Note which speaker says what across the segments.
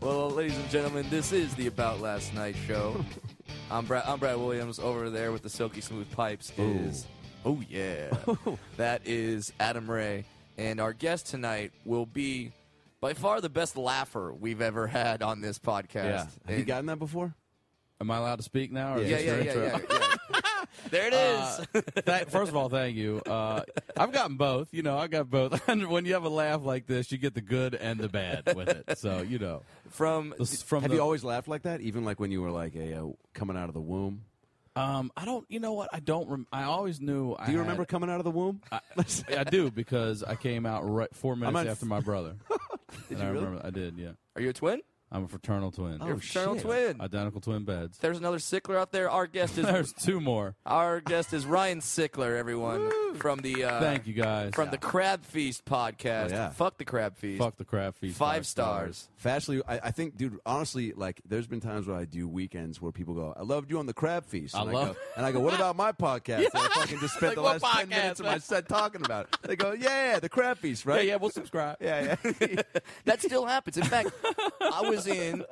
Speaker 1: Well, ladies and gentlemen, this is the About Last Night show. I'm Brad. I'm Brad Williams. Over there with the silky smooth pipes is. Oh yeah. that is Adam Ray, and our guest tonight will be by far the best laugher we've ever had on this podcast.
Speaker 2: Yeah. Have you
Speaker 1: And-
Speaker 2: gotten that before?
Speaker 3: Am I allowed to speak now? Or
Speaker 1: yeah,
Speaker 3: just
Speaker 1: yeah,
Speaker 3: your
Speaker 1: yeah,
Speaker 3: intro? Uh,
Speaker 1: yeah, yeah. there it
Speaker 2: Uh,
Speaker 1: is.
Speaker 3: Thank- first of all, thank you. Uh, I've gotten both. You know, I got both. And when you have a laugh like this, you get the good and the bad with it. So you know,
Speaker 1: From
Speaker 3: This is from
Speaker 2: Have
Speaker 3: the,
Speaker 2: you always laughed like that? Even like when you were like a uh, coming out of the womb.
Speaker 3: um, I don't. You know what? I don't. Rem- I always knew. I
Speaker 2: Do you remember
Speaker 3: had-
Speaker 2: coming out of the womb?
Speaker 3: I do because I came out right four minutes
Speaker 2: on-
Speaker 3: after my brother. did and I
Speaker 2: really?
Speaker 3: remember I did. Yeah,
Speaker 1: are you a twin?
Speaker 3: I'm a fraternal twin. Oh,
Speaker 1: You're a fraternal
Speaker 2: shit.
Speaker 1: twin.
Speaker 3: Identical twin beds.
Speaker 1: There's another sickler out there. Our guest is
Speaker 3: There's two more.
Speaker 1: our guest is Ryan Sickler. Everyone from the uh,
Speaker 3: Thank you guys.
Speaker 1: from the Crab Feast podcast.
Speaker 2: Oh, yeah.
Speaker 1: Fuck the Crab Feast.
Speaker 3: fuck the crap feast.
Speaker 1: Five stars.
Speaker 2: Fashly, I, I think, dude. Honestly, like, there's been times where I do weekends where people go, "I loved you on the crab feast,"
Speaker 3: I
Speaker 2: and
Speaker 3: love-
Speaker 2: go, and I go, "What about my podcast?" And I fucking just spent
Speaker 3: Like,
Speaker 2: the last
Speaker 3: what
Speaker 2: ten minutes
Speaker 3: podcast,
Speaker 2: of my
Speaker 3: man?
Speaker 2: set talking about it. They go, "Yeah, the crab feast, right?"
Speaker 3: Yeah, yeah. We'll subscribe.
Speaker 2: yeah, yeah.
Speaker 1: That still happens. In fact, I was in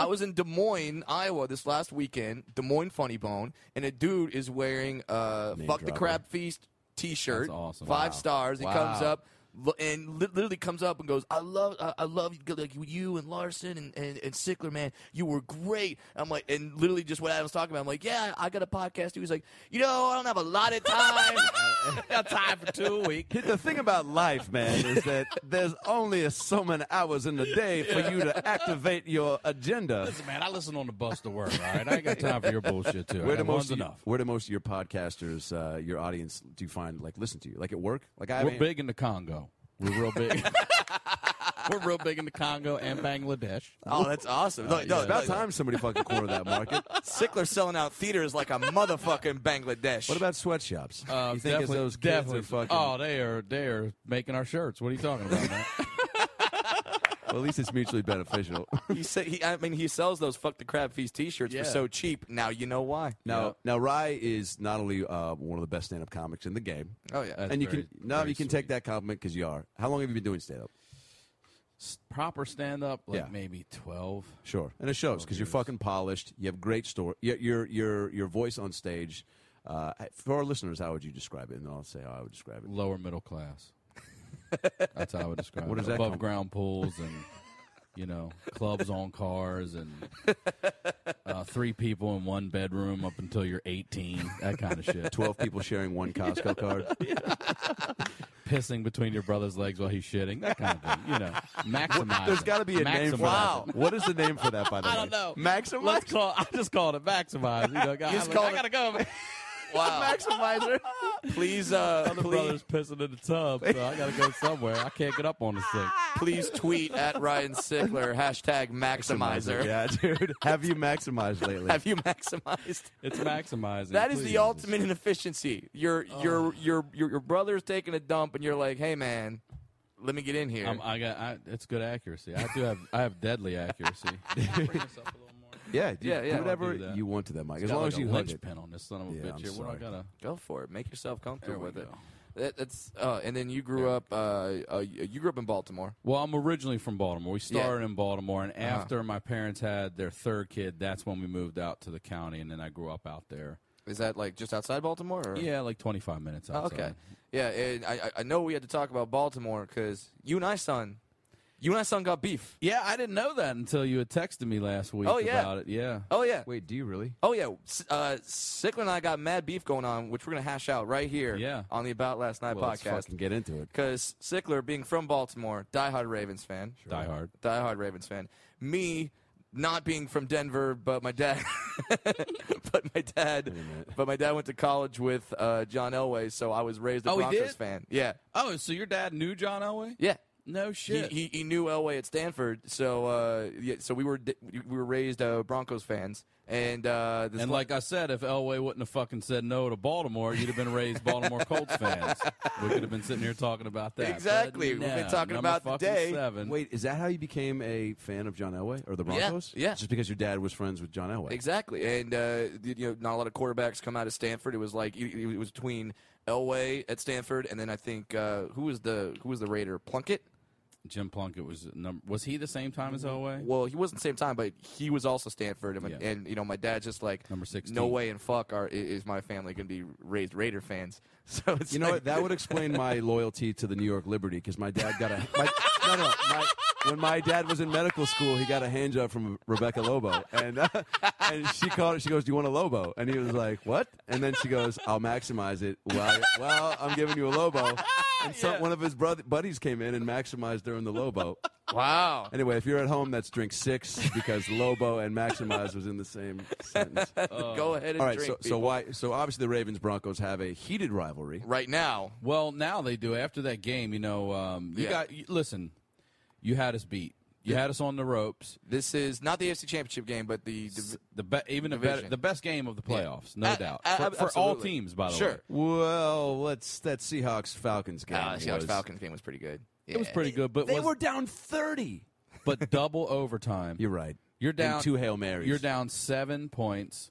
Speaker 1: I was in Des Moines, Iowa this last weekend, Des Moines Funny Bone, and a dude is wearing a
Speaker 2: Name
Speaker 1: Fuck the
Speaker 2: dropper.
Speaker 1: Crab Feast t-shirt.
Speaker 3: That's awesome.
Speaker 1: Five
Speaker 3: Wow.
Speaker 1: stars. He
Speaker 2: Wow.
Speaker 1: comes up l- and li- literally comes up and goes, "I love, I, I love you- like you and Larson and, and, and Sickler, man. You were great." I'm like, and literally just what I was talking about. I'm like, "Yeah, I got a podcast." He was like, "You know, I don't have a lot of time."
Speaker 3: Got time for two weeks.
Speaker 2: the thing about life, man, is that there's only so many hours in the day for you to activate your agenda.
Speaker 3: Listen, man, I listen on the bus to work. All right, I ain't got time for your bullshit too.
Speaker 2: Where
Speaker 3: Where
Speaker 2: do
Speaker 3: the
Speaker 2: most
Speaker 3: most
Speaker 2: of you-
Speaker 3: enough?
Speaker 2: Where do most of your podcasters, uh, your audience, do you find like listen to you? Like at work? Like I
Speaker 3: We're
Speaker 2: haven't-
Speaker 3: big in the Congo. We're real big. We're real big in the Congo and Bangladesh.
Speaker 1: oh, that's awesome.
Speaker 2: No,
Speaker 1: No, no,
Speaker 2: it's Uh, about
Speaker 1: no, no.
Speaker 2: time somebody fucking cornered that market.
Speaker 1: Sickler selling out theaters like a motherfucking Bangladesh.
Speaker 2: What about sweatshops? you think as
Speaker 3: Uh, definitely-
Speaker 2: those kids
Speaker 3: definitely.
Speaker 2: are fucking?
Speaker 3: Oh, they are they are making our shirts. What are you talking about? Man?
Speaker 2: Well, at least it's mutually beneficial.
Speaker 1: He say, he, I mean, he sells those "fuck the crab feast" T-shirts
Speaker 3: Yeah.
Speaker 1: for so cheap. Now you know why.
Speaker 2: now, now, Rye is not only uh, one of the best stand-up comics in the game.
Speaker 1: Oh yeah.
Speaker 3: That's
Speaker 2: and you
Speaker 3: very-
Speaker 2: can now
Speaker 3: very
Speaker 2: you can
Speaker 3: sweet.
Speaker 2: take that compliment because you are. How long have you been doing stand-up?
Speaker 3: S- proper stand up, like
Speaker 2: Yeah.
Speaker 3: maybe twelve.
Speaker 2: Sure, and it shows because you're fucking polished. You have great story. Your your your, your voice on stage. Uh, for our listeners, how would you describe it? And then I'll say uh, how I would describe it.
Speaker 3: Lower middle class. That's how I would describe
Speaker 2: What
Speaker 3: it.
Speaker 2: does that
Speaker 3: Above
Speaker 2: come-
Speaker 3: ground pools and you know clubs on cars and uh, three people in one bedroom up until you're 18. That kind of shit.
Speaker 2: 12 people sharing one Costco card.
Speaker 3: pissing between your brother's legs while he's shitting, that kind of thing. You know, maximize.
Speaker 2: There's
Speaker 3: it.
Speaker 2: got to be a name for that.
Speaker 3: Maximize
Speaker 1: Wow.
Speaker 3: it.
Speaker 2: What is the name for that, by the way?
Speaker 3: I don't know.
Speaker 2: Maximizer?
Speaker 3: Let's call. I just called it maximize. You know, God,
Speaker 1: just
Speaker 3: I,
Speaker 1: called
Speaker 3: I gotta go. man.
Speaker 1: Wow.
Speaker 2: Maximizer?
Speaker 1: please, uh,
Speaker 3: Other
Speaker 1: please,
Speaker 3: brother's pissing in the tub, so I gotta go somewhere. I can't get up on this thing.
Speaker 1: please tweet at Ryan Sickler hashtag Maximizer.
Speaker 2: Yeah, dude. Have you maximized lately?
Speaker 1: Have you maximized?
Speaker 3: It's maximizing.
Speaker 1: That is
Speaker 3: please. Oh.
Speaker 1: the ultimate inefficiency. Your your your your your brother's taking a dump, and you're like, "Hey, man, let me get in here."
Speaker 3: I'm, I got. I, it's good accuracy. I do have. I have deadly accuracy.
Speaker 2: yeah, dude,
Speaker 1: Yeah, yeah.
Speaker 2: do whatever
Speaker 3: I'll do that.
Speaker 2: you want to that, Mike. As
Speaker 3: Got
Speaker 2: long
Speaker 3: like
Speaker 2: as
Speaker 3: a
Speaker 2: you
Speaker 3: lunch
Speaker 2: hit it.
Speaker 3: pin on this son of a
Speaker 2: Yeah,
Speaker 3: bitch.
Speaker 2: I'm
Speaker 3: here. What do I
Speaker 2: sorry.
Speaker 3: gotta?
Speaker 1: Go for it. Make yourself
Speaker 3: There
Speaker 1: comfortable
Speaker 3: we
Speaker 1: with it.
Speaker 3: go.
Speaker 1: That, that's uh, and then you grew up. Uh, uh, you grew up in Baltimore.
Speaker 3: Well, I'm originally from Baltimore. We
Speaker 1: Yeah. Uh-huh.
Speaker 3: started in Baltimore, and after my parents had their third kid, that's when we moved out to the county, and then I grew up out there.
Speaker 1: Is that like just outside Baltimore? Or?
Speaker 3: Yeah, like 25 minutes
Speaker 1: Oh,
Speaker 3: outside.
Speaker 1: Okay. Yeah, and I, I- I know we had to talk about Baltimore because you and I, son, you and I, son, got beef.
Speaker 3: Yeah, I didn't know that until you had texted me last week
Speaker 1: Oh, yeah.
Speaker 3: about it. Yeah.
Speaker 1: Oh yeah.
Speaker 2: Wait, do you really?
Speaker 1: Oh yeah. S- Uh, Sickler and I got mad beef going on, which we're gonna hash out right here.
Speaker 3: Yeah.
Speaker 1: On the About Last Night
Speaker 2: Well, let's
Speaker 1: podcast,
Speaker 2: fucking get into it.
Speaker 1: because Sickler, being from Baltimore, diehard Ravens fan,
Speaker 3: Die Hard.
Speaker 1: diehard Ravens fan. Me. Not being from Denver, but my dad, but my dad, but my dad went to college with uh, John Elway, so I was raised a
Speaker 3: Oh, he
Speaker 1: Broncos
Speaker 3: did?
Speaker 1: fan. Yeah,
Speaker 3: Oh, so your dad knew John Elway?
Speaker 1: yeah,
Speaker 3: No
Speaker 1: He,
Speaker 3: shit.
Speaker 1: he, he knew Elway at Stanford, so uh, yeah, so we were d- we were raised uh, Broncos fans, and uh, this
Speaker 3: and
Speaker 1: la-
Speaker 3: like I said, if Elway wouldn't have fucking said no to Baltimore, you'd have been raised Baltimore Colts fans. We could have been sitting here talking about that. But
Speaker 1: Exactly. We've been
Speaker 3: no,
Speaker 1: talking
Speaker 3: number
Speaker 1: about the
Speaker 3: fucking
Speaker 1: day.
Speaker 3: Seven.
Speaker 2: Wait, is that how you became a fan of John Elway or the Broncos?
Speaker 1: yeah.
Speaker 2: Just because your dad was friends with John Elway.
Speaker 1: Exactly, and uh, you know, not a lot of quarterbacks come out of Stanford. It was like it, it was between Elway at Stanford, and then I think uh, who was the who was the Raider Plunkett.
Speaker 3: Jim Plunkett was number. Was he the same time
Speaker 1: Mm-hmm.
Speaker 3: as Elway?
Speaker 1: Well, he wasn't the same time, but he was also Stanford, and, my-
Speaker 3: Yeah.
Speaker 1: and you know, my dad's just like
Speaker 3: Number 16.
Speaker 1: No way and fuck are i- is my family going to be raised Raider fans. So it's
Speaker 2: You know
Speaker 1: like-
Speaker 2: what? That would explain my loyalty to the New York Liberty because my dad got a. My, no, no. My, when my dad was in medical school, he got a hand job from Rebecca Lobo, and uh, and she called. She goes, "Do you want a Lobo?" And he was like, "What?" And then she goes, "I'll maximize it." Well, I- well, I'm giving you a Lobo. And so one of his brother, buddies came in and maximized during the Lobo.
Speaker 1: wow.
Speaker 2: Anyway, if you're at home, that's drink six because Lobo and maximize was in the same sentence.
Speaker 1: Go ahead and
Speaker 2: All right,
Speaker 1: drink.
Speaker 2: so, so
Speaker 1: people.
Speaker 2: why? So obviously the Ravens Broncos have a heated rivalry.
Speaker 1: Right now,
Speaker 3: Well, now they do. After that game, you know, um, you
Speaker 1: Yeah.
Speaker 3: got. You, listen, you had us beat. You had us on the ropes.
Speaker 1: this is not the AFC Championship game, but the div-
Speaker 3: The be, even the
Speaker 1: Division.
Speaker 3: better, the best game of the playoffs, no
Speaker 1: A-
Speaker 3: doubt,
Speaker 1: a-
Speaker 3: for, for all
Speaker 1: absolutely.
Speaker 3: teams. By the
Speaker 1: Sure.
Speaker 3: way,
Speaker 2: Well, let's that Seahawks Falcons game.
Speaker 1: uh, Seahawks
Speaker 2: was-
Speaker 1: Falcons game was pretty good.
Speaker 3: it was pretty good, but
Speaker 2: They
Speaker 3: was-
Speaker 2: were down thirty.
Speaker 3: but double overtime.
Speaker 2: You're right.
Speaker 3: You're down
Speaker 2: And two hail marys.
Speaker 3: You're down seven points,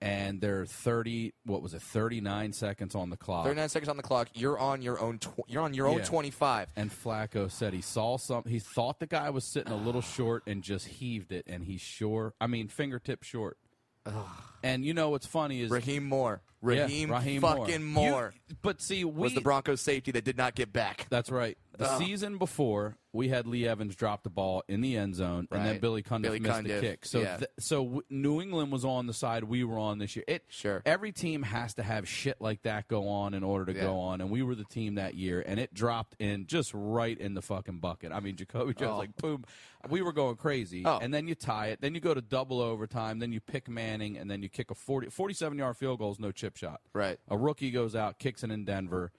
Speaker 3: and there are thirty. What was it? Thirty nine seconds on the clock.
Speaker 1: Thirty nine seconds on the clock. You're on your own. Tw- you're on your own
Speaker 3: Yeah.
Speaker 1: twenty five.
Speaker 3: And Flacco said he saw some. He thought the guy was sitting a little short and just heaved it, and he's sure. I mean, fingertip short. And you know what's funny is
Speaker 1: Raheem Moore.
Speaker 3: Yeah,
Speaker 1: Raheem,
Speaker 3: Raheem
Speaker 1: fucking
Speaker 3: You-
Speaker 1: Moore,
Speaker 3: but see, we
Speaker 1: was the Broncos safety that did not get back.
Speaker 3: That's right. The season before, we had Lee Evans drop the ball in the end zone, and then
Speaker 1: Right.
Speaker 3: Billy Cundiff
Speaker 1: Billy
Speaker 3: missed the
Speaker 1: Cundiff,
Speaker 3: kick. So,
Speaker 1: yeah.
Speaker 3: th- so w- New England was on the side we were on this year. It
Speaker 1: Sure.
Speaker 3: Every team has to have shit like that go on in order to
Speaker 1: Yeah.
Speaker 3: go on, and we were the team that year, and it dropped in just right in the fucking bucket. I mean, Jacoby Jones
Speaker 1: Oh.
Speaker 3: like boom, we were going crazy,
Speaker 1: Oh.
Speaker 3: and then you tie it, then you go to double overtime, then you pick Manning, and then you kick a 40, 47 yard field goal is no chip shot.
Speaker 1: Right.
Speaker 3: A rookie goes out, kicks it in Denver,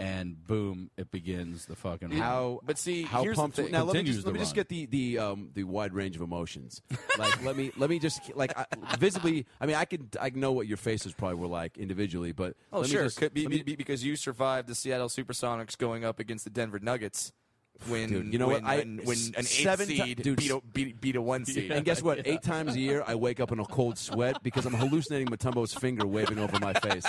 Speaker 3: and boom, it begins the fucking.
Speaker 2: How?
Speaker 1: But see,
Speaker 2: how
Speaker 1: here's the
Speaker 2: pumped?
Speaker 1: thing.
Speaker 2: Now let me
Speaker 3: Continues
Speaker 2: just,
Speaker 3: the
Speaker 2: let me just
Speaker 3: run.
Speaker 2: get the the um, the wide range of emotions. Like let me let me just like I, visibly. I mean, I could I know what your faces probably were like individually, but
Speaker 1: Oh,
Speaker 2: let me
Speaker 1: sure.
Speaker 2: just-
Speaker 1: Could be,
Speaker 2: let me-
Speaker 1: be- because you survived the Seattle Supersonics going up against the Denver Nuggets when
Speaker 2: Dude, you know
Speaker 1: when,
Speaker 2: what? I-
Speaker 1: when, when an eight
Speaker 2: seven ti-
Speaker 1: seed
Speaker 2: dude,
Speaker 1: beat, a, beat, beat a one seed.
Speaker 2: And guess what? Eight times a year, I wake up in a cold sweat because I'm hallucinating Matumbo's finger waving over my face.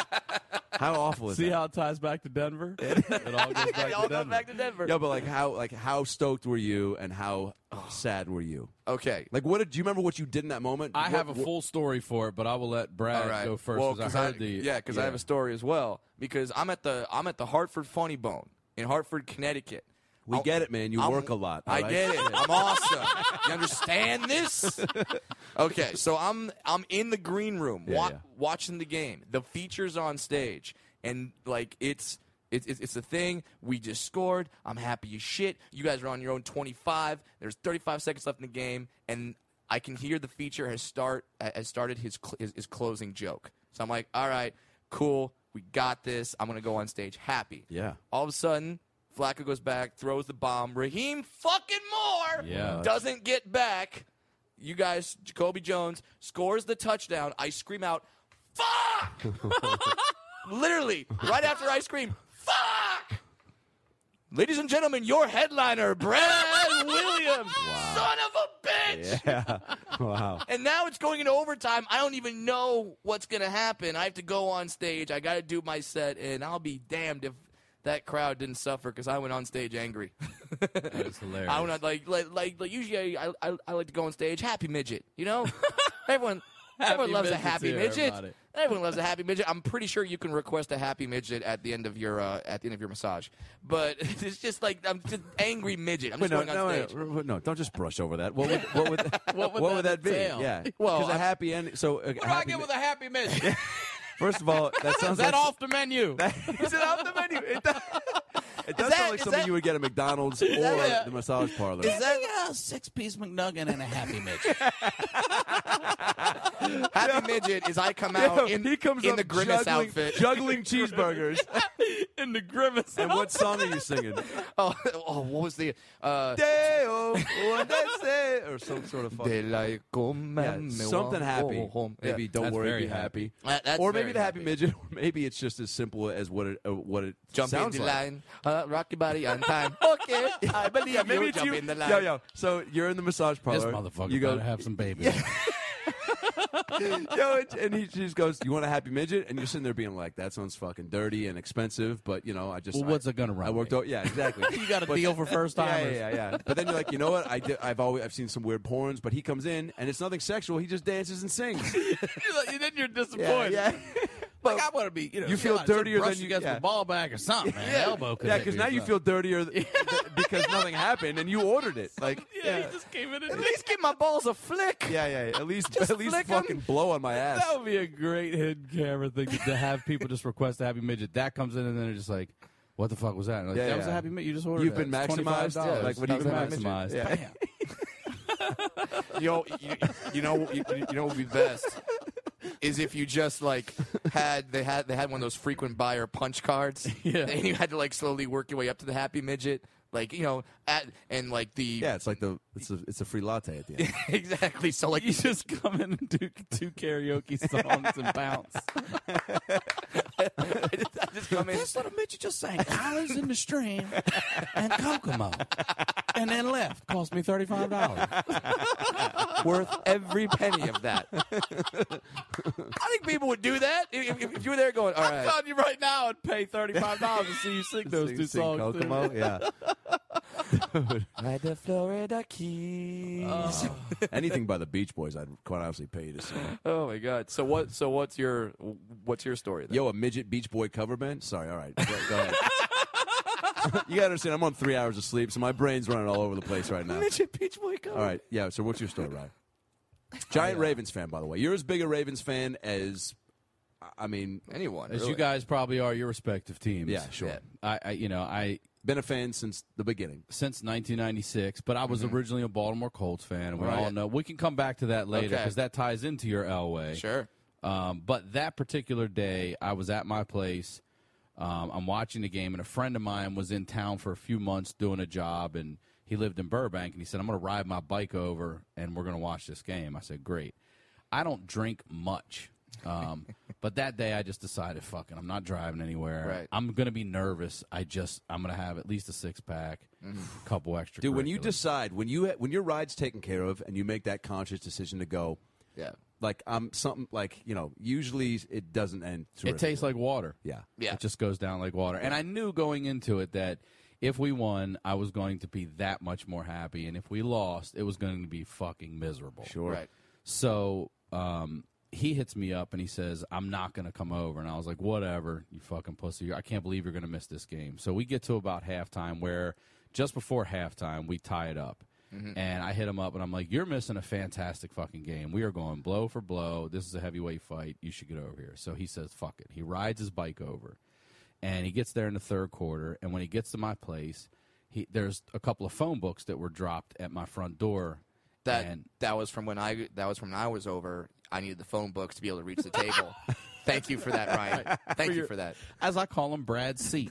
Speaker 2: How awful is
Speaker 3: See
Speaker 2: that?
Speaker 3: how it ties back to Denver? it all goes back,
Speaker 1: They all
Speaker 3: to
Speaker 1: go
Speaker 3: Denver.
Speaker 1: back to Denver.
Speaker 2: no, but like how like how stoked were you and how
Speaker 1: Oh.
Speaker 2: sad were you?
Speaker 1: Okay.
Speaker 2: Like what did do you remember what you did in that moment?
Speaker 3: I
Speaker 2: What-
Speaker 3: have a
Speaker 2: what-
Speaker 3: full story for it, but I will let Brad
Speaker 1: All right.
Speaker 3: go first
Speaker 1: Well,
Speaker 3: because I heard the
Speaker 1: yeah, because I have a story as well. Because I'm at the I'm at the Hartford Funny Bone in Hartford, Connecticut.
Speaker 2: We
Speaker 1: I'll-
Speaker 2: get it, man. You
Speaker 1: I'm-
Speaker 2: work a lot. all
Speaker 1: I
Speaker 2: right?
Speaker 1: get it. I'm awesome. You understand this? Okay, so I'm I'm in the green room wa-
Speaker 2: yeah.
Speaker 1: watching the game. The features on stage, and like it's. It's, it's, it's the thing. We just scored. I'm happy as shit. You guys are on your own 25. There's 35 seconds left in the game, and I can hear the feature has start has started his cl- his, his closing joke. So I'm like, all right, cool. We got this. I'm gonna go on stage happy.
Speaker 2: Yeah.
Speaker 1: All of a sudden, Flacco goes back, throws the bomb. Raheem fucking Moore
Speaker 3: Yeah.
Speaker 1: doesn't get back. You guys, Jacoby Jones scores the touchdown. I scream out, fuck! Literally, right after I scream, fuck! Ladies and gentlemen, your headliner, Brad Williams, son of a bitch!
Speaker 2: Yeah. Wow.
Speaker 1: And now it's going into overtime. I don't even know what's going to happen. I have to go on stage. I got to do my set, and I'll be damned if that crowd didn't suffer because I went on stage angry.
Speaker 3: That's hilarious.
Speaker 1: I don't like like like, like usually I, I I like to go on stage happy midget. You know, everyone everyone loves a
Speaker 3: midgets
Speaker 1: happy
Speaker 3: here,
Speaker 1: midget.
Speaker 3: everybody.
Speaker 1: Everyone loves a happy midget. I'm pretty sure you can request a happy midget at the end of your uh, at the end of your massage. But it's just like I'm just angry midget. I'm just
Speaker 2: Wait, no,
Speaker 1: going on
Speaker 2: no,
Speaker 1: stage.
Speaker 2: wait, wait, no, don't just brush over that. What would what would what would, that, be?
Speaker 3: entail?
Speaker 2: Yeah.
Speaker 1: Well,
Speaker 2: because
Speaker 1: I-
Speaker 2: a happy ending. So what
Speaker 3: What do I get with a happy midget? Is
Speaker 2: First of all, that sounds like
Speaker 3: that off the menu?
Speaker 1: Is it off the menu? It does-
Speaker 2: it does
Speaker 1: that-
Speaker 2: sound like
Speaker 1: is
Speaker 2: something
Speaker 1: that-
Speaker 2: you would get at McDonald's or
Speaker 1: that a-
Speaker 2: the massage parlor.
Speaker 1: is that
Speaker 3: a six piece McNugget and a happy midget?
Speaker 1: Happy midget is I come out in,
Speaker 2: he comes
Speaker 1: in
Speaker 2: up
Speaker 1: the grimace
Speaker 2: juggling,
Speaker 1: outfit.
Speaker 2: juggling cheeseburgers.
Speaker 3: in the grimace.
Speaker 2: and what song are you singing?
Speaker 1: oh, oh, what was the uh,
Speaker 2: Deo, one that's it, or some sort of fucking
Speaker 1: They like come
Speaker 2: Yeah,
Speaker 1: and me
Speaker 2: something
Speaker 1: walk
Speaker 2: happy.
Speaker 1: home. oh, Yeah.
Speaker 2: Maybe don't
Speaker 3: That's
Speaker 2: worry,
Speaker 3: very
Speaker 2: be happy.
Speaker 1: That- that's
Speaker 2: or maybe
Speaker 1: very
Speaker 2: the happy,
Speaker 1: happy.
Speaker 2: midget. Or maybe it's just as simple as what it uh, what it
Speaker 1: Jump
Speaker 2: sounds
Speaker 1: in the
Speaker 2: like.
Speaker 1: line, uh, rock your body on time. okay, I believe
Speaker 2: Yeah, maybe
Speaker 1: you.
Speaker 2: it's
Speaker 1: Jump
Speaker 2: you.
Speaker 1: in the line.
Speaker 2: Yo, yo. So you're in the massage parlor.
Speaker 3: This motherfucker
Speaker 2: You go,
Speaker 3: better have some babies.
Speaker 2: yo, and, and he she just goes, "You want a happy midget?" And you're sitting there being like, "That sounds fucking dirty and expensive." But you know, Oh, I just
Speaker 3: Well,
Speaker 2: I-
Speaker 3: what's it gonna run
Speaker 2: I worked
Speaker 3: me?
Speaker 2: out. Yeah, exactly.
Speaker 3: you got a deal for first
Speaker 2: Yeah,
Speaker 3: timers.
Speaker 2: yeah, yeah, yeah. But then you're like, you know what? I did, I've always I've seen some weird porns, but he comes in and it's nothing sexual. He just dances and sings.
Speaker 3: then
Speaker 2: yeah,
Speaker 3: you're disappointed.
Speaker 2: yeah.
Speaker 3: Like I want to be. You, know,
Speaker 2: You feel
Speaker 3: God, just
Speaker 2: dirtier
Speaker 3: brush
Speaker 2: than you-
Speaker 3: against
Speaker 2: yeah.
Speaker 3: the ball back or something. Man. Elbow.
Speaker 2: Yeah, because
Speaker 3: connector
Speaker 2: now
Speaker 3: or
Speaker 2: you
Speaker 3: something.
Speaker 2: feel dirtier th- th- because nothing happened and you ordered it. Like,
Speaker 3: Yeah, he just came in and
Speaker 1: At least give my balls a flick.
Speaker 2: yeah, yeah. At least, at least
Speaker 1: flick 'em.
Speaker 2: fucking blow on my ass.
Speaker 3: That would be a great hidden camera thing to, to have people just request a happy midget. That comes in and then they're just like, "What the fuck was that?" And like,
Speaker 2: Yeah,
Speaker 3: that was
Speaker 2: yeah.
Speaker 3: a happy midget. You just ordered.
Speaker 2: You've
Speaker 3: that.
Speaker 2: been
Speaker 3: It's
Speaker 2: maximized?
Speaker 3: $25.
Speaker 2: Yeah, like, what do you
Speaker 3: That was
Speaker 2: mean
Speaker 3: maximized?
Speaker 2: maximized?
Speaker 3: Bam.
Speaker 1: Yo, you, you know, you, you know, what would be best is if you just like had they had they had one of those frequent buyer punch cards,
Speaker 3: Yeah.
Speaker 1: and you had to like slowly work your way up to the happy midget, like you know, at and like the
Speaker 2: Yeah, it's like the it's a it's a free latte at the end.
Speaker 1: exactly. So like
Speaker 3: You just come in and do two karaoke songs and bounce.
Speaker 1: I just, I just come in.
Speaker 3: little midget just sang "Islands in the Stream" and "Kokomo," and then left. Cost me thirty-five dollars.
Speaker 1: worth every penny of that. I think people would do that if, if, if you were there going, all right.
Speaker 3: you right now, I'd pay thirty-five dollars to see you sing those
Speaker 2: Sing-
Speaker 3: two
Speaker 2: sing
Speaker 3: songs. dude.
Speaker 2: Kokomo, yeah.
Speaker 1: By the Florida Keys.
Speaker 2: Anything by the Beach Boys, I'd quite honestly pay you to see.
Speaker 1: oh my God! So what? So what's your what's your story? Then?
Speaker 2: Yo, a midget Beach Boy cover band? Sorry, all right. Go, go ahead. you gotta understand, I'm on three hours of sleep, so my brain's running all over the place right now.
Speaker 1: midget Beach Boy cover.
Speaker 2: All right, yeah. So what's your story, Ryan? Giant Ravens fan, by the way. You're as big a Ravens fan as, I- I mean,
Speaker 1: Anyone?
Speaker 3: As
Speaker 1: really.
Speaker 3: you guys probably are, your respective teams.
Speaker 2: Yeah, sure.
Speaker 1: Yeah.
Speaker 3: I, I, you know, I
Speaker 2: been a fan since the beginning.
Speaker 3: since 1996, but I was originally a Baltimore Colts fan. and We
Speaker 1: Mm-hmm. Right.
Speaker 3: all know we can come back to that later
Speaker 1: Okay.
Speaker 3: because that ties into your Elway.
Speaker 1: Sure.
Speaker 3: Um, but that particular day, I was at my place. Um, I'm watching the game, and a friend of mine was in town for a few months doing a job, and he lived in Burbank. And he said, "I'm going to ride my bike over, and we're going to watch this game." I said, "Great." I don't drink much, um, but that day I just decided, "Fucking, I'm not driving anywhere.
Speaker 1: Right.
Speaker 3: I'm going to be nervous. I just I'm going to have at least a six pack, a couple extra."
Speaker 2: Dude, when you
Speaker 3: curriculums."
Speaker 2: decide when you when your ride's taken care of and you make that conscious decision to go,
Speaker 1: Yeah.
Speaker 2: like I'm something like you know. Usually it doesn't end.
Speaker 3: it
Speaker 2: terrifically.
Speaker 3: tastes like water.
Speaker 2: Yeah.
Speaker 1: Yeah.
Speaker 3: It just goes down like water. And I knew going into it that if we won, I was going to be that much more happy. And if we lost, it was going to be fucking miserable.
Speaker 2: sure.
Speaker 1: Right.
Speaker 3: So um, he hits me up and he says, I'm not going to come over. And I was like, whatever, you fucking pussy. I can't believe you're going to miss this game. So we get to about halftime where just before halftime, we tie it up. And I hit him up and I'm like, you're missing a fantastic fucking game. We are going blow for blow. This is a heavyweight fight. You should get over here. So he says, fuck it. He rides his bike over and he gets there in the third quarter. And when he gets to my place, he, there's a couple of phone books that were dropped at my front door.
Speaker 1: That
Speaker 3: and
Speaker 1: that was from when I that was from when I was over. I needed the phone books to be able to reach the table. Thank you for that, Ryan. Thank you for that.
Speaker 3: as I call him, Brad C.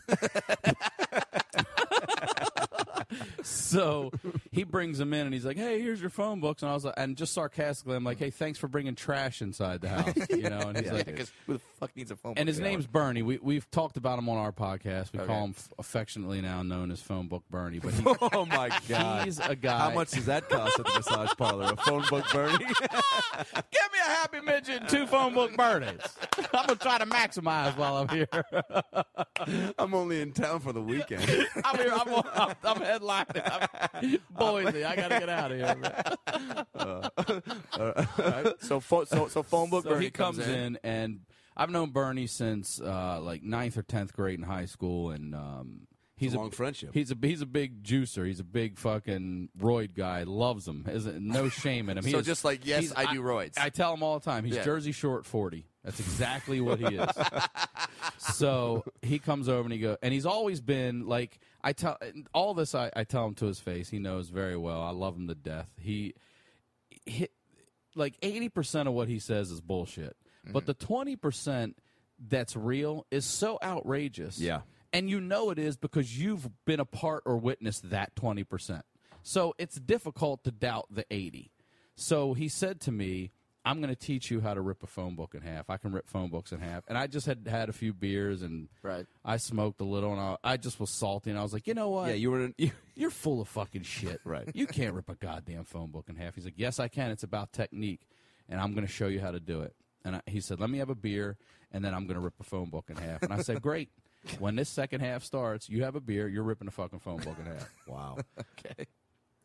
Speaker 3: so he brings him in and he's like, "Hey, here's your phone books." And I was like, and just sarcastically, I'm like, "Hey, thanks for bringing trash inside the house," you know. And he's
Speaker 1: Yeah,
Speaker 3: like,
Speaker 1: because who the fuck needs a phone?
Speaker 3: and
Speaker 1: book?
Speaker 3: his name's Bernie. We we've talked about him on our podcast. We
Speaker 1: Okay.
Speaker 3: call him f- affectionately now known as Phone Book Bernie, but he,
Speaker 2: Oh my god.
Speaker 3: he's a guy.
Speaker 2: How much does that cost at the massage parlor? A phone book burning?
Speaker 3: Give me a happy midget and two phone book birdies. I'm gonna try to maximize while I'm here.
Speaker 2: I'm only in town for the weekend.
Speaker 3: I'm here. I'm, I'm, I'm headlining. I'm Boise. I gotta get out of here. man.
Speaker 1: so pho- so so phone book.
Speaker 3: So
Speaker 1: Bernie
Speaker 3: he comes in. and I've known Bernie since uh, like ninth or tenth grade in high school, and um, he's
Speaker 2: a long friendship.
Speaker 3: He's a he's a big juicer. He's a big fucking roid guy. Loves him. Is no shame in him. He
Speaker 1: So
Speaker 3: is-
Speaker 1: just like, yes,
Speaker 3: he's-
Speaker 1: I do roids.
Speaker 3: I tell him all the time. He's
Speaker 1: Yeah.
Speaker 3: Jersey Short forty. That's exactly what he is. so he comes over and he go, and he's always been like I tell all this. I, I tell him to his face. He knows very well. I love him to death. He, he like 80% of what he says is bullshit.
Speaker 2: Mm-hmm.
Speaker 3: But the 20% that's real is so outrageous.
Speaker 2: Yeah.
Speaker 3: And you know it is because you've been a part or witnessed that 20%. So it's difficult to doubt the 80. So he said to me, I'm going to teach you how to rip a phone book in half. I can rip phone books in half. And I just had had a few beers and
Speaker 1: Right.
Speaker 3: I smoked a little and I, I just was salty and I was like, you know what?
Speaker 2: Yeah, you were. In, you,
Speaker 3: You're full of fucking shit.
Speaker 2: Right.
Speaker 3: You can't rip a goddamn phone book in half. He's like, Yes, I can. It's about technique, and I'm going to show you how to do it. And I, he said, Let me have a beer, and then I'm going to rip a phone book in half. And I said, Great. When this second half starts, you have a beer, you're ripping a fucking phone book in half.
Speaker 2: wow.
Speaker 1: Okay.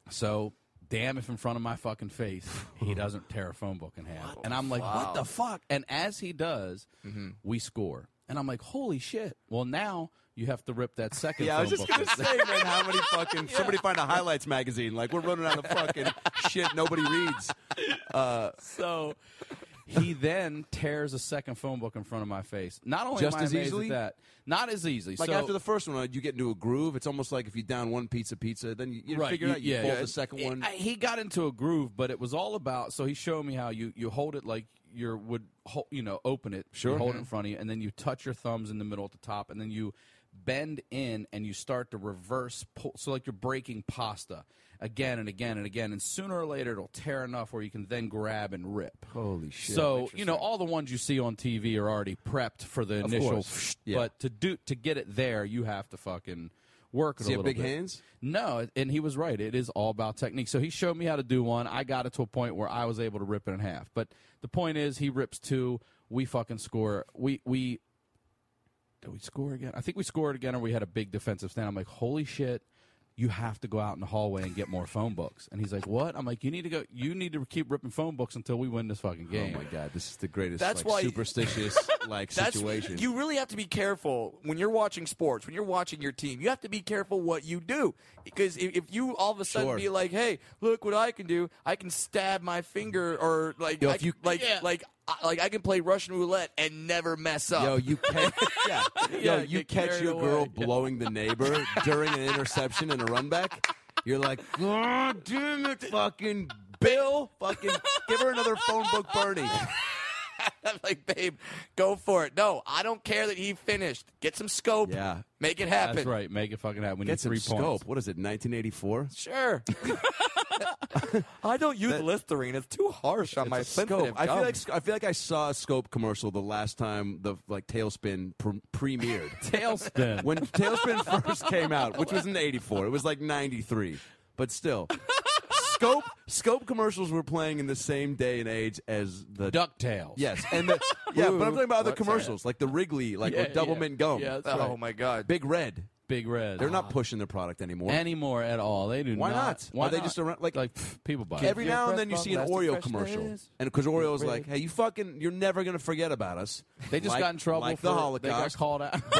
Speaker 3: So, damn if in front of my fucking face he doesn't tear a phone book in half. and I'm like, what the fuck? And as he does,
Speaker 2: Mm-hmm.
Speaker 3: we score. And I'm like, holy shit. Well, now you have to rip that second
Speaker 2: Yeah,
Speaker 3: phone
Speaker 2: I was just
Speaker 3: book.
Speaker 2: gonna
Speaker 3: in half.
Speaker 2: say, man, how many fucking somebody find a highlights magazine? Like we're running out of fucking shit nobody reads.
Speaker 3: So he then tears a second phone book in front of my face. Not only
Speaker 2: Just
Speaker 3: am I
Speaker 2: as
Speaker 3: amazed at
Speaker 2: easily?
Speaker 3: that, not as easily.
Speaker 2: Like
Speaker 3: so,
Speaker 2: after the first one, uh, you get into a groove. It's almost like if you down one pizza, pizza, then you, you figure
Speaker 3: you-
Speaker 2: out you
Speaker 3: yeah,
Speaker 2: fold
Speaker 3: yeah.
Speaker 2: the second
Speaker 3: It-
Speaker 2: one.
Speaker 3: I- he got into a groove, but it was all about. So he showed me how you you hold it like you would ho- you know open it, sure, hold it in front of you, and then you touch your thumbs in the middle at the top, and then you bend in and you start to reverse pull. So like you're breaking pasta again and again and again, and sooner or later it'll tear enough where you can then grab and rip.
Speaker 2: Holy shit.
Speaker 3: So you know all the ones you see on TV are already prepped for the initial,
Speaker 2: course. Yeah.
Speaker 3: but to do to get it there, you have to fucking work it
Speaker 2: Does he
Speaker 3: a
Speaker 2: have
Speaker 3: little
Speaker 2: big
Speaker 3: bit.
Speaker 2: hands?
Speaker 3: No, and he was right. It is all about technique. So he showed me how to do one. I got it to a point where I was able to rip it in half. But the point is, he rips two. We fucking score. We we did we score again? I think we scored again, or we had a big defensive stand. I'm like, holy shit. You have to go out in the hallway and get more phone books. And he's like, "What?" I'm like, "You need to go. You need to keep ripping phone books until we win this fucking
Speaker 2: Oh
Speaker 3: game."
Speaker 2: my god, this is the greatest.
Speaker 1: That's
Speaker 2: like,
Speaker 1: why-
Speaker 2: superstitious like situation.
Speaker 1: You really have to be careful when you're watching sports, when you're watching your team. You have to be careful what you do. Because if, if you all of a sudden
Speaker 2: Sure.
Speaker 1: be like, hey, look what I can do, I can stab my finger or like,
Speaker 2: Yo,
Speaker 1: I
Speaker 2: if
Speaker 1: can-
Speaker 2: you-
Speaker 1: like,
Speaker 3: Yeah.
Speaker 1: like, I, like I can play Russian roulette and never mess up.
Speaker 2: Yo, you catch, yeah.
Speaker 3: Yeah,
Speaker 2: Yo, you
Speaker 3: get
Speaker 2: catch
Speaker 3: carried
Speaker 2: your girl
Speaker 3: away.
Speaker 2: blowing the neighbor during an interception and a run back. You're like, God damn it, fucking Bill, fucking give her another phone book, Bernie.
Speaker 1: I'm like, babe, go for it. No, I don't care that he finished. Get some scope.
Speaker 2: Yeah.
Speaker 1: Make it happen.
Speaker 3: That's right. Make it fucking happen. We
Speaker 2: Get
Speaker 3: need
Speaker 2: some
Speaker 3: three
Speaker 2: scope.
Speaker 3: points.
Speaker 2: What is it, 1984?
Speaker 1: Sure. I don't use Listerine. It's too harsh on my
Speaker 2: It's a scope. I feel like I feel like I saw a scope commercial the last time the like Tailspin pre- premiered.
Speaker 3: Tailspin.
Speaker 2: when Tailspin first came out, which was in '84, it was like '93, but still, scope scope commercials were playing in the same day and age as the
Speaker 3: Ducktales.
Speaker 2: Yes, and the yeah, but I'm talking about other
Speaker 1: What's that?
Speaker 2: commercials like the Wrigley, like
Speaker 3: Yeah,
Speaker 2: with Double
Speaker 3: yeah.
Speaker 2: Mint gum,
Speaker 3: Yeah, that's
Speaker 1: oh
Speaker 3: right.
Speaker 1: my god.
Speaker 2: Big Red.
Speaker 3: Big Red.
Speaker 2: They're not pushing their product anymore.
Speaker 3: anymore at all. They do.
Speaker 2: Why
Speaker 3: not?
Speaker 2: not? Are they just around- like-
Speaker 3: pff, people buy it.
Speaker 2: Every
Speaker 1: Your
Speaker 2: now and
Speaker 1: breath
Speaker 2: then you
Speaker 1: bomb
Speaker 2: see an
Speaker 1: lasted
Speaker 2: Oreo
Speaker 1: fresh
Speaker 2: commercial,
Speaker 1: days.
Speaker 2: and because Oreo's
Speaker 1: Red.
Speaker 2: like, "Hey, you fucking, you're never gonna forget about us."
Speaker 3: They just
Speaker 2: Like-
Speaker 3: got in trouble
Speaker 2: like
Speaker 3: for
Speaker 2: the
Speaker 3: They got
Speaker 2: Holocaust.
Speaker 3: called out.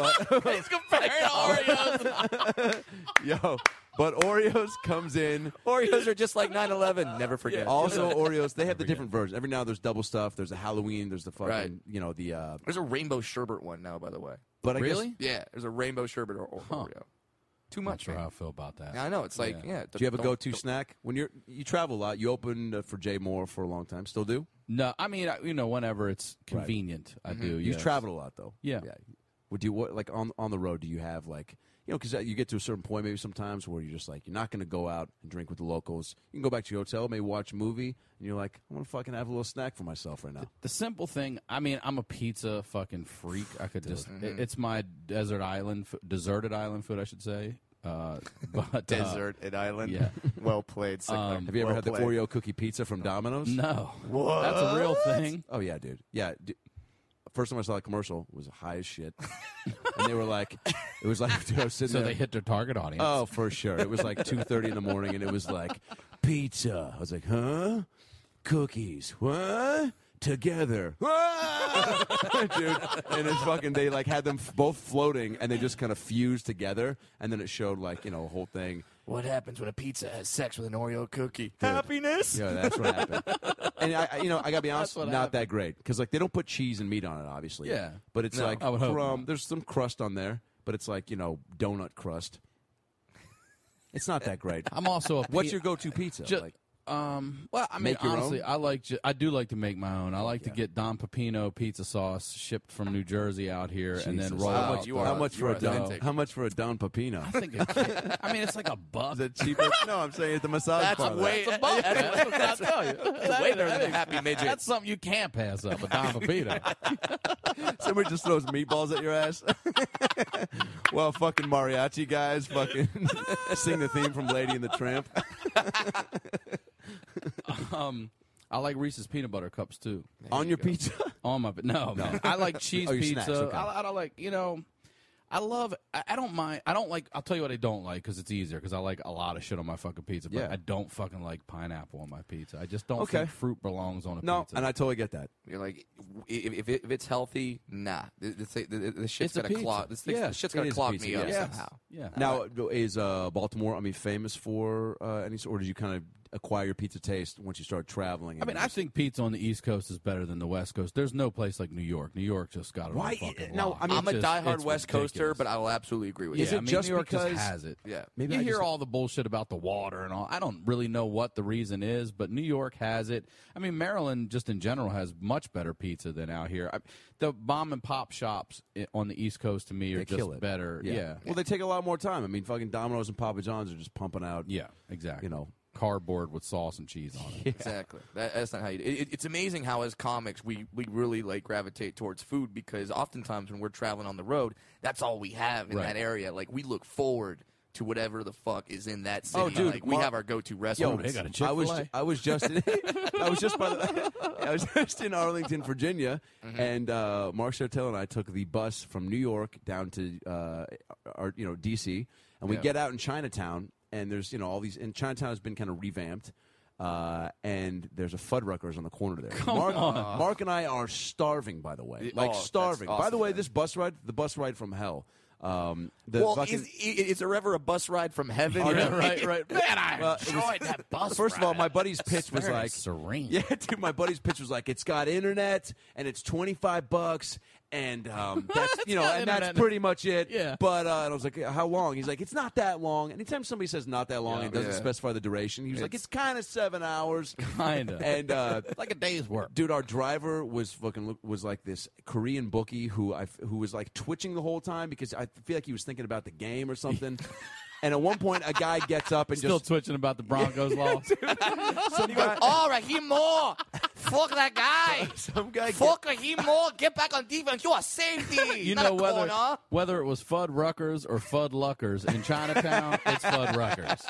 Speaker 1: He's comparing Oreos.
Speaker 2: Yo, but Oreos comes in.
Speaker 1: Oreos are just like 9/11. Never forget.
Speaker 2: Also, Oreos they have the different versions. Every now there's double stuff. There's a Halloween. There's the fucking
Speaker 1: Right.
Speaker 2: you know the. uh
Speaker 1: there's a rainbow sherbet one now, by the way.
Speaker 2: But I
Speaker 3: really?
Speaker 2: guess
Speaker 1: Yeah, there's a rainbow sherbet or, or Oreo. Too
Speaker 3: I'm not
Speaker 1: much.
Speaker 3: sure
Speaker 1: man.
Speaker 3: how I feel about that.
Speaker 1: Yeah, I know. It's like yeah.
Speaker 2: do you have a
Speaker 1: don't-
Speaker 2: go-to snack when you're you travel a lot? You opened uh, for Jay Moore for a long time. Still do.
Speaker 3: No, I mean, I, you know, whenever it's convenient, I do.
Speaker 2: Mm-hmm. You
Speaker 3: yes.
Speaker 2: travel a lot though.
Speaker 3: Yeah.
Speaker 2: Would you what like on on the road? Do you have like you know because you get to a certain point maybe sometimes where you're just like you're not going to go out and drink with the locals. You can go back to your hotel, maybe watch a movie, and you're like I want to fucking have a little snack for myself right now.
Speaker 3: The simple thing. I mean, I'm a pizza fucking freak. I could just.
Speaker 2: Mm-hmm.
Speaker 3: it- it's my desert island, f- deserted island food, I should say. Uh, but uh,
Speaker 1: Desert at Island.
Speaker 3: yeah.
Speaker 1: Well played. Sickler.
Speaker 2: Um, Have you ever
Speaker 1: Well
Speaker 2: had the
Speaker 1: played.
Speaker 2: Oreo cookie pizza from Domino's?
Speaker 3: no, that's a real thing.
Speaker 2: Oh yeah, dude. Yeah. d First time I saw that commercial was high as shit, and they were like, it was like dude, I was sitting
Speaker 3: So
Speaker 2: there.
Speaker 3: they hit their target audience.
Speaker 2: oh, for sure. It was like two thirty in the morning, and it was like pizza. I was like, huh? Cookies? What? Together, Ah! dude. And it's fucking. They like had them f- both floating, and they just kind of fused together, and then it showed like you know a whole thing.
Speaker 1: What happens when a pizza has sex with an Oreo cookie? Happiness.
Speaker 2: Yeah, that's what happened. and I, I- you know, I gotta be honest,
Speaker 3: what
Speaker 2: not that great because like they don't put cheese and meat on it, obviously.
Speaker 3: Yeah.
Speaker 2: but it's
Speaker 3: No,
Speaker 2: like
Speaker 3: I would hope
Speaker 2: crumb.
Speaker 3: not.
Speaker 2: There's some crust on there, but it's like you know donut crust. It's not that great.
Speaker 3: I'm also a.
Speaker 2: What's
Speaker 3: pe-
Speaker 2: your go-to pizza?
Speaker 3: Ju-
Speaker 2: like,
Speaker 3: Um, well, I mean,
Speaker 2: Make your own?
Speaker 3: honestly, I like ju- I do like to make my own. I like
Speaker 2: yeah.
Speaker 3: to get Don Pepino pizza sauce shipped from New Jersey out here and then
Speaker 2: Jesus.
Speaker 3: roll
Speaker 1: Wow,
Speaker 3: out.
Speaker 1: you
Speaker 3: the-
Speaker 1: are-
Speaker 2: how much
Speaker 1: you
Speaker 2: for
Speaker 1: are
Speaker 2: a don?
Speaker 1: authentic.
Speaker 2: How much for a don pepino?
Speaker 3: I think it's, I mean, it's like a buck.
Speaker 2: Is it cheaper? no, I'm saying at the massage parlor.
Speaker 3: It's a buck. That's what I'll tell you. That
Speaker 1: way
Speaker 3: ain't-
Speaker 1: better
Speaker 3: that
Speaker 1: than
Speaker 3: ain't-
Speaker 1: Happy Midget.
Speaker 3: That's something you can't pass up. A Don Pepino.
Speaker 2: Somebody just throws meatballs at your ass. well, fucking mariachi guys, fucking sing the theme from Lady and the Tramp.
Speaker 3: um, I like Reese's peanut butter cups too.
Speaker 2: On your pizza,
Speaker 3: On my no, man. I like cheese
Speaker 2: Oh, your
Speaker 3: pizza.
Speaker 2: snacks, okay.
Speaker 3: I, I don't like you know. I love. I, I don't mind. I don't like. I'll tell you what I don't like because it's easier because I like a lot of shit on my fucking pizza. But
Speaker 2: Yeah.
Speaker 3: I don't fucking like pineapple on my pizza. I just don't
Speaker 2: Okay.
Speaker 3: think fruit belongs on a
Speaker 2: no,
Speaker 3: pizza.
Speaker 2: and I totally get that.
Speaker 1: You're like, if, if, it, if it's healthy, nah. The, the, thi- the, the shit's
Speaker 3: It's a
Speaker 1: gonna
Speaker 3: pizza.
Speaker 1: clog. This thing's
Speaker 2: Yeah,
Speaker 1: the shit's
Speaker 2: it
Speaker 1: gonna
Speaker 2: is a
Speaker 1: clog
Speaker 2: pizza,
Speaker 1: me up
Speaker 2: yes.
Speaker 1: somehow.
Speaker 3: yeah.
Speaker 2: Now, is uh, Baltimore? I mean, famous for uh, any, sort- or did you kind of acquire your pizza taste once you start traveling?
Speaker 3: I mean, I think pizza on the East Coast is better than the West Coast. There's no place like New York. New York just got it.
Speaker 2: Why-
Speaker 3: On fucking
Speaker 2: no,
Speaker 3: lock.
Speaker 2: I mean,
Speaker 3: It's
Speaker 1: I'm a
Speaker 3: just-
Speaker 1: diehard
Speaker 3: it's
Speaker 1: West Coaster,
Speaker 3: ridiculous.
Speaker 1: but I will absolutely agree with
Speaker 3: Yeah,
Speaker 2: Is
Speaker 1: you.
Speaker 2: it
Speaker 3: I mean,
Speaker 2: just
Speaker 3: New York
Speaker 2: because-
Speaker 3: just has it?
Speaker 1: Yeah.
Speaker 2: Maybe
Speaker 3: you
Speaker 2: I
Speaker 3: hear
Speaker 2: just-
Speaker 3: all the bullshit about the water and all. I don't really know what the reason is, but New York has it. I mean, Maryland just in general has much better pizza than out here. I, the bomb and pop shops i- on the East Coast to me are
Speaker 2: They
Speaker 3: just
Speaker 2: kill it.
Speaker 3: better. Yeah. yeah,
Speaker 2: Well, they take a lot more time. I mean, fucking Domino's and Papa John's are just pumping out.
Speaker 3: exactly.
Speaker 2: You know.
Speaker 3: cardboard with sauce and cheese on it.
Speaker 1: Exactly. That, that's not how you. It, it- it's amazing how, as comics, we, we really like gravitate towards food because oftentimes when we're traveling on the road, that's all we have in
Speaker 3: Right.
Speaker 1: that area. Like we look forward to whatever the fuck is in that city.
Speaker 2: Oh, dude,
Speaker 1: like we
Speaker 2: Mar-
Speaker 1: have our go to
Speaker 2: Yo,
Speaker 1: restaurants.
Speaker 3: they got a
Speaker 2: I was
Speaker 3: Chick-fil-A.
Speaker 2: I was just in, I was just by the, I was just in Arlington, Virginia,
Speaker 3: Mm-hmm.
Speaker 2: and uh, Mark Sartell and I took the bus from New York down to uh, our, you know DC, and we
Speaker 1: Yeah.
Speaker 2: get out in Chinatown, and there's you know all these, and Chinatown has been kind of revamped. Uh, and there's a Fuddruckers on the corner there. Mark, Mark and I are starving, by the way,
Speaker 1: Y-
Speaker 2: like
Speaker 1: oh, that's
Speaker 2: starving. by the
Speaker 1: awesome,
Speaker 2: way,
Speaker 1: man.
Speaker 2: this bus ride, the bus ride from hell. Um, the
Speaker 1: well,
Speaker 2: fucking-
Speaker 1: is, i- is there ever a bus ride from heaven? You know?
Speaker 3: right, right. Man, I
Speaker 2: Well, it was-
Speaker 3: enjoyed that bus.
Speaker 2: first of all, my buddy's pitch was
Speaker 3: Very
Speaker 2: like
Speaker 3: serene.
Speaker 2: Yeah, dude, my buddy's pitch was like, it's got internet and it's twenty five bucks. And um, that's you know,
Speaker 3: got
Speaker 2: and
Speaker 3: internet in
Speaker 2: that's
Speaker 3: it.
Speaker 2: pretty much it.
Speaker 3: Yeah.
Speaker 2: But uh, and I was like, "How long?" He's like, "It's not that long." Anytime somebody says "not that long"
Speaker 3: Yeah.
Speaker 2: and doesn't
Speaker 1: Yeah.
Speaker 2: specify the duration, he was like, "It's kind of seven hours."
Speaker 3: Kinda.
Speaker 2: And uh,
Speaker 3: like a day's work.
Speaker 2: dude, our driver was fucking was like this Korean bookie who I who was like twitching the whole time because I feel like he was thinking about the game or something. and at one point, a guy gets up and
Speaker 3: Still
Speaker 2: just
Speaker 3: twitching about the Broncos loss.
Speaker 2: some guy,
Speaker 1: All right, he more. Fuck that guy.
Speaker 2: some guy get-
Speaker 1: Fuck he more. Get back on defense. You are safety.
Speaker 3: You
Speaker 1: not
Speaker 3: know
Speaker 1: a
Speaker 3: whether
Speaker 1: corner.
Speaker 3: whether it was Fud Ruckers or Fud Luckers in Chinatown, it's Fud Ruckers.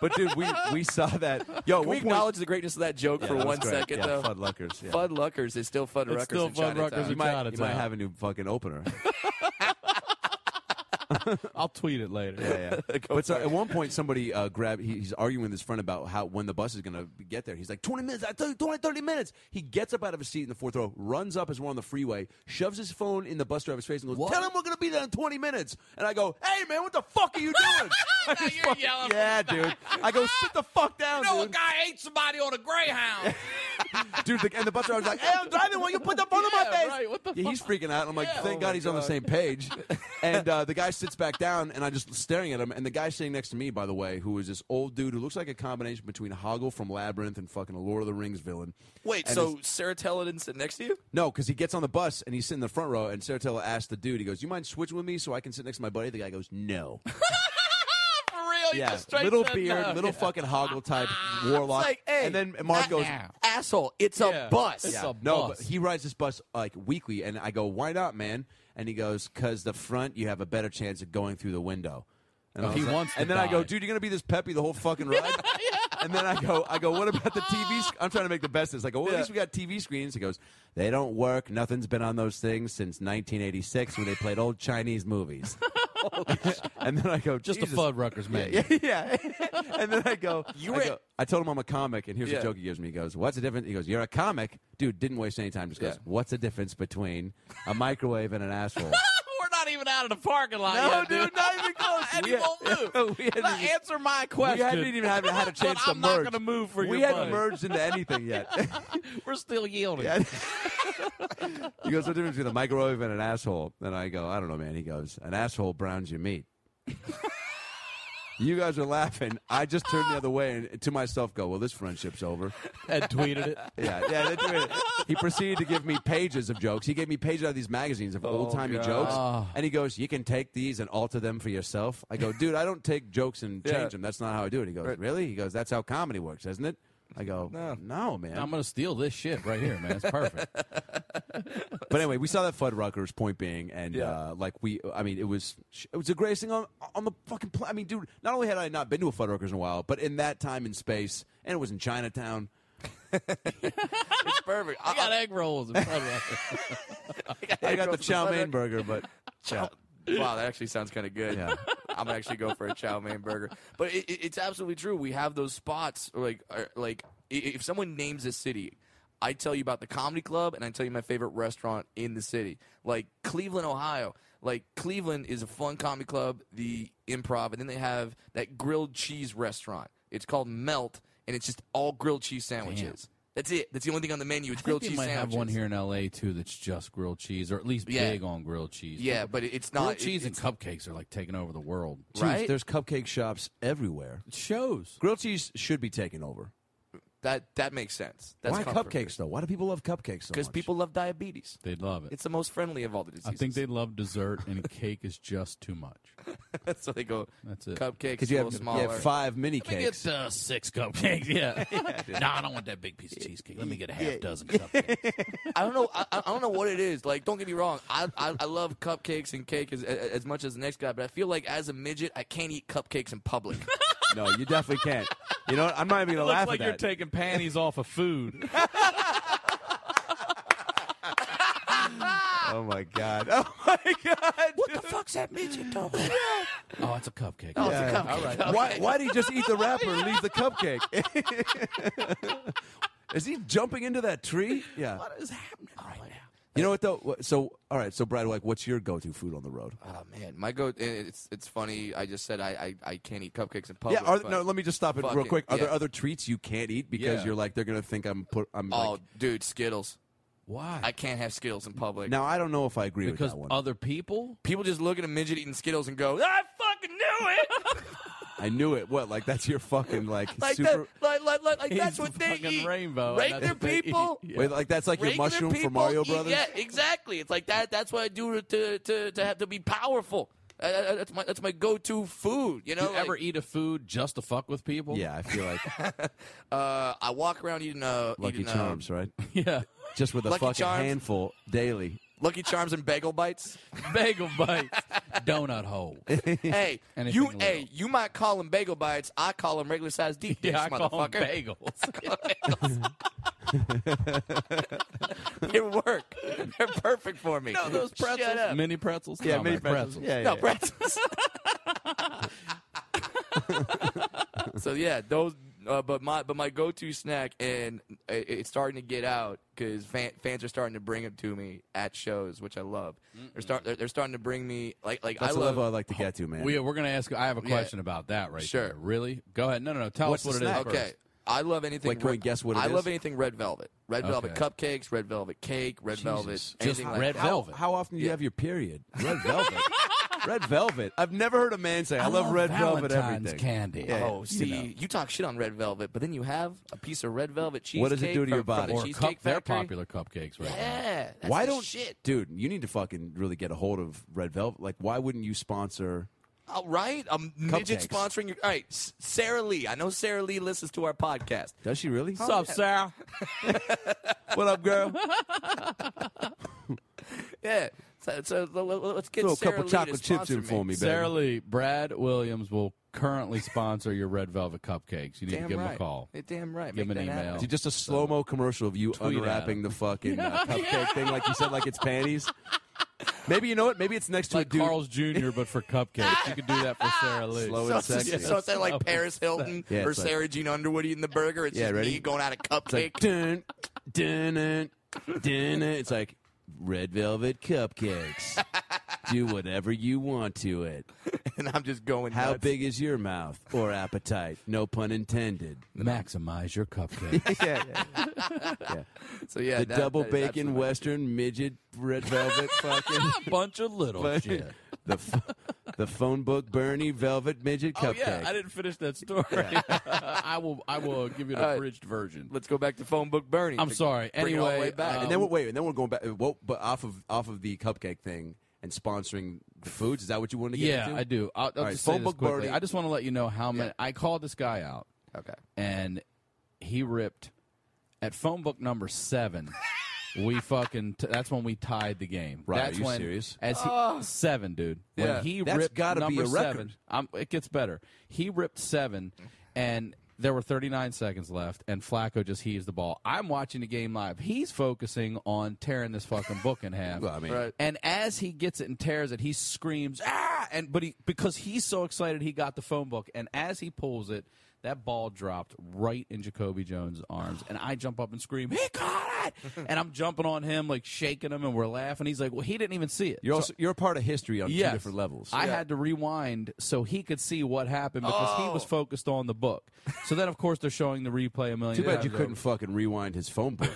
Speaker 2: But dude, we we saw that. Yo, at
Speaker 1: Can we
Speaker 2: one point-
Speaker 1: acknowledge the greatness of that joke
Speaker 2: Yeah,
Speaker 1: for
Speaker 2: that was
Speaker 1: one
Speaker 2: great.
Speaker 1: second,
Speaker 2: yeah,
Speaker 1: though?
Speaker 2: Fuddluckers. Yeah.
Speaker 1: Fud Luckers is still Fud Ruckers
Speaker 3: still
Speaker 1: in
Speaker 3: Fud Ruckers
Speaker 1: Chinatown.
Speaker 2: You might, you
Speaker 3: Chinatown.
Speaker 2: might have a new fucking opener.
Speaker 3: I'll tweet it later.
Speaker 2: yeah, yeah. But so at one point, somebody uh, grabbed. He, he's arguing with his friend about how when the bus is going to get there. He's like, 20 minutes. I tell you, 20, 30 minutes. He gets up out of his seat in the fourth row, runs up as we're on the freeway, shoves his phone in the bus driver's face, and goes,
Speaker 3: What?
Speaker 2: "Tell him we're going to be there in 20 minutes." And I go, "Hey, man, what the fuck are you doing?" I just
Speaker 3: you're yelling.
Speaker 2: Yeah, dude. I go, "Sit the fuck down, dude."
Speaker 3: guy ate somebody on a Greyhound.
Speaker 2: dude. The, and the bus driver's like, "Hey, I'm driving. Why you put the phone in
Speaker 3: Yeah,
Speaker 2: my face?"
Speaker 3: right, what the
Speaker 2: yeah, he's freaking out. And I'm like,
Speaker 3: Yeah.
Speaker 2: "Thank
Speaker 3: Oh
Speaker 2: God
Speaker 3: my
Speaker 2: he's on the same page." and uh, the guy sits back down, and I'm just staring at him. And the guy sitting next to me, by the way, who is this old dude who looks like a combination between Hoggle from Labyrinth and fucking a Lord of the Rings villain.
Speaker 1: Wait,
Speaker 2: And
Speaker 1: so Sarah Tella didn't sit next to you?
Speaker 2: No, because he gets on the bus and he's sitting in the front row, and Saratella asks the dude, he goes, You mind switching with me so I can sit next to my buddy? The guy goes, No.
Speaker 3: For real? you
Speaker 2: yeah.
Speaker 3: just straight
Speaker 2: Little
Speaker 3: said
Speaker 2: beard,
Speaker 3: no.
Speaker 2: little
Speaker 3: Yeah.
Speaker 2: fucking hoggle type warlock.
Speaker 1: like, hey,
Speaker 2: and then Mark goes,
Speaker 3: now.
Speaker 1: Asshole, it's
Speaker 3: Yeah.
Speaker 1: a bus.
Speaker 3: It's
Speaker 2: Yeah.
Speaker 3: a
Speaker 2: no,
Speaker 3: bus.
Speaker 2: but he rides this bus like weekly, and I go, "Why not, man?" And he goes, "Cause the front, you have a better chance of going through the window." And I
Speaker 3: He
Speaker 2: was like-
Speaker 3: wants to
Speaker 2: and then I go,
Speaker 3: die.
Speaker 2: "Dude, you're gonna be this peppy the whole fucking ride." And then I go, "I go, what about the TV?" Sc-? I'm trying to make the best of this. I go, "Well, at least we got TV screens." He goes, "They don't work. Nothing's been on those things since 1986 when they played old Chinese movies." and then I go,
Speaker 3: Just
Speaker 2: "Jesus."
Speaker 3: a Fud Ruckers man.
Speaker 2: Yeah, yeah. and then I go,
Speaker 1: You
Speaker 2: I,
Speaker 1: were-
Speaker 2: go- I told him I'm a comic, and here's
Speaker 1: Yeah.
Speaker 2: a joke he gives me. He goes, "What's the difference?" He goes, "You're a comic, dude." Didn't waste any time. Just goes,
Speaker 1: Yeah.
Speaker 2: "What's the difference between a microwave and an asshole?"
Speaker 3: We're not even out of the parking lot yet,
Speaker 2: not even close.
Speaker 3: And he won't move.
Speaker 2: we hadn't even,
Speaker 3: Answer my
Speaker 2: we
Speaker 3: question.
Speaker 2: hadn't even had, had a chance
Speaker 3: I'm
Speaker 2: to
Speaker 3: not
Speaker 2: merge.
Speaker 3: gonna move for
Speaker 2: we
Speaker 3: your
Speaker 2: hadn't
Speaker 3: money.
Speaker 2: merged into anything yet.
Speaker 3: We're still yielding.
Speaker 2: Yeah. he goes, "What's the difference between a microwave and an asshole?" And I go, "I don't know, man." He goes, "An asshole browns your meat." You guys are laughing. I just turned the other way and to myself go, well, this friendship's over.
Speaker 4: Ed tweeted it.
Speaker 2: Yeah, yeah. That's weird. He proceeded to give me pages of jokes. He gave me pages out of these magazines of old timey
Speaker 1: Oh, God. Ah.
Speaker 2: jokes. And he goes, You can take these and alter them for yourself. I go, Dude, I don't take jokes and change
Speaker 1: Yeah.
Speaker 2: them. That's not how I do it. He goes, Really? He goes, That's how comedy works, isn't it? I go, No, man.
Speaker 3: I'm gonna steal this shit right here, man. It's perfect.
Speaker 2: But anyway, we saw that Fuddruckers. Point being, and
Speaker 1: Yeah.
Speaker 2: uh, like we, I mean, it was it was the greatest thing on on the fucking planet. I mean, dude, not only had I not been to a Fuddruckers in a while, but in that time in space, and it was in Chinatown.
Speaker 1: It's perfect.
Speaker 3: I got egg rolls. In front of us.
Speaker 2: I got the
Speaker 1: Gross,
Speaker 2: chow mein
Speaker 1: Fuddruckers.
Speaker 2: burger, but
Speaker 1: Chow- Oh, Wow, that actually sounds kind of good.
Speaker 2: Yeah.
Speaker 1: I'm gonna actually go for a chow mein burger. But it, it- it's absolutely true. We have those spots. or Like, or like i- if someone names a city, I tell you about the comedy club and I tell you my favorite restaurant in the city, like Cleveland, Ohio. Like Cleveland is a fun comedy club, the Improv, and then they have that grilled cheese restaurant. It's called Melt, and it's just all grilled cheese sandwiches. That's it. That's the only thing on the menu.
Speaker 3: I
Speaker 1: It's
Speaker 3: think
Speaker 1: grilled
Speaker 3: they
Speaker 1: cheese
Speaker 3: might
Speaker 1: sandwiches.
Speaker 3: have one here in L.A. too that's just grilled cheese, or at least
Speaker 1: Yeah.
Speaker 3: big on grilled cheese.
Speaker 1: Yeah, but it- it's not
Speaker 3: grilled
Speaker 1: it-
Speaker 3: cheese and
Speaker 1: it's-
Speaker 3: cupcakes are like taking over the world.
Speaker 2: Dude,
Speaker 1: Right?
Speaker 2: there's cupcake shops everywhere.
Speaker 3: It shows.
Speaker 2: Grilled cheese should be taken over.
Speaker 1: That that makes sense. That's
Speaker 2: Why
Speaker 1: comfort.
Speaker 2: cupcakes though? Why do people love cupcakes so
Speaker 1: Because
Speaker 2: much?
Speaker 1: people love diabetes.
Speaker 3: They'd love it.
Speaker 1: It's the most friendly of all the diseases.
Speaker 3: I think they love dessert, and cake is just too much.
Speaker 1: so they go.
Speaker 3: That's it.
Speaker 1: Cupcakes
Speaker 2: because you
Speaker 1: a
Speaker 2: have
Speaker 1: little
Speaker 2: you
Speaker 1: smaller.
Speaker 2: have five mini
Speaker 3: Let me
Speaker 2: cakes.
Speaker 3: get uh, six cupcakes. Yeah. no, I don't want that big piece of cheesecake. Let me get a half dozen cupcakes.
Speaker 1: I don't know. I, I don't know what it is. Like, don't get me wrong. I I, I love cupcakes and cake as, as much as the next guy, but I feel like as a midget, I can't eat cupcakes in public.
Speaker 2: no, you definitely can't. You know, what? I'm not even gonna laugh at that.
Speaker 3: taking panties off of food.
Speaker 2: oh my god. Oh my god.
Speaker 1: what the fuck's that midget talking? about?
Speaker 3: oh, it's a cupcake.
Speaker 1: Oh, it's a cupcake.
Speaker 2: Why, why did he just eat the wrapper and leave the cupcake? Is he jumping into that tree? Yeah. Oh
Speaker 3: What is happening right now?
Speaker 2: You know what though? What- So all right. So Brad, like, what's your go-to food on the road?
Speaker 1: Oh man, my go. It's it's funny. I just said I I, I can't eat cupcakes in public.
Speaker 2: Yeah. Are,
Speaker 1: but-
Speaker 2: no. Let me just stop it real
Speaker 1: fucking-
Speaker 2: quick. Are there
Speaker 1: yeah.
Speaker 2: other treats you can't eat because
Speaker 3: Yeah.
Speaker 2: you're like they're gonna think I'm put I'm
Speaker 1: oh,
Speaker 2: like.
Speaker 1: dude, Skittles.
Speaker 3: Why?
Speaker 1: I can't have Skittles in public.
Speaker 2: Now I don't know if I agree
Speaker 3: because
Speaker 2: with that one.
Speaker 3: other people.
Speaker 1: people just look at a midget eating Skittles and go, "I fucking knew it."
Speaker 2: I knew it. What? Like that's your fucking like,
Speaker 1: like
Speaker 2: super.
Speaker 1: that, like, like, like, like that's
Speaker 3: He's
Speaker 1: what
Speaker 3: the
Speaker 1: they
Speaker 3: fucking
Speaker 1: eat.
Speaker 3: rainbow, and that's
Speaker 1: Regular
Speaker 3: what they eat.
Speaker 1: people.
Speaker 3: Yeah.
Speaker 2: Wait, like that's like your
Speaker 1: regular
Speaker 2: mushroom
Speaker 1: people
Speaker 2: from Mario
Speaker 1: eat-
Speaker 2: Brothers.
Speaker 1: Yeah, exactly. It's like that. That's what I do to to to have to be powerful. Uh, Uh, that's my that's my go-to food. You know,
Speaker 3: You
Speaker 1: like,
Speaker 3: ever eat a food just to fuck with people?
Speaker 2: Yeah, I feel like
Speaker 1: uh, I walk around eating uh,
Speaker 2: Lucky
Speaker 1: eating, uh,
Speaker 2: Charms, right?
Speaker 3: Yeah.
Speaker 2: Just with a
Speaker 1: Lucky
Speaker 2: fucking
Speaker 1: Charms.
Speaker 2: handful daily.
Speaker 1: Lucky Charms and bagel bites.
Speaker 3: Bagel bites. Donut hole.
Speaker 1: hey,
Speaker 3: Anything
Speaker 1: you
Speaker 3: little.
Speaker 1: hey, you might call them bagel bites. I call them regular sized deep dish,
Speaker 3: Yeah, I
Speaker 1: motherfucker.
Speaker 3: call 'em bagels.
Speaker 1: they work. They're perfect for me. No, those pretzels. Shut up.
Speaker 3: Mini pretzels? No, man,
Speaker 1: No, pretzels. so yeah, those. Uh, but my but my go-to snack, and it, it's starting to get out because fan, fans are starting to bring them to me at shows, which I love. They're start they're, they're starting to bring me like like
Speaker 2: That's
Speaker 1: I
Speaker 2: the
Speaker 1: love.
Speaker 2: level I like to get to, man.
Speaker 3: We, we're going to ask. I have a
Speaker 1: Yeah.
Speaker 3: question about that right
Speaker 1: Sure.
Speaker 3: there. Really? Go ahead. No, no, no. Tell
Speaker 2: What's
Speaker 3: us what
Speaker 2: the
Speaker 3: it is.
Speaker 2: snack?
Speaker 1: okay,
Speaker 3: first.
Speaker 1: I love anything.
Speaker 2: Like, can we
Speaker 1: red-
Speaker 2: guess what it
Speaker 1: I love
Speaker 2: is?
Speaker 1: anything red velvet, red velvet cupcakes, red velvet cake, red velvet,
Speaker 3: Just
Speaker 1: anything like
Speaker 3: red
Speaker 1: that.
Speaker 2: how,
Speaker 3: velvet.
Speaker 2: How often do you have your period? Red velvet. red velvet. I've never heard a man say I, love, red velvet
Speaker 3: Valentine's
Speaker 2: everything.
Speaker 3: candy.
Speaker 1: Oh, see, you, talk shit on red velvet, but then you have a piece of red velvet cheesecake.
Speaker 2: What does it do to
Speaker 1: from-
Speaker 2: your
Speaker 1: from
Speaker 2: body?
Speaker 1: the
Speaker 3: Or
Speaker 1: Cheesecake
Speaker 3: cup, they're
Speaker 1: Factory.
Speaker 3: popular cupcakes right now.
Speaker 1: Yeah, that's
Speaker 2: Why
Speaker 1: the
Speaker 2: don't
Speaker 1: shit?
Speaker 2: dude? You need to fucking really get a hold of Red Velvet. Like, why wouldn't you sponsor?
Speaker 1: All right, a midget
Speaker 2: Cupcakes.
Speaker 1: sponsoring. Your, all right, S- Sarah Lee. I know Sarah Lee listens to our podcast.
Speaker 2: Does she really?
Speaker 3: What's up, Sarah?
Speaker 2: What up, girl?
Speaker 1: Yeah, so, so l- l- let's get
Speaker 2: Throw a
Speaker 1: Sarah
Speaker 2: couple
Speaker 1: Lee
Speaker 2: chocolate
Speaker 1: to
Speaker 2: chips
Speaker 1: sponsor
Speaker 2: in for me, baby.
Speaker 3: Sarah Lee, Brad Williams will currently sponsor your red velvet cupcakes. You need
Speaker 1: Damn
Speaker 3: to give
Speaker 1: right.
Speaker 3: him a call.
Speaker 1: Yeah, Damn right.
Speaker 3: Give
Speaker 1: Make
Speaker 3: him an
Speaker 1: that
Speaker 3: email.
Speaker 1: happen.
Speaker 2: Dude, just a slow mo commercial of you
Speaker 3: Oh, at
Speaker 2: unwrapping
Speaker 3: him.
Speaker 2: the fucking uh, cupcake thing, like you said, like it's panties. Maybe you know what? Maybe it's next to
Speaker 3: Like
Speaker 2: a dude.
Speaker 3: Carl's Jr., but for cupcakes. You could do that for Sarah Lee.
Speaker 2: Slow
Speaker 1: So,
Speaker 2: and
Speaker 1: it's-
Speaker 2: sexy.
Speaker 1: so it's that like Paris Hilton
Speaker 2: Yeah,
Speaker 1: or
Speaker 2: it's like-
Speaker 1: Sarah Jean Underwood eating the burger. It's
Speaker 2: Yeah,
Speaker 1: just
Speaker 2: ready?
Speaker 1: me going out of
Speaker 2: It's like
Speaker 1: cupcake.
Speaker 2: dun dun dun. dun. It's like red velvet cupcakes. Do whatever you want to it.
Speaker 1: and I'm just going.
Speaker 2: How
Speaker 1: nuts.
Speaker 2: big is your mouth or appetite? No pun intended.
Speaker 3: Maximize your cupcakes.
Speaker 2: yeah,
Speaker 1: So yeah,
Speaker 2: The
Speaker 1: that-
Speaker 2: double
Speaker 1: that is
Speaker 2: bacon
Speaker 1: absolutely-
Speaker 2: western midget red velvet fucking
Speaker 3: Bunch of little shit.
Speaker 2: the f- the phone book Bernie Velvet Midget
Speaker 3: Oh
Speaker 2: Cupcake.
Speaker 3: yeah, I didn't finish that story. I will. I will give you an
Speaker 1: All right.
Speaker 3: abridged version.
Speaker 1: Let's go back to phone book Bernie.
Speaker 3: I'm
Speaker 1: to
Speaker 3: sorry.
Speaker 1: bring it all the
Speaker 3: Anyway,
Speaker 1: way back.
Speaker 3: uh,
Speaker 2: and then we'll, wait, and then we're going back. uh, Well, but off of off of the cupcake thing and sponsoring the foods. Is that what you wanted to get
Speaker 3: Yeah,
Speaker 2: into?
Speaker 3: I do. I'll, I'll
Speaker 2: right,
Speaker 3: just say
Speaker 2: phone
Speaker 3: this
Speaker 2: book
Speaker 3: quickly.
Speaker 2: Bernie.
Speaker 3: I just want to let you know how many.
Speaker 1: Yeah.
Speaker 3: I called this guy out,
Speaker 2: uh,
Speaker 1: okay.
Speaker 3: and he ripped at phone book number seven. we fucking. T- that's when we tied the game.
Speaker 2: Right, are
Speaker 3: That's
Speaker 2: you
Speaker 3: when,
Speaker 2: serious?
Speaker 3: As he, seven, dude.
Speaker 1: Yeah.
Speaker 3: When he
Speaker 2: That's
Speaker 3: ripped
Speaker 2: gotta be
Speaker 3: number
Speaker 2: a record.
Speaker 3: seven, I'm, it gets better. He ripped seven, and there were 39 seconds left, and Flacco just heaves the ball. I'm watching the game live. He's focusing on tearing this fucking book in half.
Speaker 2: Well, I mean,
Speaker 1: Right.
Speaker 3: And as he gets it and tears it, he screams ah! And but he because he's so excited, he got the phone book. And as he pulls it, that ball dropped right in Jacoby Jones' arms, and I jump up and scream, "He caught it!" and I'm jumping on him, like shaking him, and we're laughing. He's like, "Well, he didn't even see it."
Speaker 2: you're also, you're a part of history on
Speaker 3: Yes.
Speaker 2: two different levels.
Speaker 3: I had to rewind so he could see what happened because he
Speaker 2: Oh.
Speaker 3: was focused on the book. So then, of course, they're showing the replay a million.
Speaker 2: Too bad
Speaker 3: times
Speaker 2: you couldn't
Speaker 3: over.
Speaker 2: fucking rewind his phone book.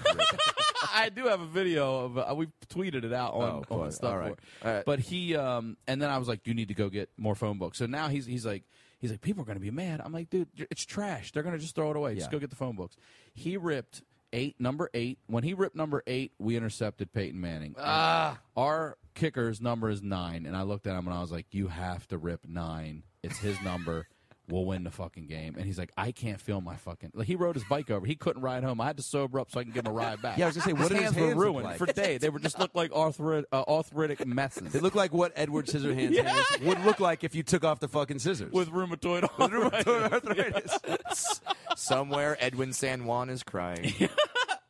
Speaker 3: I do have a video of uh, we tweeted it out on,
Speaker 2: Oh,
Speaker 3: on
Speaker 2: boy.
Speaker 3: stuff.
Speaker 2: All right.
Speaker 3: for- But he um, and then I was like, you need to go get more phone books. So now he's he's like he's like people are gonna be mad. I'm like, dude, you're- it's trash. They're gonna just throw it away. Just
Speaker 2: Yeah.
Speaker 3: go get the phone books. He ripped eight number eight. When he ripped number eight, we intercepted Peyton Manning. Ah. Our kicker's number is nine, and I looked at him and I was like, you have to rip nine. It's his number. We'll win the fucking game, and he's like, "I can't feel my fucking." Like, he rode his bike over. He couldn't ride home. I had to sober up so I can give him a ride back.
Speaker 2: Yeah, I was gonna say, what
Speaker 3: his
Speaker 2: did
Speaker 3: hands,
Speaker 2: his hands
Speaker 3: were
Speaker 2: look
Speaker 3: ruined
Speaker 2: like?
Speaker 3: for day. They were just looked like arthrit- uh, arthritic messes
Speaker 2: They look like what Edward Scissorhands hands would look like if you took off the fucking scissors.
Speaker 3: with rheumatoid arthritis.
Speaker 2: arthritis.
Speaker 1: Somewhere Edwin San Juan is crying.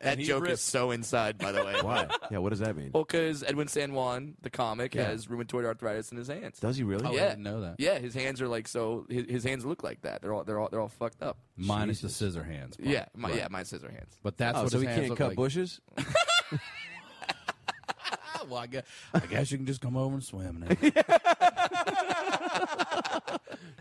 Speaker 1: that
Speaker 3: he
Speaker 1: joke
Speaker 3: ripped.
Speaker 1: is so inside, by the way.
Speaker 2: Why? Yeah, what does that mean?
Speaker 3: Oh.
Speaker 1: Well, because Edwin San Juan, the comic,
Speaker 2: Yeah.
Speaker 1: has rheumatoid arthritis in his hands.
Speaker 2: Does he really?
Speaker 3: Oh, I
Speaker 1: yeah,
Speaker 3: didn't know that.
Speaker 1: Yeah, his hands are like so. His, his hands look like that. They're all they're all they're all fucked up.
Speaker 3: Minus the scissor hands. part.
Speaker 1: yeah, my, yeah, my scissor hands.
Speaker 3: But that's
Speaker 2: Oh,
Speaker 3: what
Speaker 2: so
Speaker 3: his
Speaker 2: he
Speaker 3: hands
Speaker 2: can't
Speaker 3: look
Speaker 2: cut
Speaker 3: like.
Speaker 2: bushes?
Speaker 3: Ah, well, I guess, I guess you can just come over and swim now.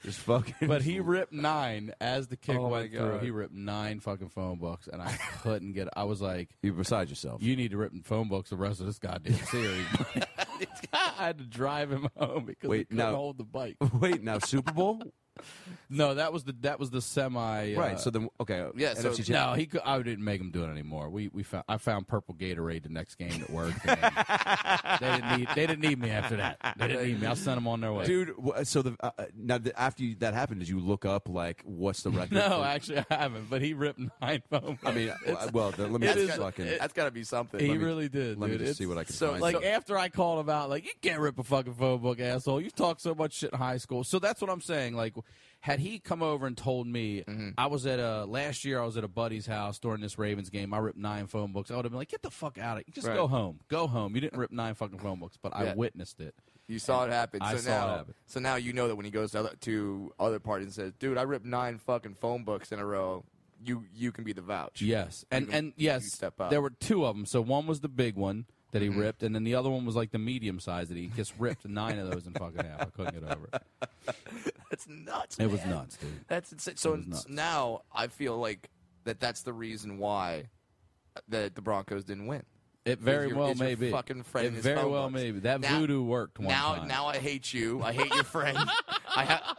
Speaker 2: Just fucking.
Speaker 3: but he ripped nine as the kick
Speaker 1: Oh, my
Speaker 3: went through.
Speaker 1: God.
Speaker 3: He ripped nine fucking phone books, and I couldn't get. I was like,
Speaker 2: You're beside yourself.
Speaker 3: "You need to rip phone books the rest of this goddamn series." I had to drive him home because he
Speaker 2: Wait,
Speaker 3: couldn't
Speaker 2: now-
Speaker 3: hold the bike.
Speaker 2: Wait, now Super Bowl?
Speaker 3: No, that was the that was the semi. uh,
Speaker 2: Right. So then, okay.
Speaker 1: yeah, so-
Speaker 2: NFC
Speaker 3: No,
Speaker 2: Championship.
Speaker 3: he. cou- I didn't make him do it anymore. We we found. I found purple Gatorade the next game at work. and they didn't need. They didn't need me after that. They didn't need me. I sent them on their way.
Speaker 2: dude. wh- So the uh, uh, now the, after you, that happened, did you look up like what's the record?
Speaker 3: no,
Speaker 2: for-
Speaker 3: actually, I haven't. But he ripped nine phone.
Speaker 2: I mean, uh, well, then let me
Speaker 3: it
Speaker 2: just
Speaker 3: is-
Speaker 2: fucking
Speaker 1: That's got to be something.
Speaker 3: he
Speaker 1: Let me-
Speaker 3: really did.
Speaker 2: let me
Speaker 3: dude.
Speaker 2: just
Speaker 3: It's-
Speaker 2: see what I can
Speaker 1: so,
Speaker 2: find.
Speaker 3: Like
Speaker 1: So-
Speaker 3: after I called him out, like you can't rip a fucking phone book, asshole. You talk so much shit in high school. So that's what I'm saying. Like, had he come over and told me
Speaker 1: Mm-hmm.
Speaker 3: I was at a last year, I was at a buddy's house during this Ravens game. I ripped nine phone books. I would have been like, get the fuck out of it. Just
Speaker 1: Right.
Speaker 3: go home. Go home. You didn't rip nine fucking phone books, but I
Speaker 1: Yeah.
Speaker 3: witnessed it.
Speaker 1: You saw it happen.
Speaker 3: I
Speaker 1: so
Speaker 3: saw it
Speaker 1: now,
Speaker 3: happen.
Speaker 1: So now you know that when he goes to other, to other parties and says, "Dude, I ripped nine fucking phone books in a row," you you can be the vouch.
Speaker 3: Yes, and
Speaker 1: You-
Speaker 3: and
Speaker 1: you
Speaker 3: yes,
Speaker 1: step up. Mm-hmm.
Speaker 3: there were two of them. So one was the big one that he ripped, and then the other one was like the medium size that he just ripped nine of those in fucking half. I couldn't get over it.
Speaker 1: that's nuts.
Speaker 3: It was
Speaker 1: man.
Speaker 3: nuts, dude.
Speaker 1: That's insane. So
Speaker 3: was nuts.
Speaker 1: now I feel like that that's the reason why that the Broncos didn't win.
Speaker 3: It very
Speaker 1: Is your-
Speaker 3: well
Speaker 1: is your
Speaker 3: may be.
Speaker 1: fucking friend
Speaker 3: It
Speaker 1: in his
Speaker 3: very
Speaker 1: phone
Speaker 3: well
Speaker 1: books.
Speaker 3: may be. That
Speaker 1: Now-
Speaker 3: voodoo worked one
Speaker 1: now,
Speaker 3: time.
Speaker 1: now I hate you. I hate your friend. I ha-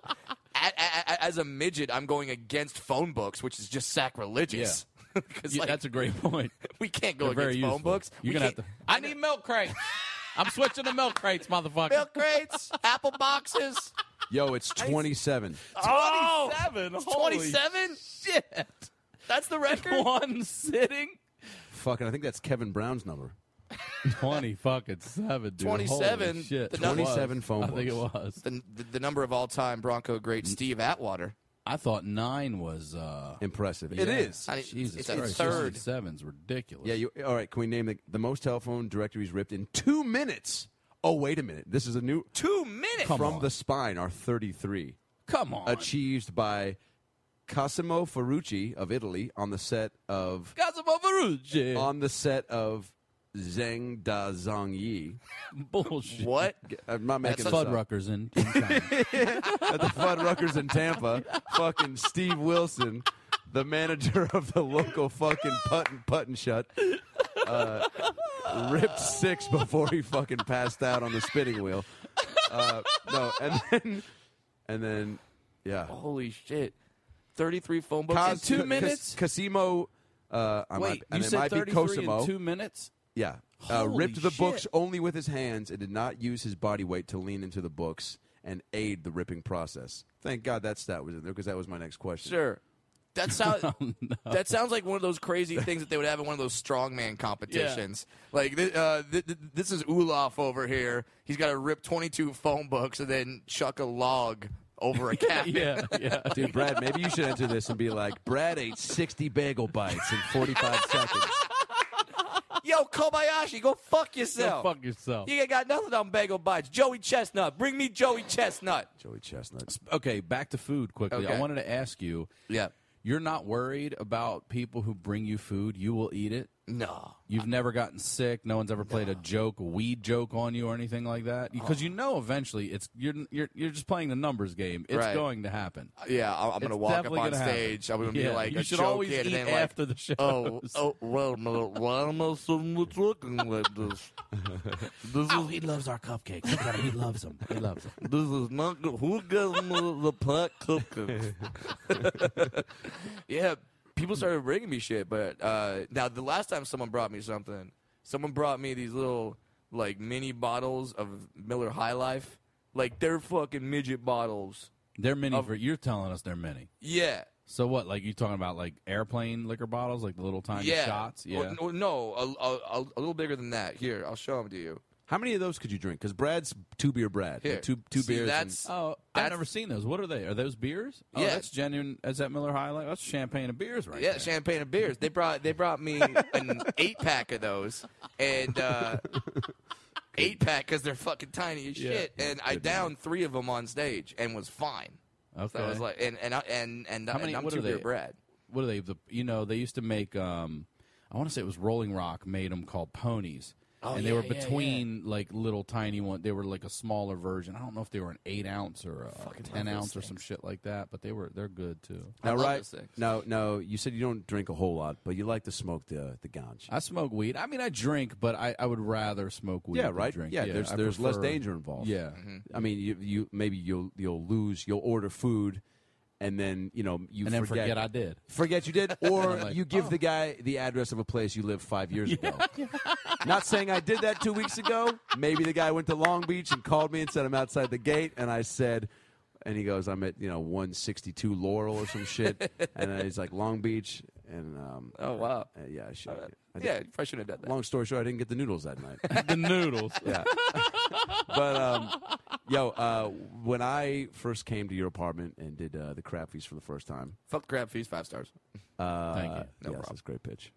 Speaker 1: a- a- a- as a midget, I'm going against phone books, which is just sacrilegious. Because
Speaker 3: Yeah, that's a great point.
Speaker 1: we can't go
Speaker 3: They're very
Speaker 1: against phone
Speaker 3: useful.
Speaker 1: books.
Speaker 3: You're
Speaker 1: We
Speaker 3: gonna have
Speaker 1: can't-
Speaker 3: to. I need milk crates. I'm switching to milk crates, motherfucker.
Speaker 1: milk crates, apple boxes.
Speaker 2: yo, it's twenty-seven.
Speaker 3: 27. Oh! Holy
Speaker 1: 27?
Speaker 3: shit.
Speaker 1: That's the record.
Speaker 3: One sitting.
Speaker 2: fucking, I think that's Kevin Brown's number.
Speaker 3: 20 fucking 7, dude.
Speaker 1: 27.
Speaker 3: Holy shit.
Speaker 1: The
Speaker 3: It
Speaker 1: number-
Speaker 3: was.
Speaker 2: 27 phone
Speaker 3: I think it
Speaker 2: books.
Speaker 3: was.
Speaker 1: The, the, the number of all-time Bronco great Steve Atwater.
Speaker 3: I thought 9 was. uh
Speaker 2: Impressive. It
Speaker 3: yeah.
Speaker 2: is.
Speaker 1: I mean,
Speaker 3: Jesus
Speaker 1: it's
Speaker 3: Christ.
Speaker 1: in third.
Speaker 3: 27's ridiculous.
Speaker 2: Yeah. You, all right. Can we name the, the most telephone directories ripped in two minutes? Oh, wait a minute. This is a new
Speaker 1: Two minutes.
Speaker 3: Come
Speaker 2: from
Speaker 3: on.
Speaker 2: the spine. Are thirty-three.
Speaker 3: Come on.
Speaker 2: achieved by Cosimo Ferrucci of Italy on the set of
Speaker 3: Cosimo Ferrucci.
Speaker 2: on the set of Zheng Da Zhang Yi.
Speaker 3: Bullshit.
Speaker 1: What?
Speaker 2: I'm not making
Speaker 1: That's
Speaker 2: this up.
Speaker 3: Fuddruckers in, in China.
Speaker 2: At the Fuddruckers in Tampa, fucking Steve Wilson, the manager of the local fucking putt and putt and shut, uh, ripped six before he fucking passed out on the spinning wheel. uh, no, and then and then yeah.
Speaker 1: Holy shit. 33 phone books
Speaker 2: Cos-
Speaker 1: in Oh, two
Speaker 2: Cos-
Speaker 1: minutes?
Speaker 2: Cosimo. Uh, I might,
Speaker 3: Wait,
Speaker 2: and
Speaker 3: you
Speaker 2: it
Speaker 3: said
Speaker 2: might be
Speaker 3: 33
Speaker 2: Cosimo.
Speaker 3: in two minutes?
Speaker 2: Yeah. Uh,
Speaker 3: Holy
Speaker 2: ripped the
Speaker 3: shit.
Speaker 2: books only with his hands and did not use his body weight to lean into the books and aid the ripping process. Thank God that stat was in there because that was my next question.
Speaker 1: Sure. That sounds
Speaker 3: Oh,
Speaker 1: that sounds like one of those crazy things that they would have in one of those strongman competitions. Like thi- uh, th- th- this is Olaf over here. He's got to rip twenty two phone books and then chuck a log over a cat.
Speaker 3: Yeah, yeah.
Speaker 2: Dude, Brad, maybe you should enter this and be like, Brad ate 60 bagel bites in 45 seconds.
Speaker 1: Yo, Kobayashi, go fuck
Speaker 3: Go
Speaker 1: yourself.
Speaker 3: fuck yourself.
Speaker 1: You ain't got nothing on bagel bites. Joey Chestnut, bring me Joey Chestnut.
Speaker 2: Joey Chestnut.
Speaker 3: Okay, back to food quickly.
Speaker 1: Okay.
Speaker 3: I wanted to ask you.
Speaker 1: Yeah.
Speaker 3: You're not worried about people who bring you food. You will eat it.
Speaker 1: No.
Speaker 3: You've never gotten sick. No one's ever played a joke, a weed joke on you or anything like that.
Speaker 1: Oh.
Speaker 3: Because you know eventually it's you're you're you're just playing the numbers game. It's
Speaker 1: Right.
Speaker 3: going to happen.
Speaker 1: Yeah, I- I'm gonna
Speaker 3: It's
Speaker 1: walk up
Speaker 3: definitely
Speaker 1: on
Speaker 3: gonna happen.
Speaker 1: stage. I'm gonna
Speaker 3: Yeah,
Speaker 1: be like,
Speaker 3: you
Speaker 1: a
Speaker 3: should
Speaker 1: joke
Speaker 3: always
Speaker 1: kid,
Speaker 3: eat
Speaker 1: and then
Speaker 3: after
Speaker 1: like,
Speaker 3: the show.
Speaker 1: Oh, oh, well, no, why am I suddenly talking like this? This is
Speaker 3: he loves our cupcakes. Look at him. He loves them. He loves them.
Speaker 1: this is not good. Who gives me the pot cupcakes? yeah, people started bringing me shit, but uh, now the last time someone brought me something, someone brought me these little like mini bottles of Miller High Life. Like they're fucking midget bottles.
Speaker 3: They're many for you're telling us they're many.
Speaker 1: Yeah.
Speaker 3: So what? Like you talking about like airplane liquor bottles, like the little tiny
Speaker 1: yeah.
Speaker 3: shots? Yeah.
Speaker 1: Well, no, no, a, a, a, a little bigger than that. Here, I'll show them to you.
Speaker 2: How many of those could you drink? Because Brad's two beer Brad.
Speaker 1: Here,
Speaker 2: Like, two two
Speaker 1: See,
Speaker 2: beers.
Speaker 1: That's
Speaker 3: Oh,
Speaker 1: That's-
Speaker 3: I've never seen those. What are they? Are those beers? Oh,
Speaker 1: Yeah.
Speaker 3: that's genuine. Is that Miller High Life? That's champagne and beers, right?
Speaker 1: yeah,
Speaker 3: there.
Speaker 1: champagne and beers. They brought they brought me an eight pack of those and uh, eight pack because they're fucking tiny as
Speaker 3: Yeah.
Speaker 1: shit. and I downed three of them on stage and was fine.
Speaker 3: Okay.
Speaker 1: So I was like, and and I, and and,
Speaker 3: many-
Speaker 1: and I'm
Speaker 3: what are
Speaker 1: two beer
Speaker 3: they?
Speaker 1: Brad.
Speaker 3: what are they? The, you know, they used to make. Um, I want to say it was Rolling Rock made them called ponies,
Speaker 1: Oh,
Speaker 3: and they
Speaker 1: yeah,
Speaker 3: were
Speaker 1: yeah, yeah.
Speaker 3: between like little tiny one. They were like a smaller version. I don't know if they were an eight ounce or a ten ounce or some shit like that, but they were they're good too.
Speaker 1: I
Speaker 2: now,
Speaker 1: love
Speaker 2: right?
Speaker 1: those things.
Speaker 2: No, no. You said you don't drink a whole lot, but you like to smoke the the ganj.
Speaker 3: I smoke weed. I mean, I drink, but I, I would rather smoke weed.
Speaker 2: yeah,
Speaker 3: than
Speaker 2: right.
Speaker 3: Drink.
Speaker 2: Yeah, there's
Speaker 3: I
Speaker 2: there's less
Speaker 3: prefer-
Speaker 2: danger involved.
Speaker 3: Yeah.
Speaker 2: I mean, you, you maybe you'll you'll lose. You'll order food, and then you know you
Speaker 3: And then forget, I did.
Speaker 2: forget you did, or
Speaker 3: I'm like, "Oh."
Speaker 2: you give the guy the address of a place you lived five years ago. Not saying I did that two weeks ago. Maybe the guy went to Long Beach and called me and said I'm outside the gate, and I said. And he goes, I'm at you know 162 Laurel or some shit, and he's like Long Beach, and um,
Speaker 1: Oh wow.
Speaker 2: uh, yeah, I should. I did-
Speaker 1: Yeah, you probably shouldn't have done that.
Speaker 2: Long story short, I didn't get the noodles that night.
Speaker 3: the noodles.
Speaker 2: Yeah. but um, yo, uh, when I first came to your apartment and did uh, the crab feast for the first time,
Speaker 1: Fuck crab feast five stars.
Speaker 2: uh,
Speaker 3: Thank you. No
Speaker 2: yes,
Speaker 1: problem.
Speaker 2: that's a great pitch.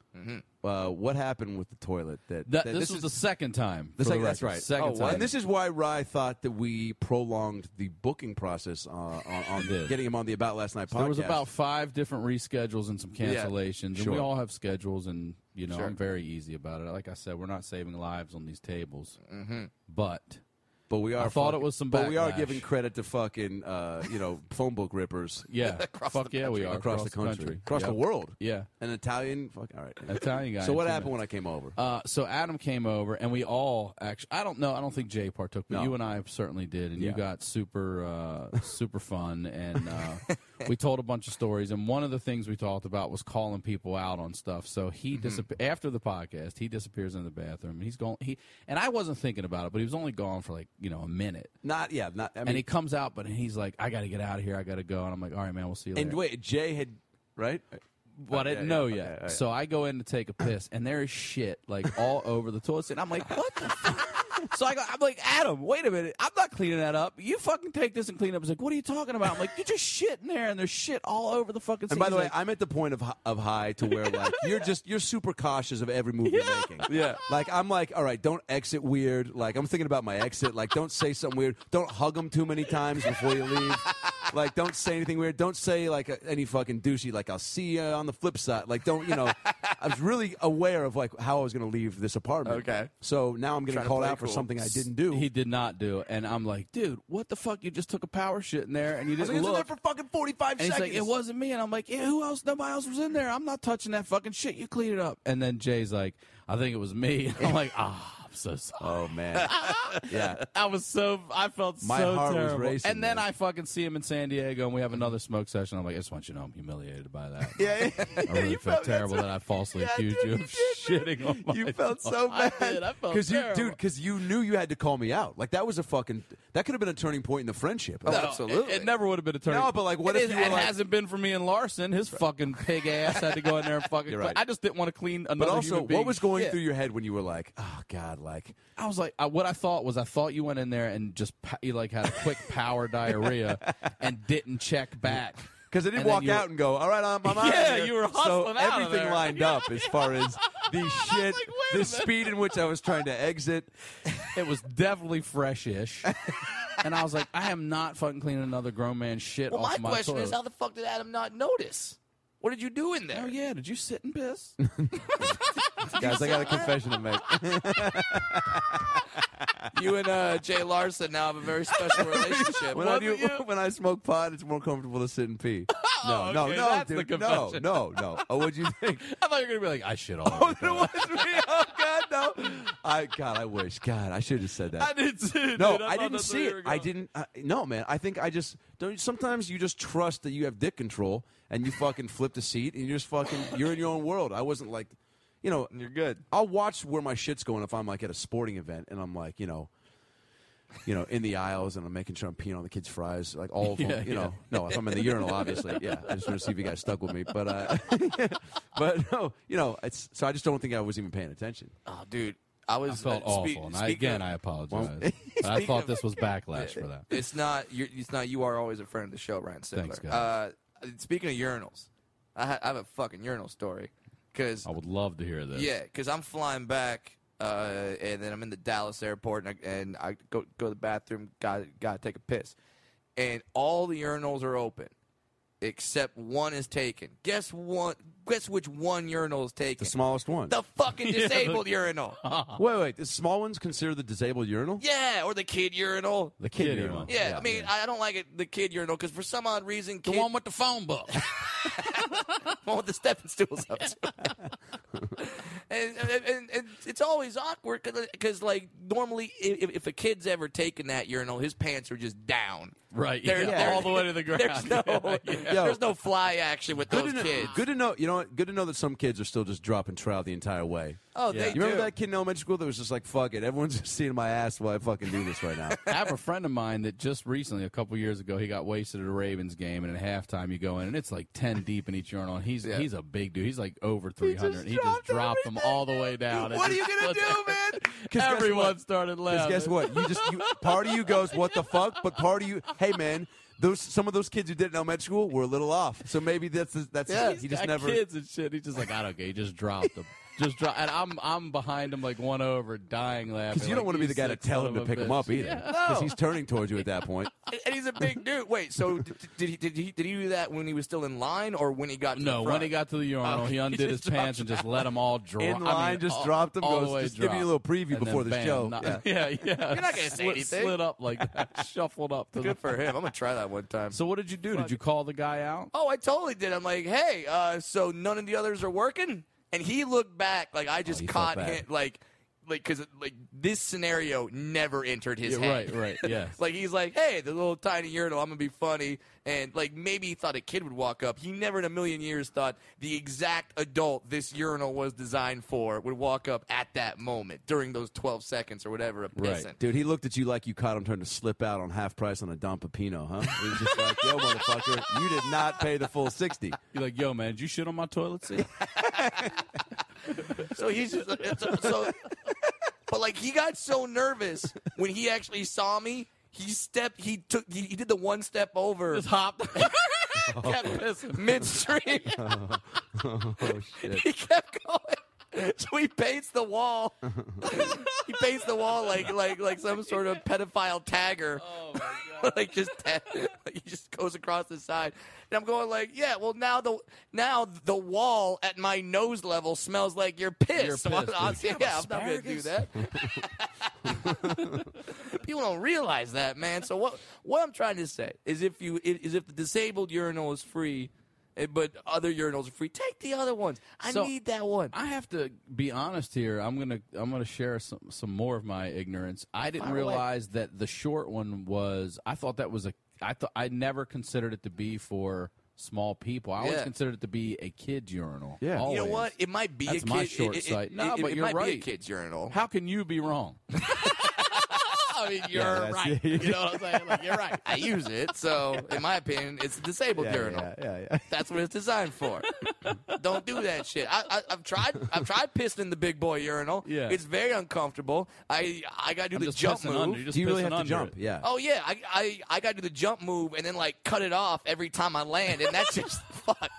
Speaker 2: Uh, what happened with the toilet? That,
Speaker 3: That,
Speaker 2: that-
Speaker 3: this, was the second time.
Speaker 2: The
Speaker 3: for
Speaker 2: second-
Speaker 3: the
Speaker 2: that's
Speaker 3: record.
Speaker 2: right.
Speaker 3: Second
Speaker 1: Oh,
Speaker 3: time.
Speaker 1: what?
Speaker 2: and this is why Rye thought that we prolonged the booking process uh, on, on
Speaker 3: did.
Speaker 2: getting him on the About Last Night podcast.
Speaker 3: There was about five different reschedules and some
Speaker 1: Yeah,
Speaker 3: cancellations, and we
Speaker 2: sure.
Speaker 3: all have schedules, and you know
Speaker 1: Sure.
Speaker 3: I'm very easy about it. Like I said, we're not saving lives on these tables,
Speaker 2: Mm-hmm.
Speaker 3: but
Speaker 2: but we are.
Speaker 3: I thought it
Speaker 2: fucking-
Speaker 3: was some
Speaker 2: But we are
Speaker 3: backlash.
Speaker 2: giving credit to fucking uh, you know phone book rippers
Speaker 3: yeah, fuck yeah, we are
Speaker 2: across, the country, across the
Speaker 3: Yep.
Speaker 2: world.
Speaker 3: Yeah,
Speaker 2: An Italian, fuck, all right.
Speaker 3: Italian guy.
Speaker 2: So what
Speaker 3: too,
Speaker 2: happened
Speaker 3: man.
Speaker 2: when I came over?
Speaker 3: Uh, so Adam came over, and we all actually—I don't know—I don't think Jay partook, but
Speaker 2: No.
Speaker 3: you and I certainly did, and
Speaker 2: Yeah.
Speaker 3: you got super, uh, super fun, and uh, we told a bunch of stories. And one of the things we talked about was calling people out on stuff. So he
Speaker 2: Mm-hmm.
Speaker 3: disap- after the podcast, he disappears in the bathroom, and he's going. He and I wasn't thinking about it, but he was only gone for like you know a minute,
Speaker 2: Not yeah, not. I mean,
Speaker 3: and he comes out, but he's like, "I got to get out of here. I got to go." And I'm like, "All right, man, we'll see you later."
Speaker 2: And wait, Jay had right.
Speaker 3: Well, I didn't
Speaker 2: yeah,
Speaker 3: know
Speaker 2: okay,
Speaker 3: yet.
Speaker 2: all right.
Speaker 3: So I go in to take a piss, and there is shit like all over the toilet seat. And I'm like, what the fuck? So I go, I'm like, Adam, wait a minute. I'm not cleaning that up. You fucking take this and clean it up. He's like, what are you talking about? I'm like, you just shit in there, and there's shit all over the fucking seat.
Speaker 2: And by the
Speaker 3: He's
Speaker 2: way,
Speaker 3: like,
Speaker 2: I'm at the point of hi- of high to where like you're just you're super cautious of every move you're making.
Speaker 1: Yeah.
Speaker 2: Like I'm like, all right, don't exit weird. Like I'm thinking about my exit. Like don't say something weird. Don't hug them too many times before you leave. Like don't say anything weird. Don't say like uh, any fucking douchey. Like I'll see you on the flip side. Like don't you know? I was really aware of like how I was going to leave this apartment.
Speaker 1: Okay.
Speaker 2: So now I'm getting
Speaker 1: Trying to
Speaker 2: called
Speaker 1: play
Speaker 2: out for
Speaker 1: cool.
Speaker 2: something I didn't do.
Speaker 3: he did not do. And I'm like, dude, what the fuck? You just took a power shit in there, and you
Speaker 2: I was like,
Speaker 3: didn't
Speaker 2: "It's in
Speaker 3: look.
Speaker 2: there for fucking 45
Speaker 3: And he's
Speaker 2: seconds.
Speaker 3: like, it wasn't me. And I'm like, yeah, who else? Nobody else was in there. I'm not touching that fucking shit. You clean it up. And then Jay's like, I think it was me. And I'm like, ah, I'm so
Speaker 2: Oh
Speaker 3: sorry.
Speaker 2: man, yeah.
Speaker 3: I was so I felt
Speaker 2: My
Speaker 3: so
Speaker 2: heart was
Speaker 3: terrible.
Speaker 2: racing,
Speaker 3: and then
Speaker 2: man.
Speaker 3: I fucking see him in San Diego, and we have another smoke session. I'm like, I just want you to know I'm humiliated by that.
Speaker 1: Yeah,
Speaker 3: I really felt terrible that I falsely
Speaker 1: Yeah,
Speaker 3: accused
Speaker 1: dude,
Speaker 3: you
Speaker 1: you
Speaker 3: of shitting on my.
Speaker 1: You felt so
Speaker 3: I
Speaker 1: bad.
Speaker 3: did. I felt
Speaker 2: Because you,
Speaker 3: terrible.
Speaker 2: dude, because you knew you had to call me out. Like that was a fucking. That could have been a turning point in the friendship.
Speaker 1: No,
Speaker 3: Oh, No, it-
Speaker 1: absolutely.
Speaker 3: It, never would have been a turn.
Speaker 2: No, but, like, what
Speaker 3: it
Speaker 2: if you were
Speaker 3: it
Speaker 2: like-
Speaker 3: hasn't been for me and Larson. His fucking pig ass had to go in there and fucking.
Speaker 2: You're right.
Speaker 3: I just didn't want to clean another.
Speaker 2: But also,
Speaker 3: human being.
Speaker 2: what was going
Speaker 3: Yeah.
Speaker 2: through your head when you were like, "Oh God, like
Speaker 3: I was like, I, what I thought was, I thought you went in there and just pa- you like had a quick power diarrhea and didn't check back.
Speaker 2: Because I didn't
Speaker 3: And then
Speaker 2: walk
Speaker 3: you-
Speaker 2: out and go, all right, I'm, I'm out.
Speaker 3: Yeah,
Speaker 2: here.
Speaker 3: you were hustling
Speaker 2: so
Speaker 3: out of
Speaker 2: everything
Speaker 3: there.
Speaker 2: lined up as far as the shit,
Speaker 3: wait a
Speaker 2: the
Speaker 3: minute.
Speaker 2: speed in which I was trying to exit.
Speaker 3: It was definitely freshish, and I was like, I am not fucking cleaning another grown man's shit
Speaker 1: Well,
Speaker 3: off
Speaker 1: my,
Speaker 3: my
Speaker 1: question
Speaker 3: toilet.
Speaker 1: is, how the fuck did Adam not notice? What did you do in there?
Speaker 3: oh yeah, did you sit and piss?
Speaker 2: Guys, I got a confession to make.
Speaker 1: You and uh, Jay Larson now have a very special relationship.
Speaker 2: When I
Speaker 1: What
Speaker 2: do,
Speaker 1: you-
Speaker 2: when I smoke pot, it's more comfortable to sit and pee. No,
Speaker 3: Oh,
Speaker 2: no,
Speaker 3: okay,
Speaker 2: no,
Speaker 3: that's the
Speaker 2: dude, no,
Speaker 3: confession.
Speaker 2: no, no. Oh, what'd you think?
Speaker 3: I thought you were gonna be like, I shit all.
Speaker 2: Oh,
Speaker 3: over
Speaker 2: it was me. Oh God, no. I God, I wish. God, I should have said that.
Speaker 3: I did too.
Speaker 2: No,
Speaker 3: dude.
Speaker 2: I
Speaker 3: thought
Speaker 2: didn't
Speaker 3: that's where
Speaker 2: see
Speaker 3: you were
Speaker 2: it. I
Speaker 3: going.
Speaker 2: didn't. I, no, man. I think I just don't. Sometimes you just trust that you have dick control, and you fucking flip the seat, and you're just fucking. You're in your own world. I wasn't like, you know. You're good. I'll watch where my shit's going if I'm like at a sporting event, and I'm like, you know. You know, in the aisles, and I'm making sure I'm peeing on the kids' fries, like all of them.
Speaker 3: Yeah,
Speaker 2: you know, no, if I'm in the urinal, obviously, yeah. I just want to see if you guys stuck with me, but, uh, but no, you know, it's so I just don't think I was even paying attention.
Speaker 1: oh, dude, I was
Speaker 3: I felt
Speaker 1: uh, spe-
Speaker 3: awful, and I,
Speaker 1: speaking
Speaker 3: again,
Speaker 1: of-
Speaker 3: I apologize.
Speaker 2: Well,
Speaker 3: But I
Speaker 1: speaking
Speaker 3: thought
Speaker 1: of-
Speaker 3: this was backlash for that.
Speaker 1: It's not. You're, it's not. You are always a friend of the show, Ryan Sickler.
Speaker 3: Thanks, guys.
Speaker 1: Uh, speaking of urinals, I, ha- I have a fucking urinal story because
Speaker 3: I would love to hear this.
Speaker 1: yeah, because I'm flying back, uh, and then I'm in the Dallas airport, and I, and I go go to the bathroom. Got got to take a piss, and all the urinals are open, except one is taken. Guess one? Guess which one urinal is taken?
Speaker 2: The smallest one.
Speaker 1: The fucking disabled urinal.
Speaker 3: Uh-huh.
Speaker 2: wait, wait, the small one's considered the disabled urinal.
Speaker 1: Yeah, or the kid urinal.
Speaker 3: the kid
Speaker 2: Kitty
Speaker 3: one.
Speaker 2: one.
Speaker 1: Yeah,
Speaker 2: Yeah,
Speaker 1: I mean, I don't like it, the kid urinal because for some odd reason,
Speaker 3: The
Speaker 1: kid-
Speaker 3: one with the phone book.
Speaker 1: one with the stepping stools up to. and, and, and, and it's always awkward because, like, normally i- if, if a kid's ever taken that urinal, his pants are just down.
Speaker 3: Right,
Speaker 1: They're-
Speaker 3: yeah,
Speaker 1: they're-
Speaker 3: all the way to the ground.
Speaker 1: There's no,
Speaker 2: Yo.
Speaker 1: there's no fly action with
Speaker 2: Good
Speaker 1: those
Speaker 2: to, know,
Speaker 1: kids.
Speaker 2: good to know. You know, what? good to know that some kids are still just dropping trout the entire way.
Speaker 1: Oh,
Speaker 3: Yeah.
Speaker 1: they
Speaker 2: You remember
Speaker 1: do.
Speaker 2: that kid in elementary school that was just like, "Fuck it, everyone's just seeing my ass while I fucking do this right now."
Speaker 3: I have a friend of mine that just recently, a couple years ago, he got wasted at a Ravens game, and at halftime you go in, and it's like ten deep in each urinal. And he's
Speaker 1: Yeah.
Speaker 3: he's a big dude. He's like over three hundred. He, just dropped them all the way down.
Speaker 1: What are you gonna do, man?
Speaker 3: do?
Speaker 2: guess
Speaker 3: Everyone
Speaker 2: what?
Speaker 3: started laughing.
Speaker 2: Because guess what? You just you, part of you goes, "What the fuck?" But part of you, hey man, those some of those kids who did it in elementary school were a little off. So maybe that's the- that's
Speaker 3: Yeah,
Speaker 2: it. he just never.
Speaker 3: kids and shit. He's just like, I don't care. He just dropped them. Just drop, and I'm I'm behind him like one over, dying laughing.
Speaker 2: Because you don't
Speaker 3: like,
Speaker 2: want to be the guy to
Speaker 3: sick
Speaker 2: tell
Speaker 3: son
Speaker 2: him to
Speaker 3: of a
Speaker 2: pick him
Speaker 3: bitch.
Speaker 2: up either,
Speaker 3: Yeah.
Speaker 2: because he's turning towards you at that point.
Speaker 1: And he's a big dude. Wait, so d- d- did he, did he did he do that when he was still in line or when he got to
Speaker 3: No,
Speaker 1: the
Speaker 3: when
Speaker 1: front?
Speaker 3: he got to the urinal,
Speaker 1: Okay.
Speaker 3: he undid his pants and just let them all drop.
Speaker 2: In line, just dropped 'em, goes, "Just giving you a little preview before the show."
Speaker 3: yeah, yeah.
Speaker 1: You're not gonna say
Speaker 3: Slid-
Speaker 1: anything.
Speaker 3: Slid up like that, shuffled up. To the,
Speaker 1: good for him. I'm gonna try that one time.
Speaker 3: so what did you do? Did you call the guy out?
Speaker 1: Oh, I totally did. I'm like, hey, uh, so none of the others are working, and he looked back like
Speaker 3: Oh,
Speaker 1: I just
Speaker 2: he felt
Speaker 1: caught
Speaker 2: bad.
Speaker 1: him, like, like because like this scenario never entered his
Speaker 3: Yeah,
Speaker 1: head.
Speaker 3: right, right, yes.
Speaker 1: Like he's like, hey, the little tiny urinal, I'm gonna be funny, and like maybe he thought a kid would walk up. He never in a million years thought the exact adult this urinal was designed for would walk up at that moment during those 12 seconds or whatever of
Speaker 3: Right.
Speaker 1: pissing.
Speaker 2: Dude, he looked at you like you caught him trying to slip out on half price on a Don Pepino, huh? He was just like, yo, motherfucker, you did not pay the full 60.
Speaker 3: You're like, yo, man, did you shit on my toilet seat?
Speaker 1: So he's just so, so- but like he got so nervous when he actually saw me. He stepped. He took. He, he did the one step over
Speaker 3: just hopped. Kept pissing.
Speaker 1: midstream.
Speaker 2: Oh, shit.
Speaker 1: he kept going. So he paints the wall. he paints the wall like like like some sort of pedophile tagger.
Speaker 3: Oh my god.
Speaker 1: like just tap, like, he just goes across the side, and I'm going like, yeah. Well, now the now the wall at my nose level smells like your piss.
Speaker 3: Your
Speaker 1: So I'm-
Speaker 3: piss.
Speaker 1: I'm-
Speaker 3: Do you
Speaker 1: yeah,
Speaker 3: have
Speaker 1: I'm not gonna do
Speaker 3: asparagus?
Speaker 1: that. People don't realize that, man. So what what I'm trying to say is if you is if the disabled urinal is free. eh, but other urinals are free. Take the other ones. I
Speaker 3: So-
Speaker 1: need that one.
Speaker 3: I have to be honest here. I'm gonna I'm gonna share some some more of my ignorance. I didn't
Speaker 1: Fire away.
Speaker 3: realize that the short one was. I thought that was a. I thought I never considered it to be for small people. I always
Speaker 1: Yeah.
Speaker 3: considered it to be a kid urinal.
Speaker 2: Yeah. You know
Speaker 1: you know
Speaker 3: Always.
Speaker 1: what? It might be
Speaker 3: That's
Speaker 1: a kid.
Speaker 3: my short
Speaker 1: it, it,
Speaker 3: sight.
Speaker 1: It,
Speaker 3: No,
Speaker 1: it-
Speaker 3: but
Speaker 1: it
Speaker 3: you're
Speaker 1: might be a
Speaker 3: right.
Speaker 1: kid's urinal.
Speaker 3: How can you be wrong?
Speaker 1: I mean, you're
Speaker 2: that's-
Speaker 1: right. You know what I'm saying? Like, you're right. I use it, so in my opinion, it's a disabled
Speaker 2: Yeah,
Speaker 1: urinal.
Speaker 2: yeah, yeah, yeah.
Speaker 1: That's what it's designed for. Don't do that shit. I, I, I've tried. I've tried pissing in the big boy urinal.
Speaker 3: Yeah.
Speaker 1: it's very uncomfortable. I I gotta do
Speaker 3: I'm
Speaker 1: the
Speaker 3: just
Speaker 1: jump
Speaker 3: pissing
Speaker 1: move.
Speaker 3: under. You're just
Speaker 2: Do you really
Speaker 3: pissing
Speaker 2: have to
Speaker 3: under
Speaker 2: jump?
Speaker 3: it.
Speaker 2: Yeah.
Speaker 1: Oh yeah, I, I I gotta do the jump move and then like cut it off every time I land, and that's just fuck.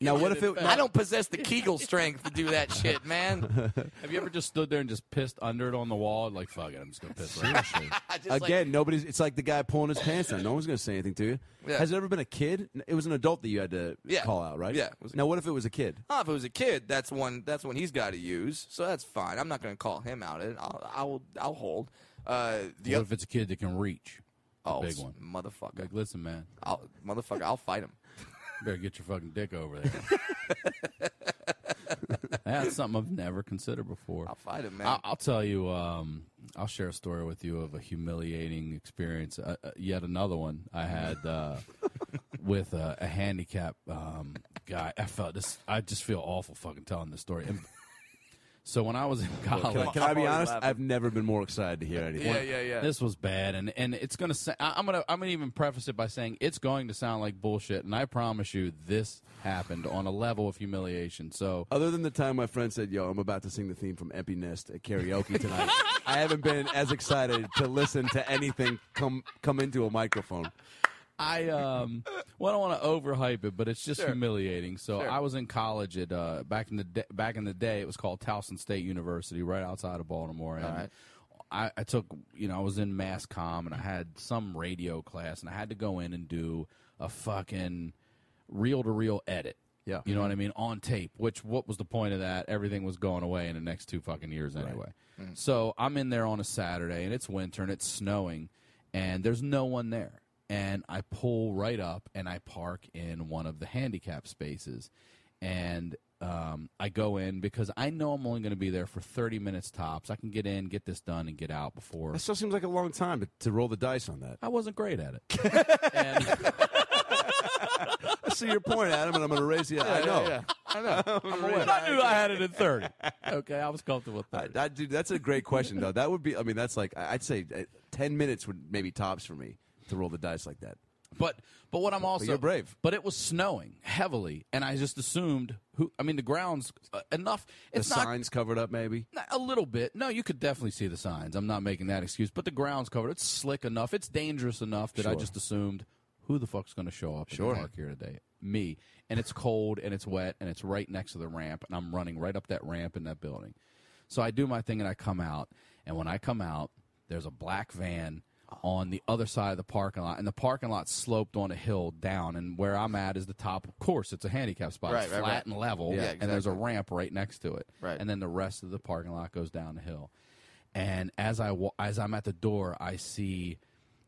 Speaker 2: now what if it?
Speaker 1: I don't possess the Kegel strength to do that shit, man.
Speaker 3: Have you ever just stood there and just pissed under it on the wall? Like fuck it, I'm just gonna piss. Right now.
Speaker 1: I just, like,
Speaker 2: Again, nobody's. It's like the guy pulling his pants down. No one's going to say anything to you.
Speaker 1: Yeah.
Speaker 2: Has it ever been a kid? It was an adult that you had to
Speaker 1: Yeah.
Speaker 2: call out, right?
Speaker 1: Yeah, it was a
Speaker 2: Now, what if it was a kid?
Speaker 1: Oh, if it was a kid, that's one. That's one he's got to use. So that's fine. I'm not going to call him out. It. I'll. I'll. I'll hold. Uh, the
Speaker 3: What
Speaker 1: other
Speaker 3: if it's a kid that can reach? The
Speaker 1: oh,
Speaker 3: big one.
Speaker 1: motherfucker.
Speaker 3: Like, listen, man,
Speaker 1: I'll, motherfucker, I'll fight him.
Speaker 3: better get your fucking dick over there. That's something I've never considered before.
Speaker 1: I'll fight him, man.
Speaker 3: I'll, I'll tell you. Um, I'll share a story with you of a humiliating experience. Uh, uh, yet another one I had uh, with a, a handicap um, guy. I felt this. I just feel awful fucking telling this story. And so when I was in college,
Speaker 2: Can, I, can I
Speaker 1: I'm
Speaker 2: be
Speaker 1: already
Speaker 2: honest?
Speaker 1: laughing.
Speaker 2: I've never been more excited to hear anything.
Speaker 1: yeah, yeah, yeah.
Speaker 3: this was bad and and it's gonna sa- I- i'm gonna i'm gonna even preface it by saying it's going to sound like bullshit and i promise you this happened on a level of humiliation so
Speaker 2: Other than the time my friend said, "Yo, I'm about to sing the theme from Empty Nest at karaoke tonight," I haven't been as excited to listen to anything come come into a microphone.
Speaker 3: I um well I don't want to overhype it, but it's just humiliating. So I was in college at uh, back in the da- back in the day it was called Towson State University right outside of Baltimore and I, I took you know I was in mass comm and I had some radio class and I had to go in and do a fucking reel to reel edit.
Speaker 2: Yeah.
Speaker 3: You know what I mean? On tape, which what was the point of that? Everything was going away in the next two fucking years anyway. So I'm in there on a Saturday and it's winter and it's snowing and there's no one there. And I pull right up and I park in one of the handicap spaces. And um, I go in because I know I'm only going to be there for 30 minutes tops. I can get in, get this done, and get out before.
Speaker 2: That still seems like a long time to, to roll the dice on that.
Speaker 3: I wasn't great at it. and.
Speaker 2: I see your point, Adam, and I'm going to raise you. I know.
Speaker 1: I know. I'm aware.
Speaker 3: But I knew I had it at 30. Okay, I was comfortable with
Speaker 2: I,
Speaker 3: that.
Speaker 2: I, dude, that's a great question, though. That would be, I mean, that's like, I- I'd say uh, 10 minutes would maybe tops for me to roll the dice like that.
Speaker 3: But but what I'm also
Speaker 2: you're brave.
Speaker 3: But it was snowing heavily, and I just assumed who. I mean, the grounds uh, enough.
Speaker 2: The
Speaker 3: It's not
Speaker 2: signs covered up, maybe.
Speaker 3: Not- A little bit. No, you could definitely see the signs. I'm not making that excuse. But the ground's covered. It's slick enough. It's dangerous enough that I just assumed who the fuck's going to show up in the park here today? Me. And it's cold and it's wet and it's right next to the ramp and I'm running right up that ramp in that building. So I do my thing and I come out. And when I come out, there's a black van on the other side of the parking lot and the parking lot's sloped on a hill down and where I'm at is the top of course it's a handicap spot
Speaker 1: Right,
Speaker 3: it's
Speaker 1: right,
Speaker 3: flat
Speaker 1: right.
Speaker 3: and level
Speaker 1: Yeah,
Speaker 3: and there's a
Speaker 1: exactly.
Speaker 3: ramp right next to it.
Speaker 1: Right.
Speaker 3: And then the rest of the parking lot goes down the hill. And as I wa- as I'm at the door, I see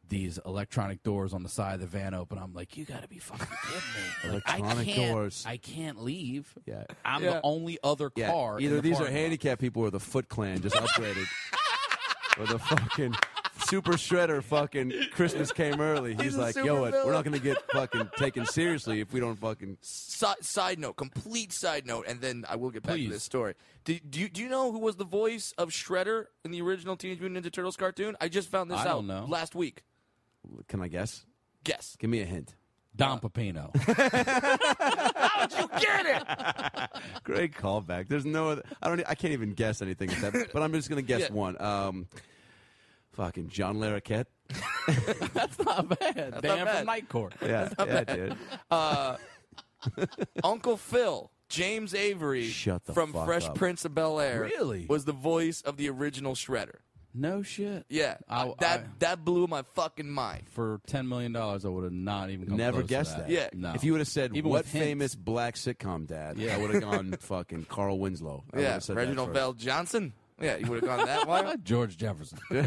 Speaker 3: these electronic doors on the side of the van open. I'm like, you gotta be fucking kidding me! Like, I
Speaker 2: Electronic
Speaker 3: can't,
Speaker 2: doors.
Speaker 3: I can't leave.
Speaker 2: Yeah.
Speaker 3: I'm
Speaker 1: Yeah.
Speaker 3: the only other car. in
Speaker 2: Either
Speaker 3: the
Speaker 2: these are
Speaker 3: parking lot.
Speaker 2: handicapped people or the Foot Clan just upgraded. or the fucking Super Shredder fucking Christmas came early. He's,
Speaker 1: He's a
Speaker 2: like,
Speaker 1: super
Speaker 2: yo, what, we're
Speaker 1: villain."
Speaker 2: not going to get fucking taken seriously if we don't fucking.
Speaker 1: Si- side note, complete side note, and then I will get back
Speaker 3: Please.
Speaker 1: to this story. Do, do you do you know who was the voice of Shredder in the original Teenage Mutant Ninja Turtles cartoon? I just found this
Speaker 3: I
Speaker 1: out
Speaker 3: don't know.
Speaker 1: last week.
Speaker 2: Can I guess?
Speaker 1: Guess.
Speaker 2: Give me a hint.
Speaker 3: Don Pepino.
Speaker 1: You get it.
Speaker 2: Great callback. There's no other. I don't. e, I can't even guess anything at that. But I'm just gonna guess
Speaker 1: Yeah.
Speaker 2: one. Um, fucking John Larroquette.
Speaker 3: not bad. Dan
Speaker 1: bad.
Speaker 3: from Night Court.
Speaker 2: Yeah, yeah, dude.
Speaker 1: Uncle Phil, James Avery
Speaker 2: Shut the
Speaker 1: from
Speaker 2: fuck
Speaker 1: Fresh
Speaker 2: up.
Speaker 1: Prince of Bel Air,
Speaker 3: Really?
Speaker 1: was the voice of the original Shredder.
Speaker 3: No shit.
Speaker 1: Yeah,
Speaker 3: I-
Speaker 1: I- that
Speaker 3: I-
Speaker 1: that blew my fucking mind.
Speaker 3: For ten million dollars, I would have not even come
Speaker 2: Never
Speaker 3: close to
Speaker 2: guessed
Speaker 3: that.
Speaker 2: that.
Speaker 1: Yeah.
Speaker 3: No.
Speaker 2: If you would have said
Speaker 3: Even
Speaker 2: what
Speaker 3: with hints.
Speaker 2: famous black sitcom dad,
Speaker 3: Yeah.
Speaker 2: I would have gone fucking Carl Winslow. I
Speaker 1: yeah,
Speaker 2: would've said that
Speaker 1: Reginald
Speaker 2: first.
Speaker 1: Bell Johnson. Yeah, you would have gone that way.
Speaker 3: George Jefferson. No,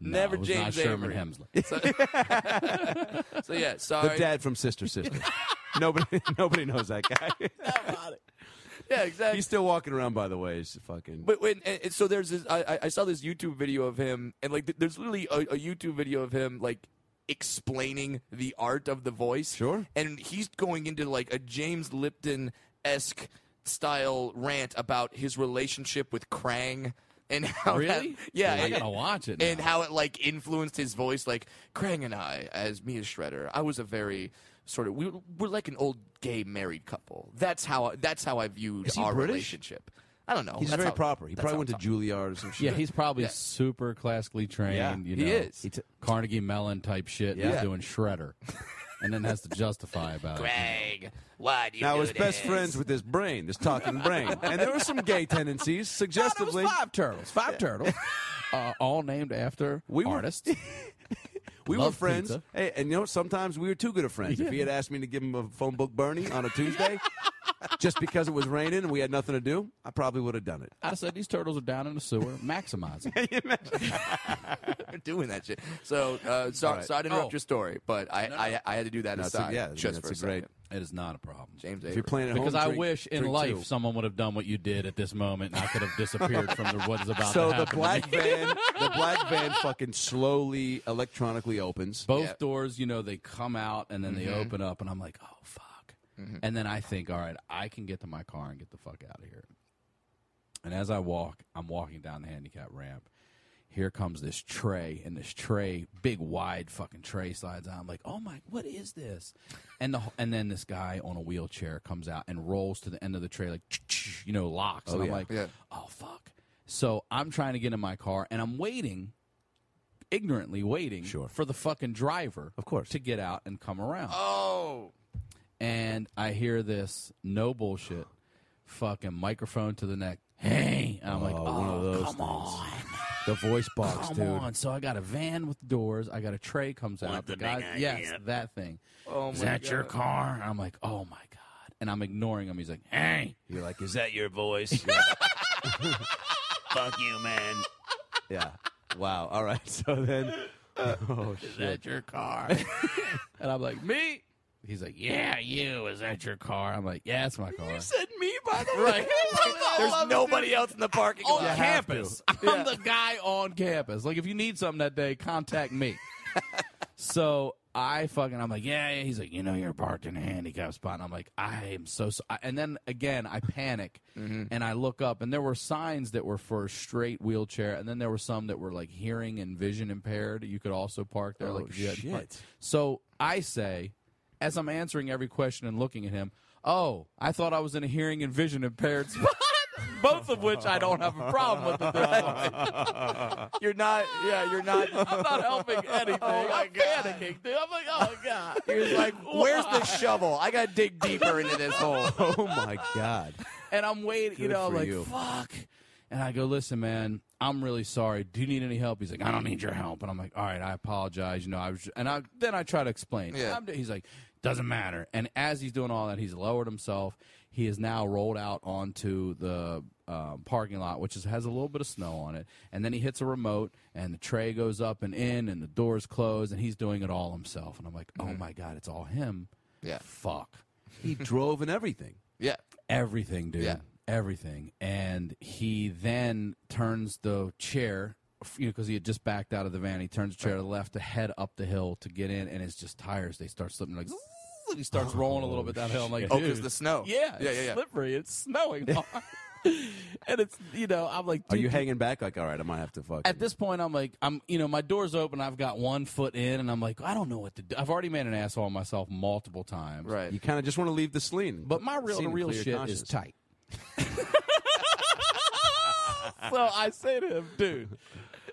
Speaker 1: Never
Speaker 3: it was
Speaker 1: James
Speaker 3: not Sherman
Speaker 1: Avery.
Speaker 3: Hemsley.
Speaker 1: So, so yeah,
Speaker 2: The
Speaker 1: sorry.
Speaker 2: dad from Sister Sister. nobody, nobody knows that guy.
Speaker 1: yeah, exactly.
Speaker 2: He's still walking around, by the way. He's fucking.
Speaker 1: But when and, and so there's this, I, I- I saw this YouTube video of him, and like th- there's literally a, a YouTube video of him like explaining the art of the voice.
Speaker 2: Sure.
Speaker 1: And he's going into like a James Lipton esque style rant about his relationship with Krang and how that-
Speaker 3: Really?
Speaker 1: yeah,
Speaker 3: I
Speaker 1: and-
Speaker 3: gotta watch it.
Speaker 1: and
Speaker 3: now.
Speaker 1: how it like influenced his voice. Like Krang and I, as me as Shredder, I was a very sort of we we're like an old gay married couple. That's how that's how I viewed
Speaker 2: Is he
Speaker 1: our
Speaker 2: British?
Speaker 1: relationship. I don't know.
Speaker 2: He's
Speaker 1: That's
Speaker 2: very
Speaker 1: how-
Speaker 2: proper. He
Speaker 1: that's
Speaker 2: probably
Speaker 1: how
Speaker 2: went to
Speaker 1: it's-
Speaker 2: Juilliard or some shit.
Speaker 3: Yeah, he's probably
Speaker 1: Yeah.
Speaker 3: super classically trained.
Speaker 2: Yeah,
Speaker 3: you know,
Speaker 1: he is.
Speaker 2: He t-
Speaker 3: Carnegie Mellon type shit. and
Speaker 2: Yeah.
Speaker 3: He's doing shredder, and then has to justify about it.
Speaker 1: Greg, why do you
Speaker 2: now I
Speaker 1: do
Speaker 2: was best
Speaker 1: this?
Speaker 2: friends with this brain, this talking brain, and there were some gay tendencies, suggestively.
Speaker 3: five turtles. Five turtles. Uh, all named after
Speaker 2: We were-
Speaker 3: artists.
Speaker 2: We were
Speaker 3: Love
Speaker 2: friends.
Speaker 3: pizza.
Speaker 2: Hey, and you know, sometimes we were too good of friends. If he had asked me to give him a phone book Bernie on a Tuesday, just because it was raining and we had nothing to do, I probably would have done it.
Speaker 3: I said these turtles are down in the sewer. Maximize it.
Speaker 1: They're doing that shit. So, uh, sorry,
Speaker 2: right.
Speaker 1: so I didn't interrupt
Speaker 3: Oh.
Speaker 1: your story, but I, I, I had to do that
Speaker 2: That's a-
Speaker 1: aside.
Speaker 2: yeah, I mean,
Speaker 1: just
Speaker 2: that's
Speaker 1: for
Speaker 2: a great-
Speaker 1: second.
Speaker 3: It is not a problem.
Speaker 1: James
Speaker 2: If you're
Speaker 1: Avery.
Speaker 2: playing at
Speaker 3: Because
Speaker 2: home,
Speaker 3: I
Speaker 2: drink-
Speaker 3: wish in
Speaker 2: drink
Speaker 3: life
Speaker 2: two.
Speaker 3: someone would have done what you did at this moment, and I could have disappeared from the, what is about
Speaker 2: So
Speaker 3: to
Speaker 2: the
Speaker 3: happen.
Speaker 2: black van, the black van, fucking slowly electronically opens.
Speaker 3: Both
Speaker 1: Yeah.
Speaker 3: doors, you know, they come out and then they open up, and I'm like, oh fuck. And then I think, all right, I can get to my car and get the fuck out of here. And as I walk, I'm walking down the handicap ramp. Here comes this tray, and this tray, big wide fucking tray, slides out. I'm like, oh my, what is this? And the and then this guy on a wheelchair comes out and rolls to the end of the tray, like you know, locks. and I'm
Speaker 2: yeah.
Speaker 3: like,
Speaker 1: Yeah.
Speaker 3: oh fuck. So I'm trying to get in my car, and I'm waiting ignorantly waiting
Speaker 2: Sure.
Speaker 3: for the fucking driver
Speaker 2: Of course.
Speaker 3: to get out and come around
Speaker 1: Oh,
Speaker 3: and i hear this no bullshit fucking microphone to the neck hey and i'm like
Speaker 2: Oh,
Speaker 3: oh
Speaker 2: one of those
Speaker 3: come
Speaker 2: things.
Speaker 3: on
Speaker 2: The voice box,
Speaker 3: come
Speaker 2: dude.
Speaker 3: on so i got a van with doors i got a tray comes out the guy yes that thing
Speaker 1: oh my
Speaker 3: is that
Speaker 1: God.
Speaker 3: your car And i'm like oh my god and i'm ignoring him he's like hey
Speaker 2: You're like, is
Speaker 4: Is that your voice? Fuck you, man.
Speaker 2: yeah. Wow. All right. So then, oh
Speaker 3: is
Speaker 2: shit.
Speaker 3: that your car? and I'm like, me? He's like, yeah, you. Is that your car? I'm like, yeah, it's my car. You said me, by the way. Right.
Speaker 1: There's nobody else in the parking
Speaker 3: on
Speaker 1: lot.
Speaker 3: campus. I'm the guy on campus. Like, if you need something that day, contact me. so I fucking, I'm like, yeah, yeah. He's like, you know, you're parked in a handicap spot. And I'm like, I am so, so. I- And then again, I panic and I look up, and there were signs that were for straight wheelchair, and then there were some that were like hearing and vision impaired. You could also park there. like, if you hadn't parked.
Speaker 2: shit.
Speaker 3: So I say, as I'm answering every question and looking at him, oh, I thought I was in a hearing and vision impaired spot. Both of which I don't have a problem with at this point.
Speaker 1: You're not. Yeah, you're not.
Speaker 3: I'm not helping anything.
Speaker 1: my
Speaker 3: I'm panicking, dude. I'm like, oh god.
Speaker 1: You're like, where's the shovel? I gotta dig deeper into this hole.
Speaker 2: Oh my god.
Speaker 3: and I'm waiting. you
Speaker 2: Good
Speaker 3: know, I'm
Speaker 2: for
Speaker 3: like,
Speaker 2: you.
Speaker 3: fuck. And I go, listen, man, I'm really sorry. Do you need any help? He's like, I don't need your help. And I'm like, all right, I apologize. You know, I was, and I then I try to explain.
Speaker 1: Yeah.
Speaker 3: I'm- he's like, doesn't matter. And as he's doing all that, he's lowered himself. He is now rolled out onto the um, parking lot, which is, has a little bit of snow on it. And then he hits a remote, and the tray goes up and in, and the doors close, and he's doing it all himself. And I'm like, oh my god, it's all him.
Speaker 1: Mm-hmm. Yeah.
Speaker 3: Fuck
Speaker 2: He drove and everything.
Speaker 1: Yeah.
Speaker 3: everything, dude.
Speaker 1: Yeah.
Speaker 3: Everything. And he then turns the chair, f- you know, because he had just backed out of the van. He turns the chair to the left to head up the hill to get in, and it's just tires. They start slipping like. and He starts rolling a little bit downhill. I'm like,
Speaker 1: Oh,
Speaker 3: dude,
Speaker 1: because the snow.
Speaker 3: yeah,
Speaker 1: Yeah.
Speaker 3: it's
Speaker 1: Yeah. Yeah.
Speaker 3: slippery. It's snowing hard, and it's you know, I'm like,
Speaker 2: Are
Speaker 3: dude,
Speaker 2: you hanging back? Like, all right, I might have to fuck.
Speaker 3: at this point, I'm like, I'm, you know, my door's open. I've got one foot in, and I'm like, I don't know what to do. I've already made an asshole of myself multiple times.
Speaker 1: Right.
Speaker 2: you kind of just want to leave the sleen.
Speaker 3: But my real
Speaker 2: Scene
Speaker 3: to
Speaker 2: and
Speaker 3: real
Speaker 2: clear
Speaker 3: shit
Speaker 2: conscience.
Speaker 3: is tight. so I say to him, dude,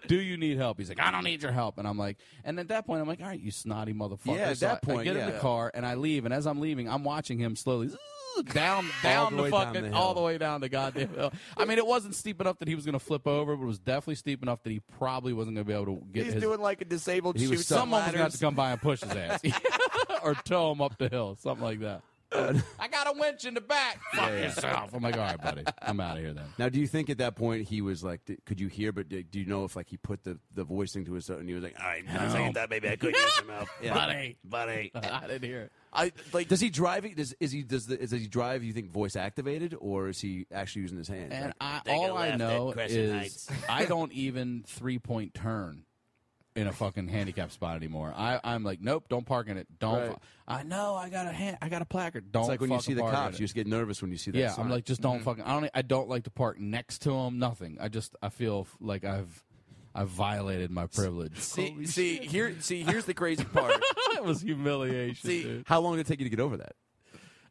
Speaker 3: do you need help? He's like, I don't need your help. And I'm like, and at that point, I'm like, all right, you snotty motherfucker.
Speaker 2: Yeah, at
Speaker 3: So I-
Speaker 2: that point,
Speaker 3: I get in
Speaker 2: yeah.
Speaker 3: the car and I leave. And as I'm leaving, I'm watching him slowly down,
Speaker 2: the
Speaker 3: down the,
Speaker 2: way down
Speaker 3: fucking,
Speaker 2: the hill.
Speaker 3: all the way down the goddamn hill. I mean, it wasn't steep enough that he was going to flip over, but it was definitely steep enough that he probably wasn't going to be able to get
Speaker 1: He's
Speaker 3: his.
Speaker 1: doing like a disabled
Speaker 2: He was
Speaker 1: shoot
Speaker 2: stuck.
Speaker 1: some
Speaker 3: Someone was going to have
Speaker 1: ladders.
Speaker 3: to come by and push his ass or tow him up the hill, something like that. I got a winch in the back. Fuck yourself. I'm like, all right, Oh buddy. I'm out of here then.
Speaker 2: Now, do you think at that point he was like, d- could you hear? But d- do you know if like he put the, the voicing to his and he was like, all right, now it's like,
Speaker 5: thought maybe I could use some help.
Speaker 3: Buddy.
Speaker 5: Buddy.
Speaker 3: I didn't hear it.
Speaker 1: I like
Speaker 2: does he drive? it- Does is he does the, is he drive? You think voice activated or is he actually using his hand?
Speaker 3: And
Speaker 2: Like,
Speaker 5: a
Speaker 3: I, all I
Speaker 5: left
Speaker 3: know
Speaker 5: at Crescent
Speaker 3: is
Speaker 5: Heights.
Speaker 3: I don't even three point turn in a fucking handicap spot anymore. I, I'm like, nope, don't park in it. Don't.
Speaker 2: Right.
Speaker 3: fu- I know I got a hand, I got a placard. Don't.
Speaker 2: it's like when you
Speaker 3: fucking
Speaker 2: see the
Speaker 3: park in
Speaker 2: cops,
Speaker 3: it.
Speaker 2: you just get nervous when you see that.
Speaker 3: yeah,
Speaker 2: sign. Mm-hmm.
Speaker 3: I'm like, just don't fucking. I don't. I don't like to park next to them. Nothing. I just. I feel f- like I've. I've violated my privilege.
Speaker 1: see see here see here's the crazy part.
Speaker 3: that was humiliation.
Speaker 1: See,
Speaker 3: dude.
Speaker 2: how long did it take you to get over that?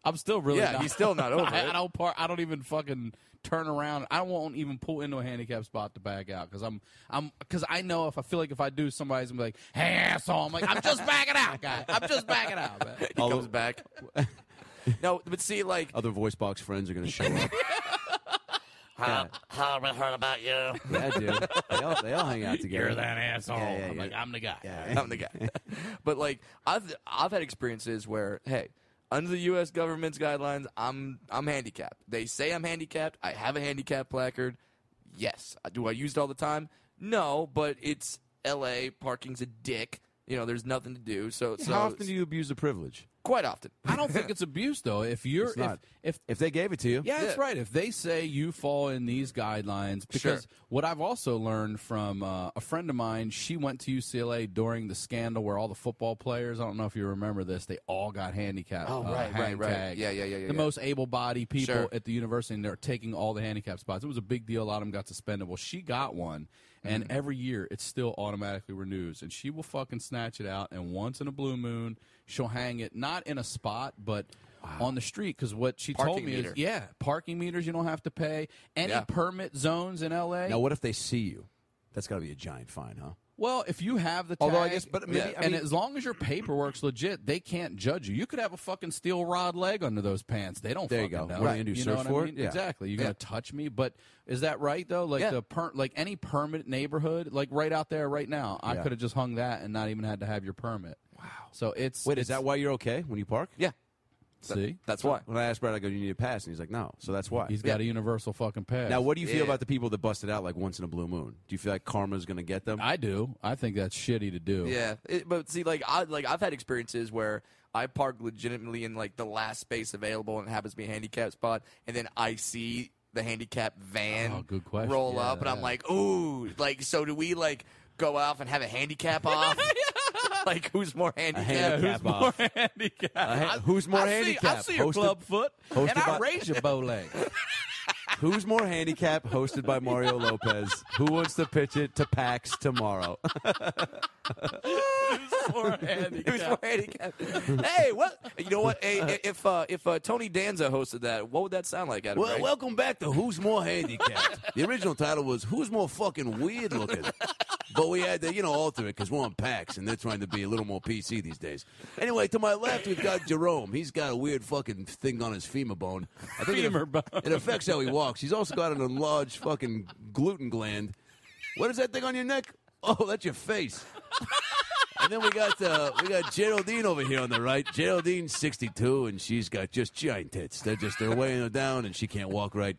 Speaker 3: I'm still really.
Speaker 1: yeah,
Speaker 3: not,
Speaker 1: he's still not over
Speaker 3: I, I
Speaker 1: it.
Speaker 3: don't park. I don't even fucking turn around. I won't even pull into a handicap spot to back out because I'm I'm because I know if I feel like if I do, somebody's gonna be like, "Hey asshole!" I'm like, "I'm just backing out, guy. I'm just backing out, man."
Speaker 1: He comes back. No, but see, like
Speaker 2: Other voice box friends are going to show up.
Speaker 5: How, how have I heard about you?
Speaker 2: yeah, dude. They all, they all hang out together.
Speaker 3: You're that asshole.
Speaker 2: Yeah, yeah,
Speaker 3: I'm
Speaker 2: yeah.
Speaker 3: like, I'm the guy.
Speaker 2: Yeah.
Speaker 1: I'm the guy. but like I've I've had experiences where hey, under the U.S. government's guidelines, I'm I'm handicapped. They say I'm handicapped. I have a handicap placard. Yes. Do I use it all the time? No, but it's L.A. Parking's a dick. You know, there's nothing to do. So, so
Speaker 2: How often do you abuse the privilege?
Speaker 1: quite often.
Speaker 3: I don't think it's abuse though. If you're
Speaker 2: It's not.
Speaker 3: if if
Speaker 2: If they gave it to you,
Speaker 3: Yeah, that's
Speaker 1: Yeah.
Speaker 3: right. If they say you fall in these guidelines, because
Speaker 1: Sure.
Speaker 3: what I've also learned from uh, a friend of mine, she went to UCLA during the scandal where all the football players, I don't know if you remember this, they all got handicapped.
Speaker 1: Oh,
Speaker 3: uh,
Speaker 1: right, right,
Speaker 3: hang
Speaker 1: right.
Speaker 3: tags.
Speaker 1: Yeah, yeah, yeah, yeah,
Speaker 3: The
Speaker 1: yeah.
Speaker 3: most able bodied people
Speaker 1: Sure.
Speaker 3: at the university, and they're taking all the handicap spots. It was a big deal. A lot of them got suspended. Well, she got one. And
Speaker 1: Mm.
Speaker 3: every year, it still automatically renews, and she will fucking snatch it out. And once in a blue moon, she'll hang it not in a spot, but on the street. Because what she told
Speaker 1: Parking
Speaker 3: me
Speaker 1: meter.
Speaker 3: is, yeah, parking meters you don't have to pay. Any
Speaker 1: Yeah.
Speaker 3: permit zones in LA.
Speaker 2: Now, what if they see you? That's got to be a giant fine, huh?
Speaker 3: Well, if you have the tag,
Speaker 2: Although I guess- but maybe- I
Speaker 3: and
Speaker 2: mean-
Speaker 3: as long as your paperwork's legit, they can't judge you. You could have a fucking steel rod leg under those pants. They don't.
Speaker 2: There you
Speaker 3: fucking
Speaker 2: go.
Speaker 3: Know.
Speaker 2: What are you gonna do,
Speaker 3: know
Speaker 2: surf
Speaker 3: what I
Speaker 2: for it?
Speaker 3: mean?
Speaker 2: Yeah.
Speaker 3: Exactly. You're
Speaker 1: Yeah.
Speaker 3: gonna touch me, but is that right though? Like
Speaker 1: Yeah.
Speaker 3: the per- like any permit neighborhood, like right out there, right now, I
Speaker 2: Yeah.
Speaker 3: could have just hung that and not even had to have your permit. Wow. So it's
Speaker 2: Wait, is
Speaker 3: it's-
Speaker 2: that why you're okay when you park?
Speaker 1: Yeah,
Speaker 3: see?
Speaker 1: that's why.
Speaker 2: When I asked Brad, I go, "You need a pass," and he's like, "No." So that's why.
Speaker 3: He's got a universal fucking pass.
Speaker 2: now, what do you feel
Speaker 1: Yeah.
Speaker 2: about the people that bust it out like once in a blue moon? Do you feel like karma's going to get them?
Speaker 3: I do. I think that's shitty to do.
Speaker 1: Yeah, it, but see, like I like I've had experiences where I park legitimately in like the last space available, and it happens to be a handicap spot, and then I see the handicap van
Speaker 3: Oh, good question.
Speaker 1: roll
Speaker 3: Yeah,
Speaker 1: up, and I'm
Speaker 3: yeah.
Speaker 1: like, ooh, like so do we like go off and have a handicap off? like who's more handicapped?
Speaker 2: handicap off.
Speaker 3: handicapped?
Speaker 2: Uh, who's more
Speaker 3: I see, I
Speaker 2: handicapped?
Speaker 3: see your
Speaker 2: Hosted-
Speaker 3: club foot, and
Speaker 2: hosted
Speaker 3: I
Speaker 2: by-
Speaker 3: raise your bow leg.
Speaker 2: Who's more handicapped? Hosted by Mario Lopez. Who wants to pitch it to PAX tomorrow?
Speaker 3: Who's more
Speaker 1: Who's more
Speaker 3: handicapped?
Speaker 1: handicapped? hey, what? You know what? Hey, i- if uh, if uh, Tony Danza hosted that, what would that sound like? Adam Ray?
Speaker 2: welcome back to Who's More Handicapped. the original title was Who's More Fucking Weird Looking. But we had to, you know, alter it because we're on PAX and they're trying to be a little more PC these days. Anyway, to my left, we've got Jerome. He's got a weird fucking thing on his femur bone. I think
Speaker 3: Femur
Speaker 2: it,
Speaker 3: bone.
Speaker 2: It affects how he walks. He's also got an enlarged fucking gluten gland. What is that thing on your neck? Oh, that's your face. And then we got uh, we got Geraldine over here on the right. Geraldine's 62, and she's got just giant tits. They're just they're weighing her down, and she can't walk right.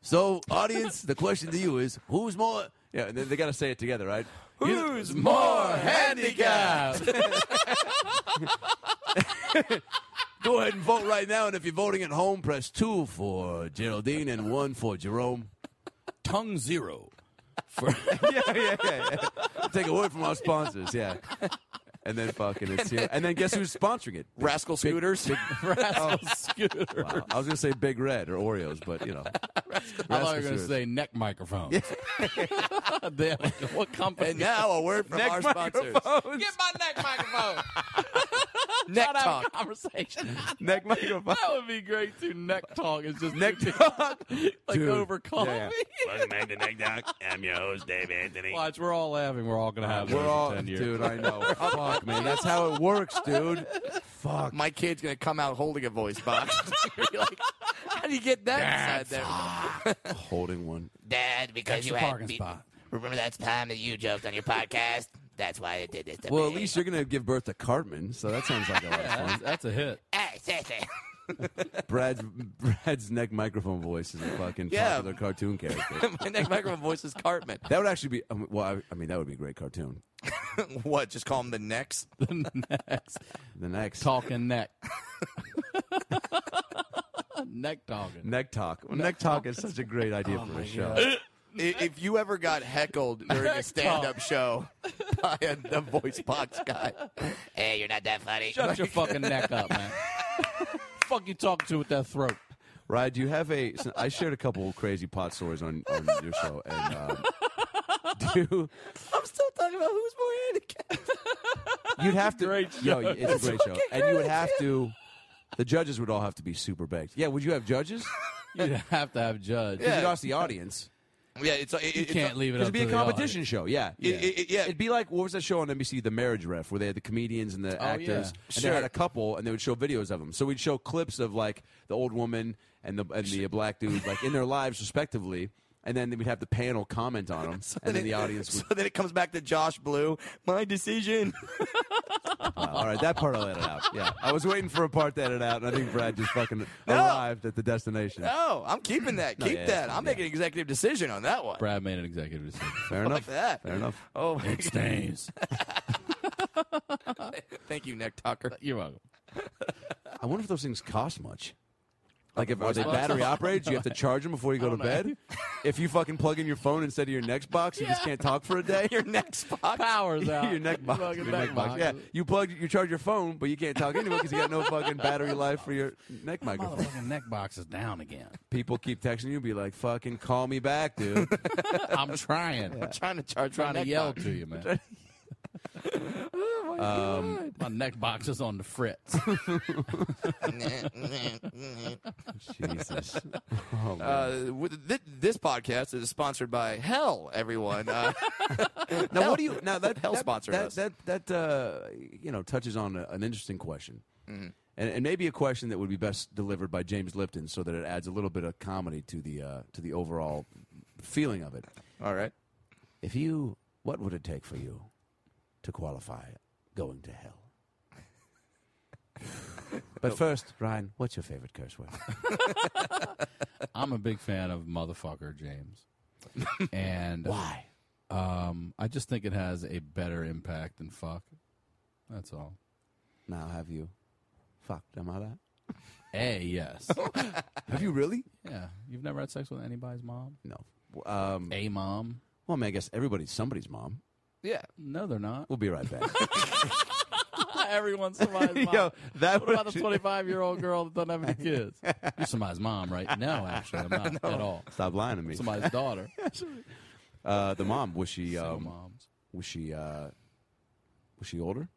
Speaker 2: So, audience, the question to you is, who's more? Yeah, and then they got to say it together, right?
Speaker 1: Who's more handicapped?
Speaker 2: Go ahead and vote right now, and if you're voting at home, press two for Geraldine and one for Jerome.
Speaker 3: Tongue zero. For,
Speaker 2: yeah, yeah, yeah. Take a word from our sponsors, yeah. And then fucking it's here. And then guess who's sponsoring it?
Speaker 1: Rascal Scooters.
Speaker 3: Rascal
Speaker 2: Oh.
Speaker 3: Scooter.
Speaker 2: Wow. I was gonna say Big Red or Oreos, but you know,
Speaker 3: I thought you were
Speaker 2: Rascal
Speaker 3: going to
Speaker 2: Scooters.
Speaker 3: say neck microphones. They're like, what company?
Speaker 1: and now a word from our sponsors.
Speaker 3: Get my neck microphone.
Speaker 1: Neck
Speaker 3: Not have
Speaker 1: talk.
Speaker 3: a conversation.
Speaker 2: neck microphone.
Speaker 3: That would be great too. Neck talk is just
Speaker 2: Neck
Speaker 3: talk, like
Speaker 2: Dude.
Speaker 3: over coffee.
Speaker 2: Yeah,
Speaker 5: Welcome back to Neck Doc. I'm your host, Dave Anthony.
Speaker 3: Watch, we're all laughing. We're all gonna have.
Speaker 2: We're
Speaker 3: those in
Speaker 2: all,
Speaker 3: 10 years.
Speaker 2: dude. I know. Fuck, man. That's how it works, dude. Fuck.
Speaker 1: my kid's gonna come out holding a voice box. You're like, how do you get that inside there?
Speaker 2: Holding one.
Speaker 4: Dad, because
Speaker 3: That's
Speaker 4: you
Speaker 3: the
Speaker 4: had
Speaker 3: parking
Speaker 4: be-
Speaker 3: spot.
Speaker 4: remember that time that you joked on your podcast That's why I did this to
Speaker 2: Well,
Speaker 4: me.
Speaker 2: at least you're gonna give birth to Cartman, so that sounds like a lot of fun.
Speaker 3: That's, that's a hit.
Speaker 4: Hey, sissy.
Speaker 2: Brad's Brad's neck microphone voice is a fucking
Speaker 1: Yeah.
Speaker 2: popular cartoon character.
Speaker 1: My neck microphone voice is Cartman.
Speaker 2: that would actually be um, well. I, I mean, that would be a great cartoon.
Speaker 1: what? Just call him the next?
Speaker 3: Next.
Speaker 2: The next
Speaker 3: Talking neck. neck talking.
Speaker 2: neck talk. Well, neck talk is such a great idea
Speaker 1: Oh
Speaker 2: for a show.
Speaker 1: I- if you ever got heckled during a stand-up show by a, the voice box guy,
Speaker 4: Hey, you're not that funny.
Speaker 3: Shut your fucking neck up, man. Fuck you talking to with that throat.
Speaker 2: Ryan, do you have a? so I shared a couple crazy pot stories on, on your show, and um, do
Speaker 1: I'm still talking about who's more handicapped.
Speaker 2: you'd have to.
Speaker 3: Great
Speaker 2: Yo, it's a great show, and you would have to. The judges would all have to be super baked. Yeah, would you have judges?
Speaker 3: You'd have to have judge.
Speaker 2: Because
Speaker 1: Yeah.
Speaker 2: You'd ask the audience.
Speaker 1: Yeah, it's it,
Speaker 3: You
Speaker 1: it,
Speaker 3: can't
Speaker 1: it's,
Speaker 3: leave it up
Speaker 2: It'd be
Speaker 3: to
Speaker 2: a
Speaker 3: the
Speaker 2: competition show, yeah.
Speaker 1: It- it- it- yeah.
Speaker 2: It'd be like what was that show on NBC, The Marriage Ref, where they had the comedians and the
Speaker 1: Oh,
Speaker 2: actors,
Speaker 3: yeah.
Speaker 2: and they had a couple, and they would show videos of them. So we'd show clips of like the old woman and the and the black dude, like in their lives respectively, and then we'd have the panel comment on them, and then the audience would.
Speaker 1: So then it comes back to Josh Blue. My decision.
Speaker 2: Wow, all right, that part I let it out. Yeah, I was waiting for a part to edit out, and I think Brad just fucking arrived at the destination.
Speaker 1: No, I'm keeping that. Keep
Speaker 2: yeah,
Speaker 1: that.
Speaker 2: yeah.
Speaker 1: I'm making an executive decision on that one.
Speaker 3: Brad made an executive decision.
Speaker 2: Fair
Speaker 1: Fuck
Speaker 2: enough.
Speaker 1: that.
Speaker 2: Fair enough.
Speaker 1: Oh, my
Speaker 3: It stains.
Speaker 1: God. thank you, Neck Talker.
Speaker 3: You're welcome.
Speaker 2: I wonder if those things cost much. Like, if, are they
Speaker 3: not.
Speaker 2: battery operated? Do you have to charge them before you go to bed? If you fucking plug in your phone instead of your next box, you just can't talk for a day.
Speaker 1: Your next box.
Speaker 3: Powers out.
Speaker 2: your neck box.
Speaker 3: Fucking
Speaker 2: Your neck box. Yeah, you plug, you charge your phone, but you can't talk anyway because you got no fucking battery life for your neck microphone.
Speaker 3: Motherfucking neck box is down again.
Speaker 2: People keep texting you, be like, "Fucking call me back, dude."
Speaker 3: I'm trying.
Speaker 1: Trying to charge
Speaker 3: trying
Speaker 1: my
Speaker 3: to
Speaker 1: neck
Speaker 3: yell
Speaker 1: box.
Speaker 3: to you, man. um, my neck box is on the fritz.
Speaker 2: Jesus. Oh, man.
Speaker 1: Uh, with th- this podcast is sponsored by Hell. Everyone. Uh,
Speaker 2: now what do you? Now that
Speaker 1: Hell
Speaker 2: that,
Speaker 1: sponsored
Speaker 2: that,
Speaker 1: us.
Speaker 2: That that, uh, you know touches on a, an interesting question, and, and maybe a question that would be best delivered by James Lipton, so that it adds a little bit of comedy to the uh, to the overall feeling of it.
Speaker 1: All right.
Speaker 2: If you, what would it take for you to qualify going to hell? but first, Ryan, what's your favorite curse word?
Speaker 3: I'm a big fan of motherfucker James, and uh,
Speaker 2: Why?
Speaker 3: um, I just think it has a better impact than fuck. That's all.
Speaker 2: Now have you fucked? Am I that?
Speaker 3: A yes.
Speaker 2: Have you really?
Speaker 3: yeah, you've never had sex with anybody's mom.
Speaker 2: No. Um,
Speaker 3: A mom.
Speaker 2: well, I mean, I guess everybody's somebody's mom.
Speaker 1: Yeah.
Speaker 3: No, they're not.
Speaker 2: We'll be right back.
Speaker 3: Everyone's somebody's mom.
Speaker 2: Yo, that
Speaker 3: what about
Speaker 2: was-
Speaker 3: the 25 year old girl that doesn't have any kids? You're somebody's mom, right? No, actually, I'm not at all.
Speaker 2: Stop lying to me.
Speaker 3: Somebody's daughter.
Speaker 2: Uh, the mom was she?
Speaker 3: Single
Speaker 2: Um,
Speaker 3: moms.
Speaker 2: was she? Uh, was she older?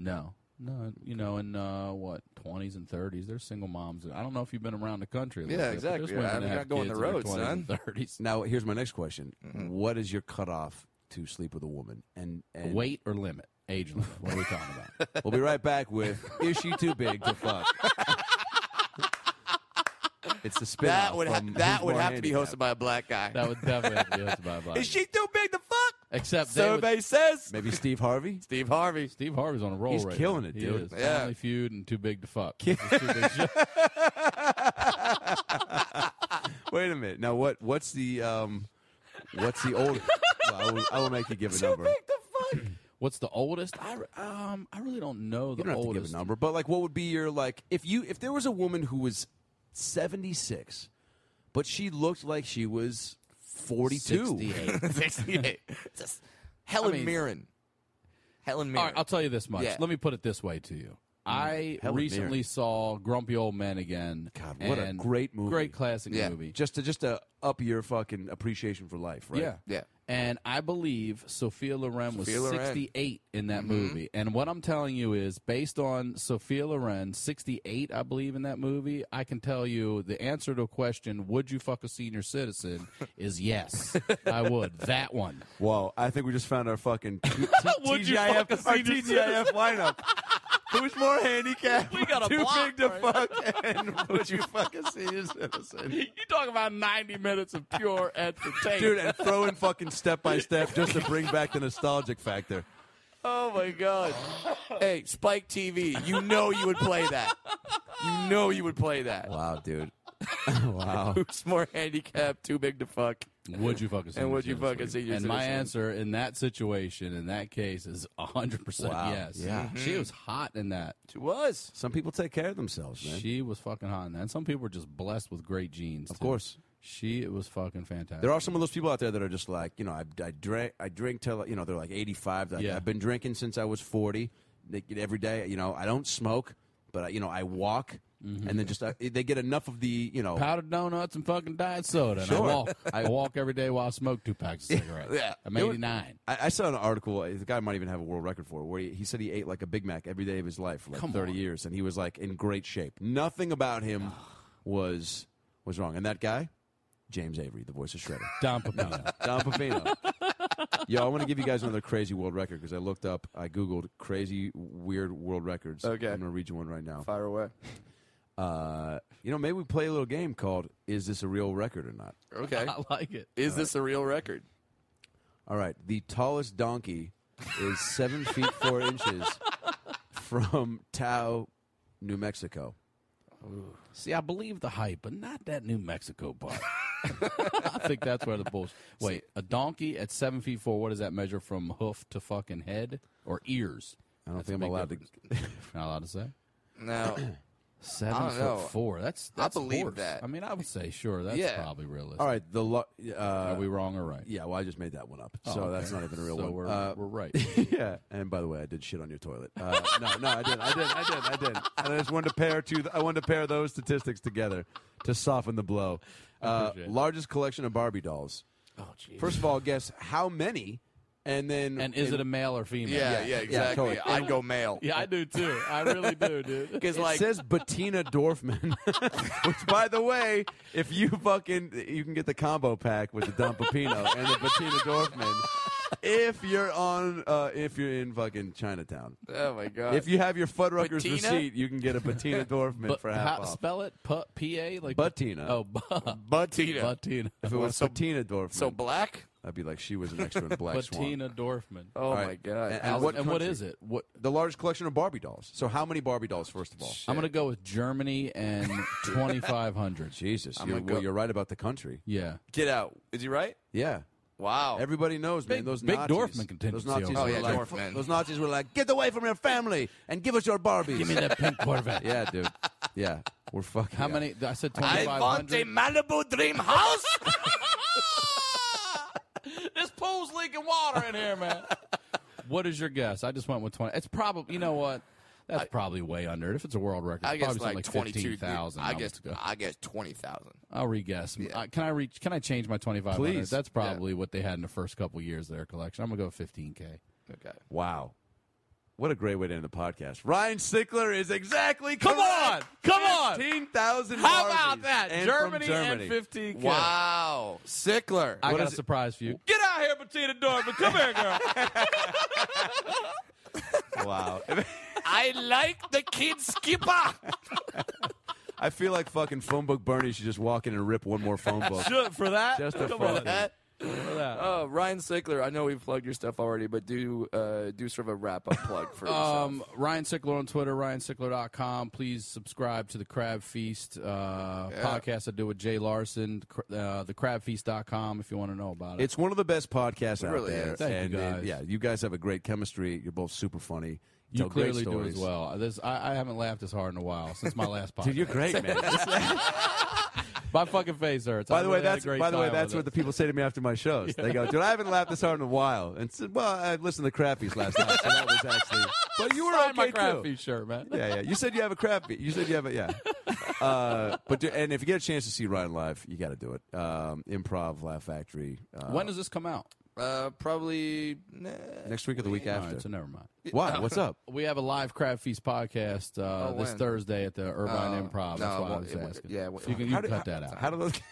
Speaker 3: No, no. You know, in uh, what twenties and thirties, there's single moms. I don't know if you've been around the country. a little
Speaker 1: Yeah,
Speaker 3: bit, but
Speaker 1: exactly.
Speaker 3: There's women
Speaker 1: I'm
Speaker 3: that have
Speaker 1: not going
Speaker 3: kids
Speaker 1: the
Speaker 3: in their
Speaker 1: road,
Speaker 3: 20s and
Speaker 1: son.
Speaker 3: 30s.
Speaker 2: Now here's my next question: What is your cutoff to sleep with a woman? And, and
Speaker 3: Weight or limit? Age limit? What are we talking about?
Speaker 2: we'll be right back with is she too big to fuck? it's the spin.
Speaker 1: That would ha- that would have to be hosted by a black guy.
Speaker 3: That would definitely have to be hosted by a black
Speaker 1: Is she too big to fuck?
Speaker 3: Except they would-
Speaker 1: Survey says
Speaker 2: maybe Steve Harvey.
Speaker 1: Steve Harvey.
Speaker 3: Steve Harvey's on a roll
Speaker 2: He's
Speaker 3: right
Speaker 2: killing
Speaker 3: now.
Speaker 2: it,
Speaker 3: He
Speaker 2: dude.
Speaker 3: is.
Speaker 1: Yeah.
Speaker 3: Family Feud and Too Big to Fuck. Those are two big shows.
Speaker 2: Wait a minute. Now what? What's the um? What's the old? Well, I, will, I will make you give a number.
Speaker 3: What's the oldest? I, re- um, I really don't know the
Speaker 2: You don't have to
Speaker 3: oldest.
Speaker 2: give a number, but like, what would be your like if you if there was a woman who was seventy six, but she looked like she was forty two?
Speaker 3: 68.
Speaker 1: 68. Just- Helen
Speaker 3: I mean-
Speaker 1: Mirren. Helen
Speaker 3: All
Speaker 1: Mirren.
Speaker 3: right, I'll tell you this much.
Speaker 1: Yeah.
Speaker 3: Let me put it this way to
Speaker 2: Mm.
Speaker 3: you. I
Speaker 2: Helen
Speaker 3: recently
Speaker 2: Mirren.
Speaker 3: saw Grumpy Old Men again.
Speaker 2: God, what a
Speaker 3: and
Speaker 2: great movie.
Speaker 3: Great classic
Speaker 1: Yeah.
Speaker 3: movie.
Speaker 2: Just to just to up your fucking appreciation for life, right?
Speaker 3: Yeah.
Speaker 1: Yeah.
Speaker 3: And I believe Sophia Loren was
Speaker 1: Sophia Loren.
Speaker 3: 68 in that
Speaker 2: Mm-hmm.
Speaker 3: movie. And what I'm telling you is based on Sophia Loren, 68, I believe, in that movie, I can tell you the answer to a question, would you fuck a senior citizen, is yes, I would. That one.
Speaker 2: Wow, I think we just found our fucking t- t-
Speaker 3: Would you
Speaker 2: TGIF,
Speaker 3: fuck a
Speaker 2: our
Speaker 3: senior
Speaker 2: TGIF lineup. Who's more handicapped?
Speaker 3: We got a
Speaker 2: Too big
Speaker 3: block
Speaker 2: to fuck. And would you fuck a senior citizen?
Speaker 3: You talk about 90 minutes of pure entertainment.
Speaker 2: Dude, and throw in fucking step by step just to bring back the nostalgic factor.
Speaker 1: Oh my god. Hey, Spike TV, you know you would play that. You know you would play that.
Speaker 2: Wow, dude. wow.
Speaker 1: Who's more handicapped, too big to fuck?
Speaker 3: Would you fucking senior
Speaker 1: would you
Speaker 3: citizen?
Speaker 1: fuck a senior
Speaker 3: And my
Speaker 1: citizen?
Speaker 3: answer in that situation, in that case, is hundred percent
Speaker 2: Wow.
Speaker 3: yes.
Speaker 2: Yeah.
Speaker 3: she was hot in that.
Speaker 1: She was.
Speaker 2: Some people take care of themselves, man.
Speaker 3: She was fucking hot in that. And some people were just blessed with great genes.
Speaker 2: of course.
Speaker 3: she was fucking fantastic.
Speaker 2: There are some of those people out there that are just like, you know, I, I drink, I drink till you know they're like eighty five. Like,
Speaker 3: Yeah.
Speaker 2: I've been drinking since I was forty. They get every day, you know, I don't smoke, but I, you know, I walk,
Speaker 3: Mm-hmm.
Speaker 2: and then just uh, they get enough of the, you know,
Speaker 3: powdered donuts and fucking diet soda. And
Speaker 2: Sure.
Speaker 3: I walk. I walk every day while I smoke two packs of cigarettes.
Speaker 1: Yeah.
Speaker 3: I'm 89.
Speaker 2: I, I saw an article. uh, The guy might even have a world record for it, where he, he said he ate like a Big Mac every day of his life for like
Speaker 3: Come
Speaker 2: thirty
Speaker 3: on.
Speaker 2: years, and he was like in great shape. Nothing about him was was wrong. And that guy, James Avery, the voice of Shredder,
Speaker 3: Don Pepino.
Speaker 2: Don Papino. Yo, I want to give you guys another crazy world record because I looked up, I googled crazy weird world records.
Speaker 1: Okay.
Speaker 2: I'm gonna read you one right now.
Speaker 1: Fire away.
Speaker 2: Uh, you know, maybe we play a little game called "Is this a real record or not?"
Speaker 1: Okay.
Speaker 3: I like it.
Speaker 1: Is this a real record?
Speaker 2: All right. The tallest donkey is seven feet four inches from Tao, New Mexico.
Speaker 3: See, I believe the hype, but not that New Mexico part. I think that's where the bullshit. Wait, a donkey at seven feet four. What does that measure from hoof to fucking head or ears?
Speaker 2: I don't
Speaker 3: That's
Speaker 2: think
Speaker 3: a
Speaker 2: I'm
Speaker 3: big
Speaker 2: allowed
Speaker 3: difference. not allowed to say.
Speaker 1: Now,
Speaker 3: Seven
Speaker 1: I don't
Speaker 3: foot
Speaker 1: know.
Speaker 3: four. That's,
Speaker 1: I
Speaker 3: that's
Speaker 1: believe
Speaker 3: horse.
Speaker 1: that.
Speaker 3: I mean, I would say sure. That's
Speaker 1: Yeah.
Speaker 3: probably realistic.
Speaker 2: All right. The lo- uh,
Speaker 3: Are we wrong or right?
Speaker 2: yeah. Well, I just made that one up, so
Speaker 3: okay.
Speaker 2: that's not even a real
Speaker 3: So
Speaker 2: one.
Speaker 3: we're
Speaker 2: Uh,
Speaker 3: we're right.
Speaker 2: yeah. And by the way, I did shit on your toilet. Uh, no, no, I did, I did, I did, I did. And I just wanted to pair two. I wanted to pair those statistics together to soften the blow. Uh,
Speaker 3: Appreciate it.
Speaker 2: largest collection of Barbie dolls.
Speaker 1: oh jeez.
Speaker 2: First of all, guess how many, and then
Speaker 3: And is it a male or female?
Speaker 1: Yeah, yeah,
Speaker 2: yeah,
Speaker 1: exactly.
Speaker 2: totally.
Speaker 1: I'd go male.
Speaker 3: Yeah, I do too. I really do, dude.
Speaker 1: Because
Speaker 2: It
Speaker 1: like
Speaker 2: says Bettina Dorfman, which, by the way, if you fucking you can get the combo pack with the Don Pepino and the Bettina Dorfman, if you're on, uh, if you're in fucking Chinatown,
Speaker 1: Oh my god.
Speaker 2: if you have your Fuddruckers
Speaker 1: Bettina?
Speaker 2: receipt, you can get a Bettina Dorfman
Speaker 3: Uh, But
Speaker 2: for half
Speaker 3: how-
Speaker 2: off.
Speaker 3: spell it? P P A like
Speaker 2: Bettina.
Speaker 3: Oh, bu-
Speaker 1: Bettina.
Speaker 3: Bettina.
Speaker 2: if it was
Speaker 1: so-
Speaker 2: Bettina Dorfman,
Speaker 1: so black?
Speaker 2: I'd be like, she was an extra in Black Swan.
Speaker 3: Bettina Dorfman.
Speaker 1: Oh
Speaker 2: right.
Speaker 1: my god.
Speaker 2: And-
Speaker 3: and
Speaker 2: what
Speaker 3: what, and what
Speaker 2: country?
Speaker 3: is it? What
Speaker 2: The largest collection of Barbie dolls. So how many Barbie dolls? First of all,
Speaker 3: I'm gonna go with Germany and 2,500.
Speaker 2: Jesus,
Speaker 1: I'm
Speaker 2: you're,
Speaker 1: gonna
Speaker 2: well,
Speaker 1: go-
Speaker 2: you're right about the country.
Speaker 3: Yeah,
Speaker 1: Get out. Is he right?
Speaker 2: Yeah.
Speaker 1: Wow.
Speaker 2: Everybody knows, man.
Speaker 3: Big-
Speaker 2: Those
Speaker 3: big
Speaker 2: Nazis.
Speaker 3: Dorfman
Speaker 2: Those
Speaker 3: contingency
Speaker 2: Nazis,
Speaker 3: over
Speaker 1: Oh,
Speaker 2: were
Speaker 1: yeah,
Speaker 2: like,
Speaker 1: Dorfman.
Speaker 2: those Nazis were like, get away from your family and give us your Barbies.
Speaker 3: give me that pink Corvette.
Speaker 2: yeah, dude. Yeah, we're fucking.
Speaker 3: How
Speaker 2: yeah.
Speaker 3: many? I said
Speaker 1: I want a
Speaker 3: 2,500.
Speaker 1: Malibu dream house.
Speaker 3: This pool's leaking water in here, man. what is your guess? I just went with 20. It's probably. You know what? That's probably way under. it. If it's a world record,
Speaker 1: I
Speaker 3: it's probably
Speaker 1: guess
Speaker 3: something
Speaker 1: like, twenty-two
Speaker 3: 15,000.
Speaker 1: I
Speaker 3: would
Speaker 1: guess
Speaker 3: go.
Speaker 1: I guess twenty thousand.
Speaker 3: I'll re-guess. Uh, can I reach? Can I change my twenty five hundred?
Speaker 2: Please.
Speaker 3: That's probably what they had in the first couple years of their collection. I'm gonna go fifteen k.
Speaker 1: Okay.
Speaker 2: Wow. What a great way to end the podcast. Ryan Sickler is exactly. Come
Speaker 3: on! Come on!
Speaker 2: 15,000 Barbies. And from Germany.
Speaker 3: fifteen k.
Speaker 1: Wow. Sickler.
Speaker 3: I
Speaker 2: What
Speaker 3: got
Speaker 2: is
Speaker 3: a
Speaker 2: it-
Speaker 3: surprise for you.
Speaker 1: Get out here, Bettina Dorfman. Come here, girl.
Speaker 2: Wow.
Speaker 1: I like the kid skipper.
Speaker 2: I feel like fucking phone book Bernie should just walk in and rip one more phone book.
Speaker 3: for that.
Speaker 2: Just a
Speaker 3: Come
Speaker 2: fucking-
Speaker 3: on. For that.
Speaker 1: Uh, Ryan Sickler, I know we've plugged your stuff already, but do uh, do sort of a wrap up plug for yourself.
Speaker 3: Um, Ryan Sickler on Twitter, ryansickler.com. Please subscribe to the Crab Feast uh, podcast I do with Jay Larson, cr- uh, thecrabfeast.com if you want to know about it.
Speaker 2: It's one of the best podcasts out
Speaker 1: really
Speaker 2: there.
Speaker 1: is.
Speaker 3: Thank you,
Speaker 2: and it-
Speaker 3: guys.
Speaker 2: yeah, you guys have a great chemistry. You're both super funny.
Speaker 3: you
Speaker 2: Tell great
Speaker 3: clearly do
Speaker 2: stories.
Speaker 3: as well. Uh, This I, I haven't laughed this hard in a while since my last podcast.
Speaker 2: Dude, you're great, man.
Speaker 3: my fucking face hurts. I
Speaker 2: By the way,
Speaker 3: really had a
Speaker 2: that's
Speaker 3: great
Speaker 2: by the way,
Speaker 3: time
Speaker 2: that's
Speaker 3: with
Speaker 2: what
Speaker 3: it.
Speaker 2: the people say to me after my shows. They go, "Dude, I haven't laughed this hard in a while." And said, "Well, I listened to Crappies last night, so that was actually." But you were
Speaker 3: Sign
Speaker 2: okay
Speaker 3: my
Speaker 2: too.
Speaker 3: Crab Feast shirt, man.
Speaker 2: Yeah, yeah. You said you have a crappy. You said you have a yeah. Uh, but do, and if you get a chance to see Ryan live, you got to do it. Um, improv, Laugh Factory. Uh,
Speaker 3: When does this come out?
Speaker 1: uh, probably nah,
Speaker 2: next week or the week
Speaker 3: All right, so
Speaker 2: after?
Speaker 3: never mind.
Speaker 2: Why? What's up?
Speaker 3: We have a live Crab Feast podcast uh,
Speaker 1: Oh,
Speaker 3: this
Speaker 1: when?
Speaker 3: Thursday at the Irvine
Speaker 1: Oh,
Speaker 3: Improv. That's
Speaker 1: no,
Speaker 3: why
Speaker 1: well,
Speaker 3: I was
Speaker 1: it-
Speaker 3: asking.
Speaker 1: yeah, well,
Speaker 3: you can, you
Speaker 2: How
Speaker 3: can
Speaker 2: do-
Speaker 3: cut that out.
Speaker 2: How do those?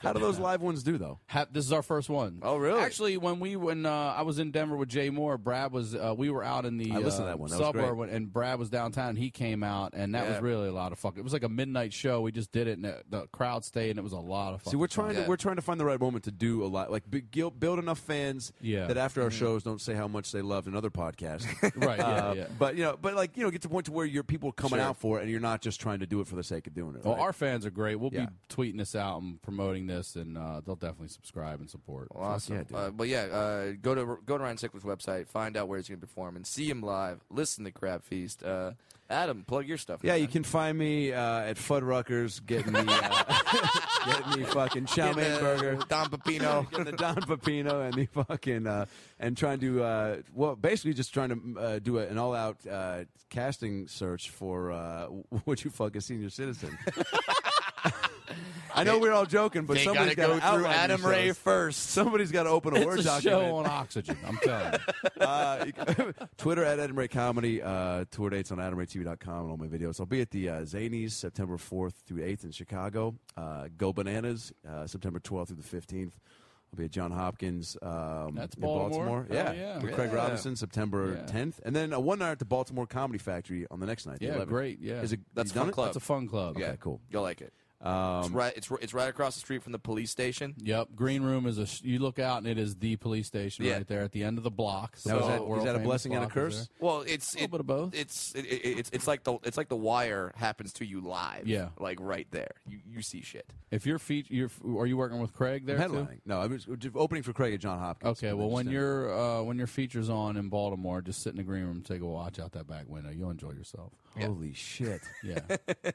Speaker 2: How do those live ones do though?
Speaker 3: Ha- this is our first one.
Speaker 1: Oh, really?
Speaker 3: Actually, when we when uh, I was in Denver with Jay Moore, Brad was uh, we were out in the
Speaker 2: I listened
Speaker 3: uh,
Speaker 2: to that one. That was
Speaker 3: suburb,
Speaker 2: great.
Speaker 3: when- and Brad was downtown, and he came out, and that was
Speaker 1: Yeah.
Speaker 3: really a lot of fuck. It was like a midnight show. We just did it, and the, the crowd stayed, and it was a lot of fun.
Speaker 2: See, we're trying
Speaker 1: Yeah.
Speaker 2: to we're trying to find the right moment to do a lot, like big- guild- build enough fans
Speaker 3: Yeah. Mm-hmm.
Speaker 2: that after our shows don't say how much they loved another podcast,
Speaker 3: Right, yeah,
Speaker 2: Uh,
Speaker 3: yeah.
Speaker 2: But you know, but like you know, get to the point to where your people are coming
Speaker 1: Sure.
Speaker 2: out for it, and you're not just trying to do it for the sake of doing it.
Speaker 3: Well,
Speaker 2: right?
Speaker 3: our fans are great. We'll
Speaker 2: Yeah.
Speaker 3: be tweeting this out and promoting this, and uh, they'll definitely subscribe and support.
Speaker 1: Well, awesome.
Speaker 2: yeah, dude.
Speaker 1: uh, but yeah, uh, go to go to Ryan Sickler's website, find out where he's going to perform, and see him live. Listen to Crab Feast. Uh, Adam, plug your stuff.
Speaker 2: yeah,
Speaker 1: man.
Speaker 2: you can find me uh, at Fuddruckers getting me uh, getting me fucking chow
Speaker 1: Get
Speaker 2: mein
Speaker 1: the
Speaker 2: burger.
Speaker 1: Don Pepino.
Speaker 2: Get the Don Pepino and the fucking uh, and trying to uh, well, basically just trying to uh, do a, an all-out uh, casting search for uh, would you fuck a senior citizen? I know we're all joking, but
Speaker 1: they
Speaker 2: somebody's
Speaker 1: gotta
Speaker 2: got
Speaker 1: go
Speaker 2: to
Speaker 1: through Adam Ray first.
Speaker 2: Somebody's got to open a word
Speaker 3: It's a
Speaker 2: document.
Speaker 3: show on oxygen. I'm telling you.
Speaker 2: uh, you can- Twitter at Adam Ray Comedy. Uh, tour dates on AdamRayTV.com and all my videos. I'll be at the uh, Zanies September 4th through 8th in Chicago. Uh, Go Bananas uh, September 12th through the 15th. I'll be at John Hopkins. Um,
Speaker 3: That's
Speaker 2: in
Speaker 3: Baltimore?
Speaker 2: Baltimore.
Speaker 3: Oh,
Speaker 2: Yeah.
Speaker 3: yeah.
Speaker 2: With Craig
Speaker 1: Yeah.
Speaker 2: Robinson September
Speaker 3: Yeah.
Speaker 2: 10th. And then uh, one night at the Baltimore Comedy Factory on the next night. the
Speaker 3: Yeah,
Speaker 2: 11th.
Speaker 3: great. Yeah,
Speaker 2: Is it,
Speaker 1: That's
Speaker 2: you done
Speaker 1: fun
Speaker 2: it?
Speaker 1: club.
Speaker 3: It's a fun club.
Speaker 2: Okay, cool.
Speaker 1: You'll like it. it's
Speaker 2: Um,
Speaker 1: right. It's it's right across the street from the police station.
Speaker 3: Yep, Green Room is a. sh- You look out and it is the police station
Speaker 1: Yeah.
Speaker 3: right there at the end of the block.
Speaker 2: now, is
Speaker 3: So
Speaker 2: that, is
Speaker 3: world
Speaker 2: that a
Speaker 3: famous
Speaker 2: blessing and a
Speaker 3: block is
Speaker 2: curse?
Speaker 1: Well, it's
Speaker 3: Little
Speaker 1: it-
Speaker 3: bit of both.
Speaker 1: It's it, it, it's it's like the it's like the wire happens to you live.
Speaker 3: Yeah.
Speaker 1: like right there. You you see shit.
Speaker 3: there. If you're feat, you're f- are you working with Craig there?
Speaker 2: I'm
Speaker 3: too?
Speaker 2: headlining. No, I was just opening for Craig at John Hopkins.
Speaker 3: Okay,
Speaker 2: And
Speaker 3: well
Speaker 2: then
Speaker 3: when
Speaker 2: just-
Speaker 3: your uh, when your features on in Baltimore, just sit in the green room, take a watch out that back window. You'll enjoy yourself.
Speaker 2: Holy shit.
Speaker 3: Yeah,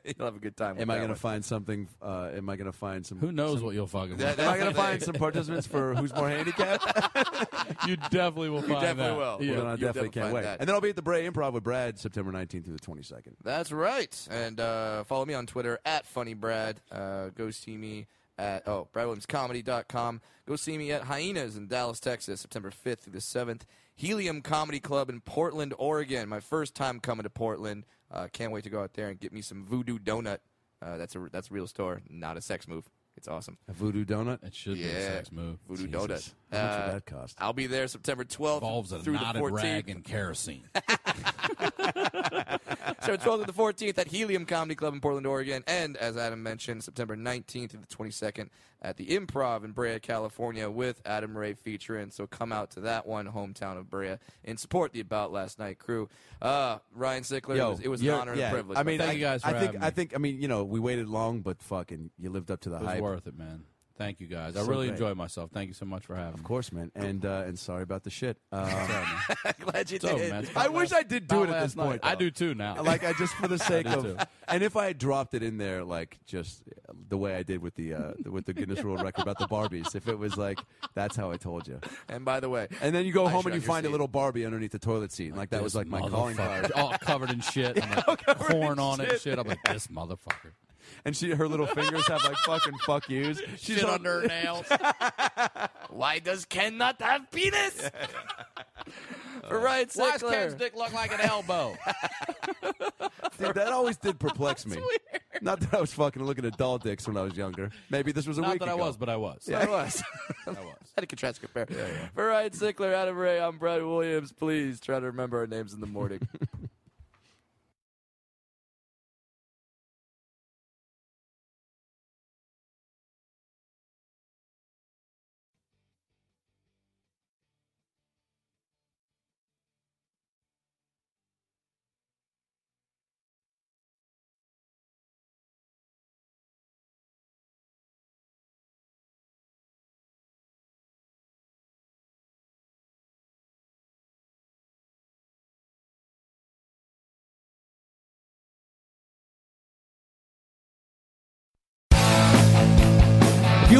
Speaker 1: You'll have a good time. With
Speaker 2: Am I
Speaker 1: that
Speaker 2: going to
Speaker 1: one.
Speaker 2: find something? Uh, am I going to find some?
Speaker 3: who knows what you'll fucking.
Speaker 1: That-
Speaker 2: Am I going
Speaker 1: that's the
Speaker 2: to find
Speaker 1: thing.
Speaker 2: some participants for who's more handicapped? Well,
Speaker 3: you definitely will. Find
Speaker 1: definitely
Speaker 3: that.
Speaker 1: will.
Speaker 3: Yeah.
Speaker 2: then I
Speaker 1: You'll
Speaker 2: Oh, definitely
Speaker 1: definitely
Speaker 2: can't
Speaker 1: find
Speaker 2: wait.
Speaker 1: that.
Speaker 2: And then I'll be at the Bray Improv with Brad September 19th through the 22nd.
Speaker 1: That's right. And uh, follow me on Twitter at Funny Brad. Uh, go see me at oh bradwilliamscomedy.com. Go see me at Hyenas in Dallas, Texas, September 5th through the 7th. Helium Comedy Club in Portland, Oregon. My first time coming to Portland. Uh, can't wait to go out there and get me some Voodoo Donut. Uh, that's a that's a real store, not a sex move. It's awesome.
Speaker 2: A voodoo donut.
Speaker 3: It should be a
Speaker 1: Yeah.
Speaker 3: sex move.
Speaker 1: Voodoo
Speaker 2: Jesus.
Speaker 1: Donut.
Speaker 2: How much would
Speaker 1: Uh,
Speaker 2: that cost?
Speaker 1: I'll be there September 12th
Speaker 3: Involves a
Speaker 1: through the
Speaker 3: knotted
Speaker 1: 14th.
Speaker 3: rag and kerosene.
Speaker 1: September 12th to the 14th at Helium Comedy Club in Portland, Oregon. And as Adam mentioned, September 19th to the 22nd at the Improv in Brea, California with Adam Ray featuring. So come out to that one, hometown of Brea, and support the About Last Night crew. Uh, Ryan Sickler, it was, it was an
Speaker 2: you're-
Speaker 1: honor
Speaker 2: yeah.
Speaker 1: and a privilege.
Speaker 2: I mean,
Speaker 3: Thank
Speaker 2: I,
Speaker 3: you guys for
Speaker 2: I think
Speaker 3: having
Speaker 2: I
Speaker 3: me.
Speaker 2: think I mean you know we waited long, but fucking you lived up to the
Speaker 3: It was
Speaker 2: hype.
Speaker 3: worth it, man. Thank you guys. I
Speaker 2: So
Speaker 3: really
Speaker 2: great.
Speaker 3: enjoyed myself. Thank you so much for having
Speaker 2: Of
Speaker 3: me.
Speaker 2: course, man. And uh, and sorry about the shit. Um,
Speaker 1: glad you
Speaker 3: It's over,
Speaker 1: did.
Speaker 3: man. It's
Speaker 2: I
Speaker 3: about
Speaker 2: wish
Speaker 3: last-
Speaker 2: I did do it
Speaker 3: about
Speaker 2: at
Speaker 3: last
Speaker 2: this
Speaker 3: night.
Speaker 2: point.
Speaker 3: I
Speaker 2: though.
Speaker 3: do too now.
Speaker 2: like I just for the sake
Speaker 3: do
Speaker 2: of,
Speaker 3: too.
Speaker 2: and if I had dropped it in there, like just the way I did with the uh, with the Guinness World Record about the Barbies, if it was like that's how I told you,
Speaker 1: And by the way,
Speaker 2: and then you go
Speaker 1: I
Speaker 2: home
Speaker 1: shot
Speaker 2: and you
Speaker 1: your
Speaker 2: find a
Speaker 1: seed.
Speaker 2: little Barbie underneath the toilet seat, and like that was
Speaker 3: This
Speaker 2: like my calling card,
Speaker 3: motherfucker. All covered in shit. I'm like, corn on it and shit. I'm like, this motherfucker.
Speaker 2: and she her little fingers have like fucking fuck yous. She's
Speaker 3: shit
Speaker 2: all-
Speaker 3: under her nails.
Speaker 1: why does Ken not have penis? For Ryan
Speaker 3: Why does Ken's
Speaker 1: Sickler.
Speaker 3: dick look like an elbow?
Speaker 2: Dude, that always did perplex me. Not that I was fucking looking at doll dicks when I was younger. Maybe this was a
Speaker 3: Not
Speaker 2: week
Speaker 3: that I
Speaker 2: ago.
Speaker 3: was, but I was.
Speaker 1: I was.
Speaker 3: I was.
Speaker 1: had to contrast compare. For Ryan Sickler, Adam Ray, I'm Brad Williams. Please try to remember our names in the morning.
Speaker 6: If you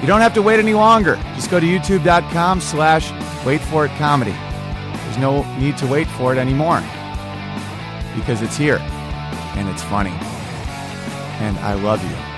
Speaker 6: You don't have to wait any longer. Just go to youtube.com slash wait for it comedy. There's no need to wait for it anymore because it's here and it's funny. And I love you.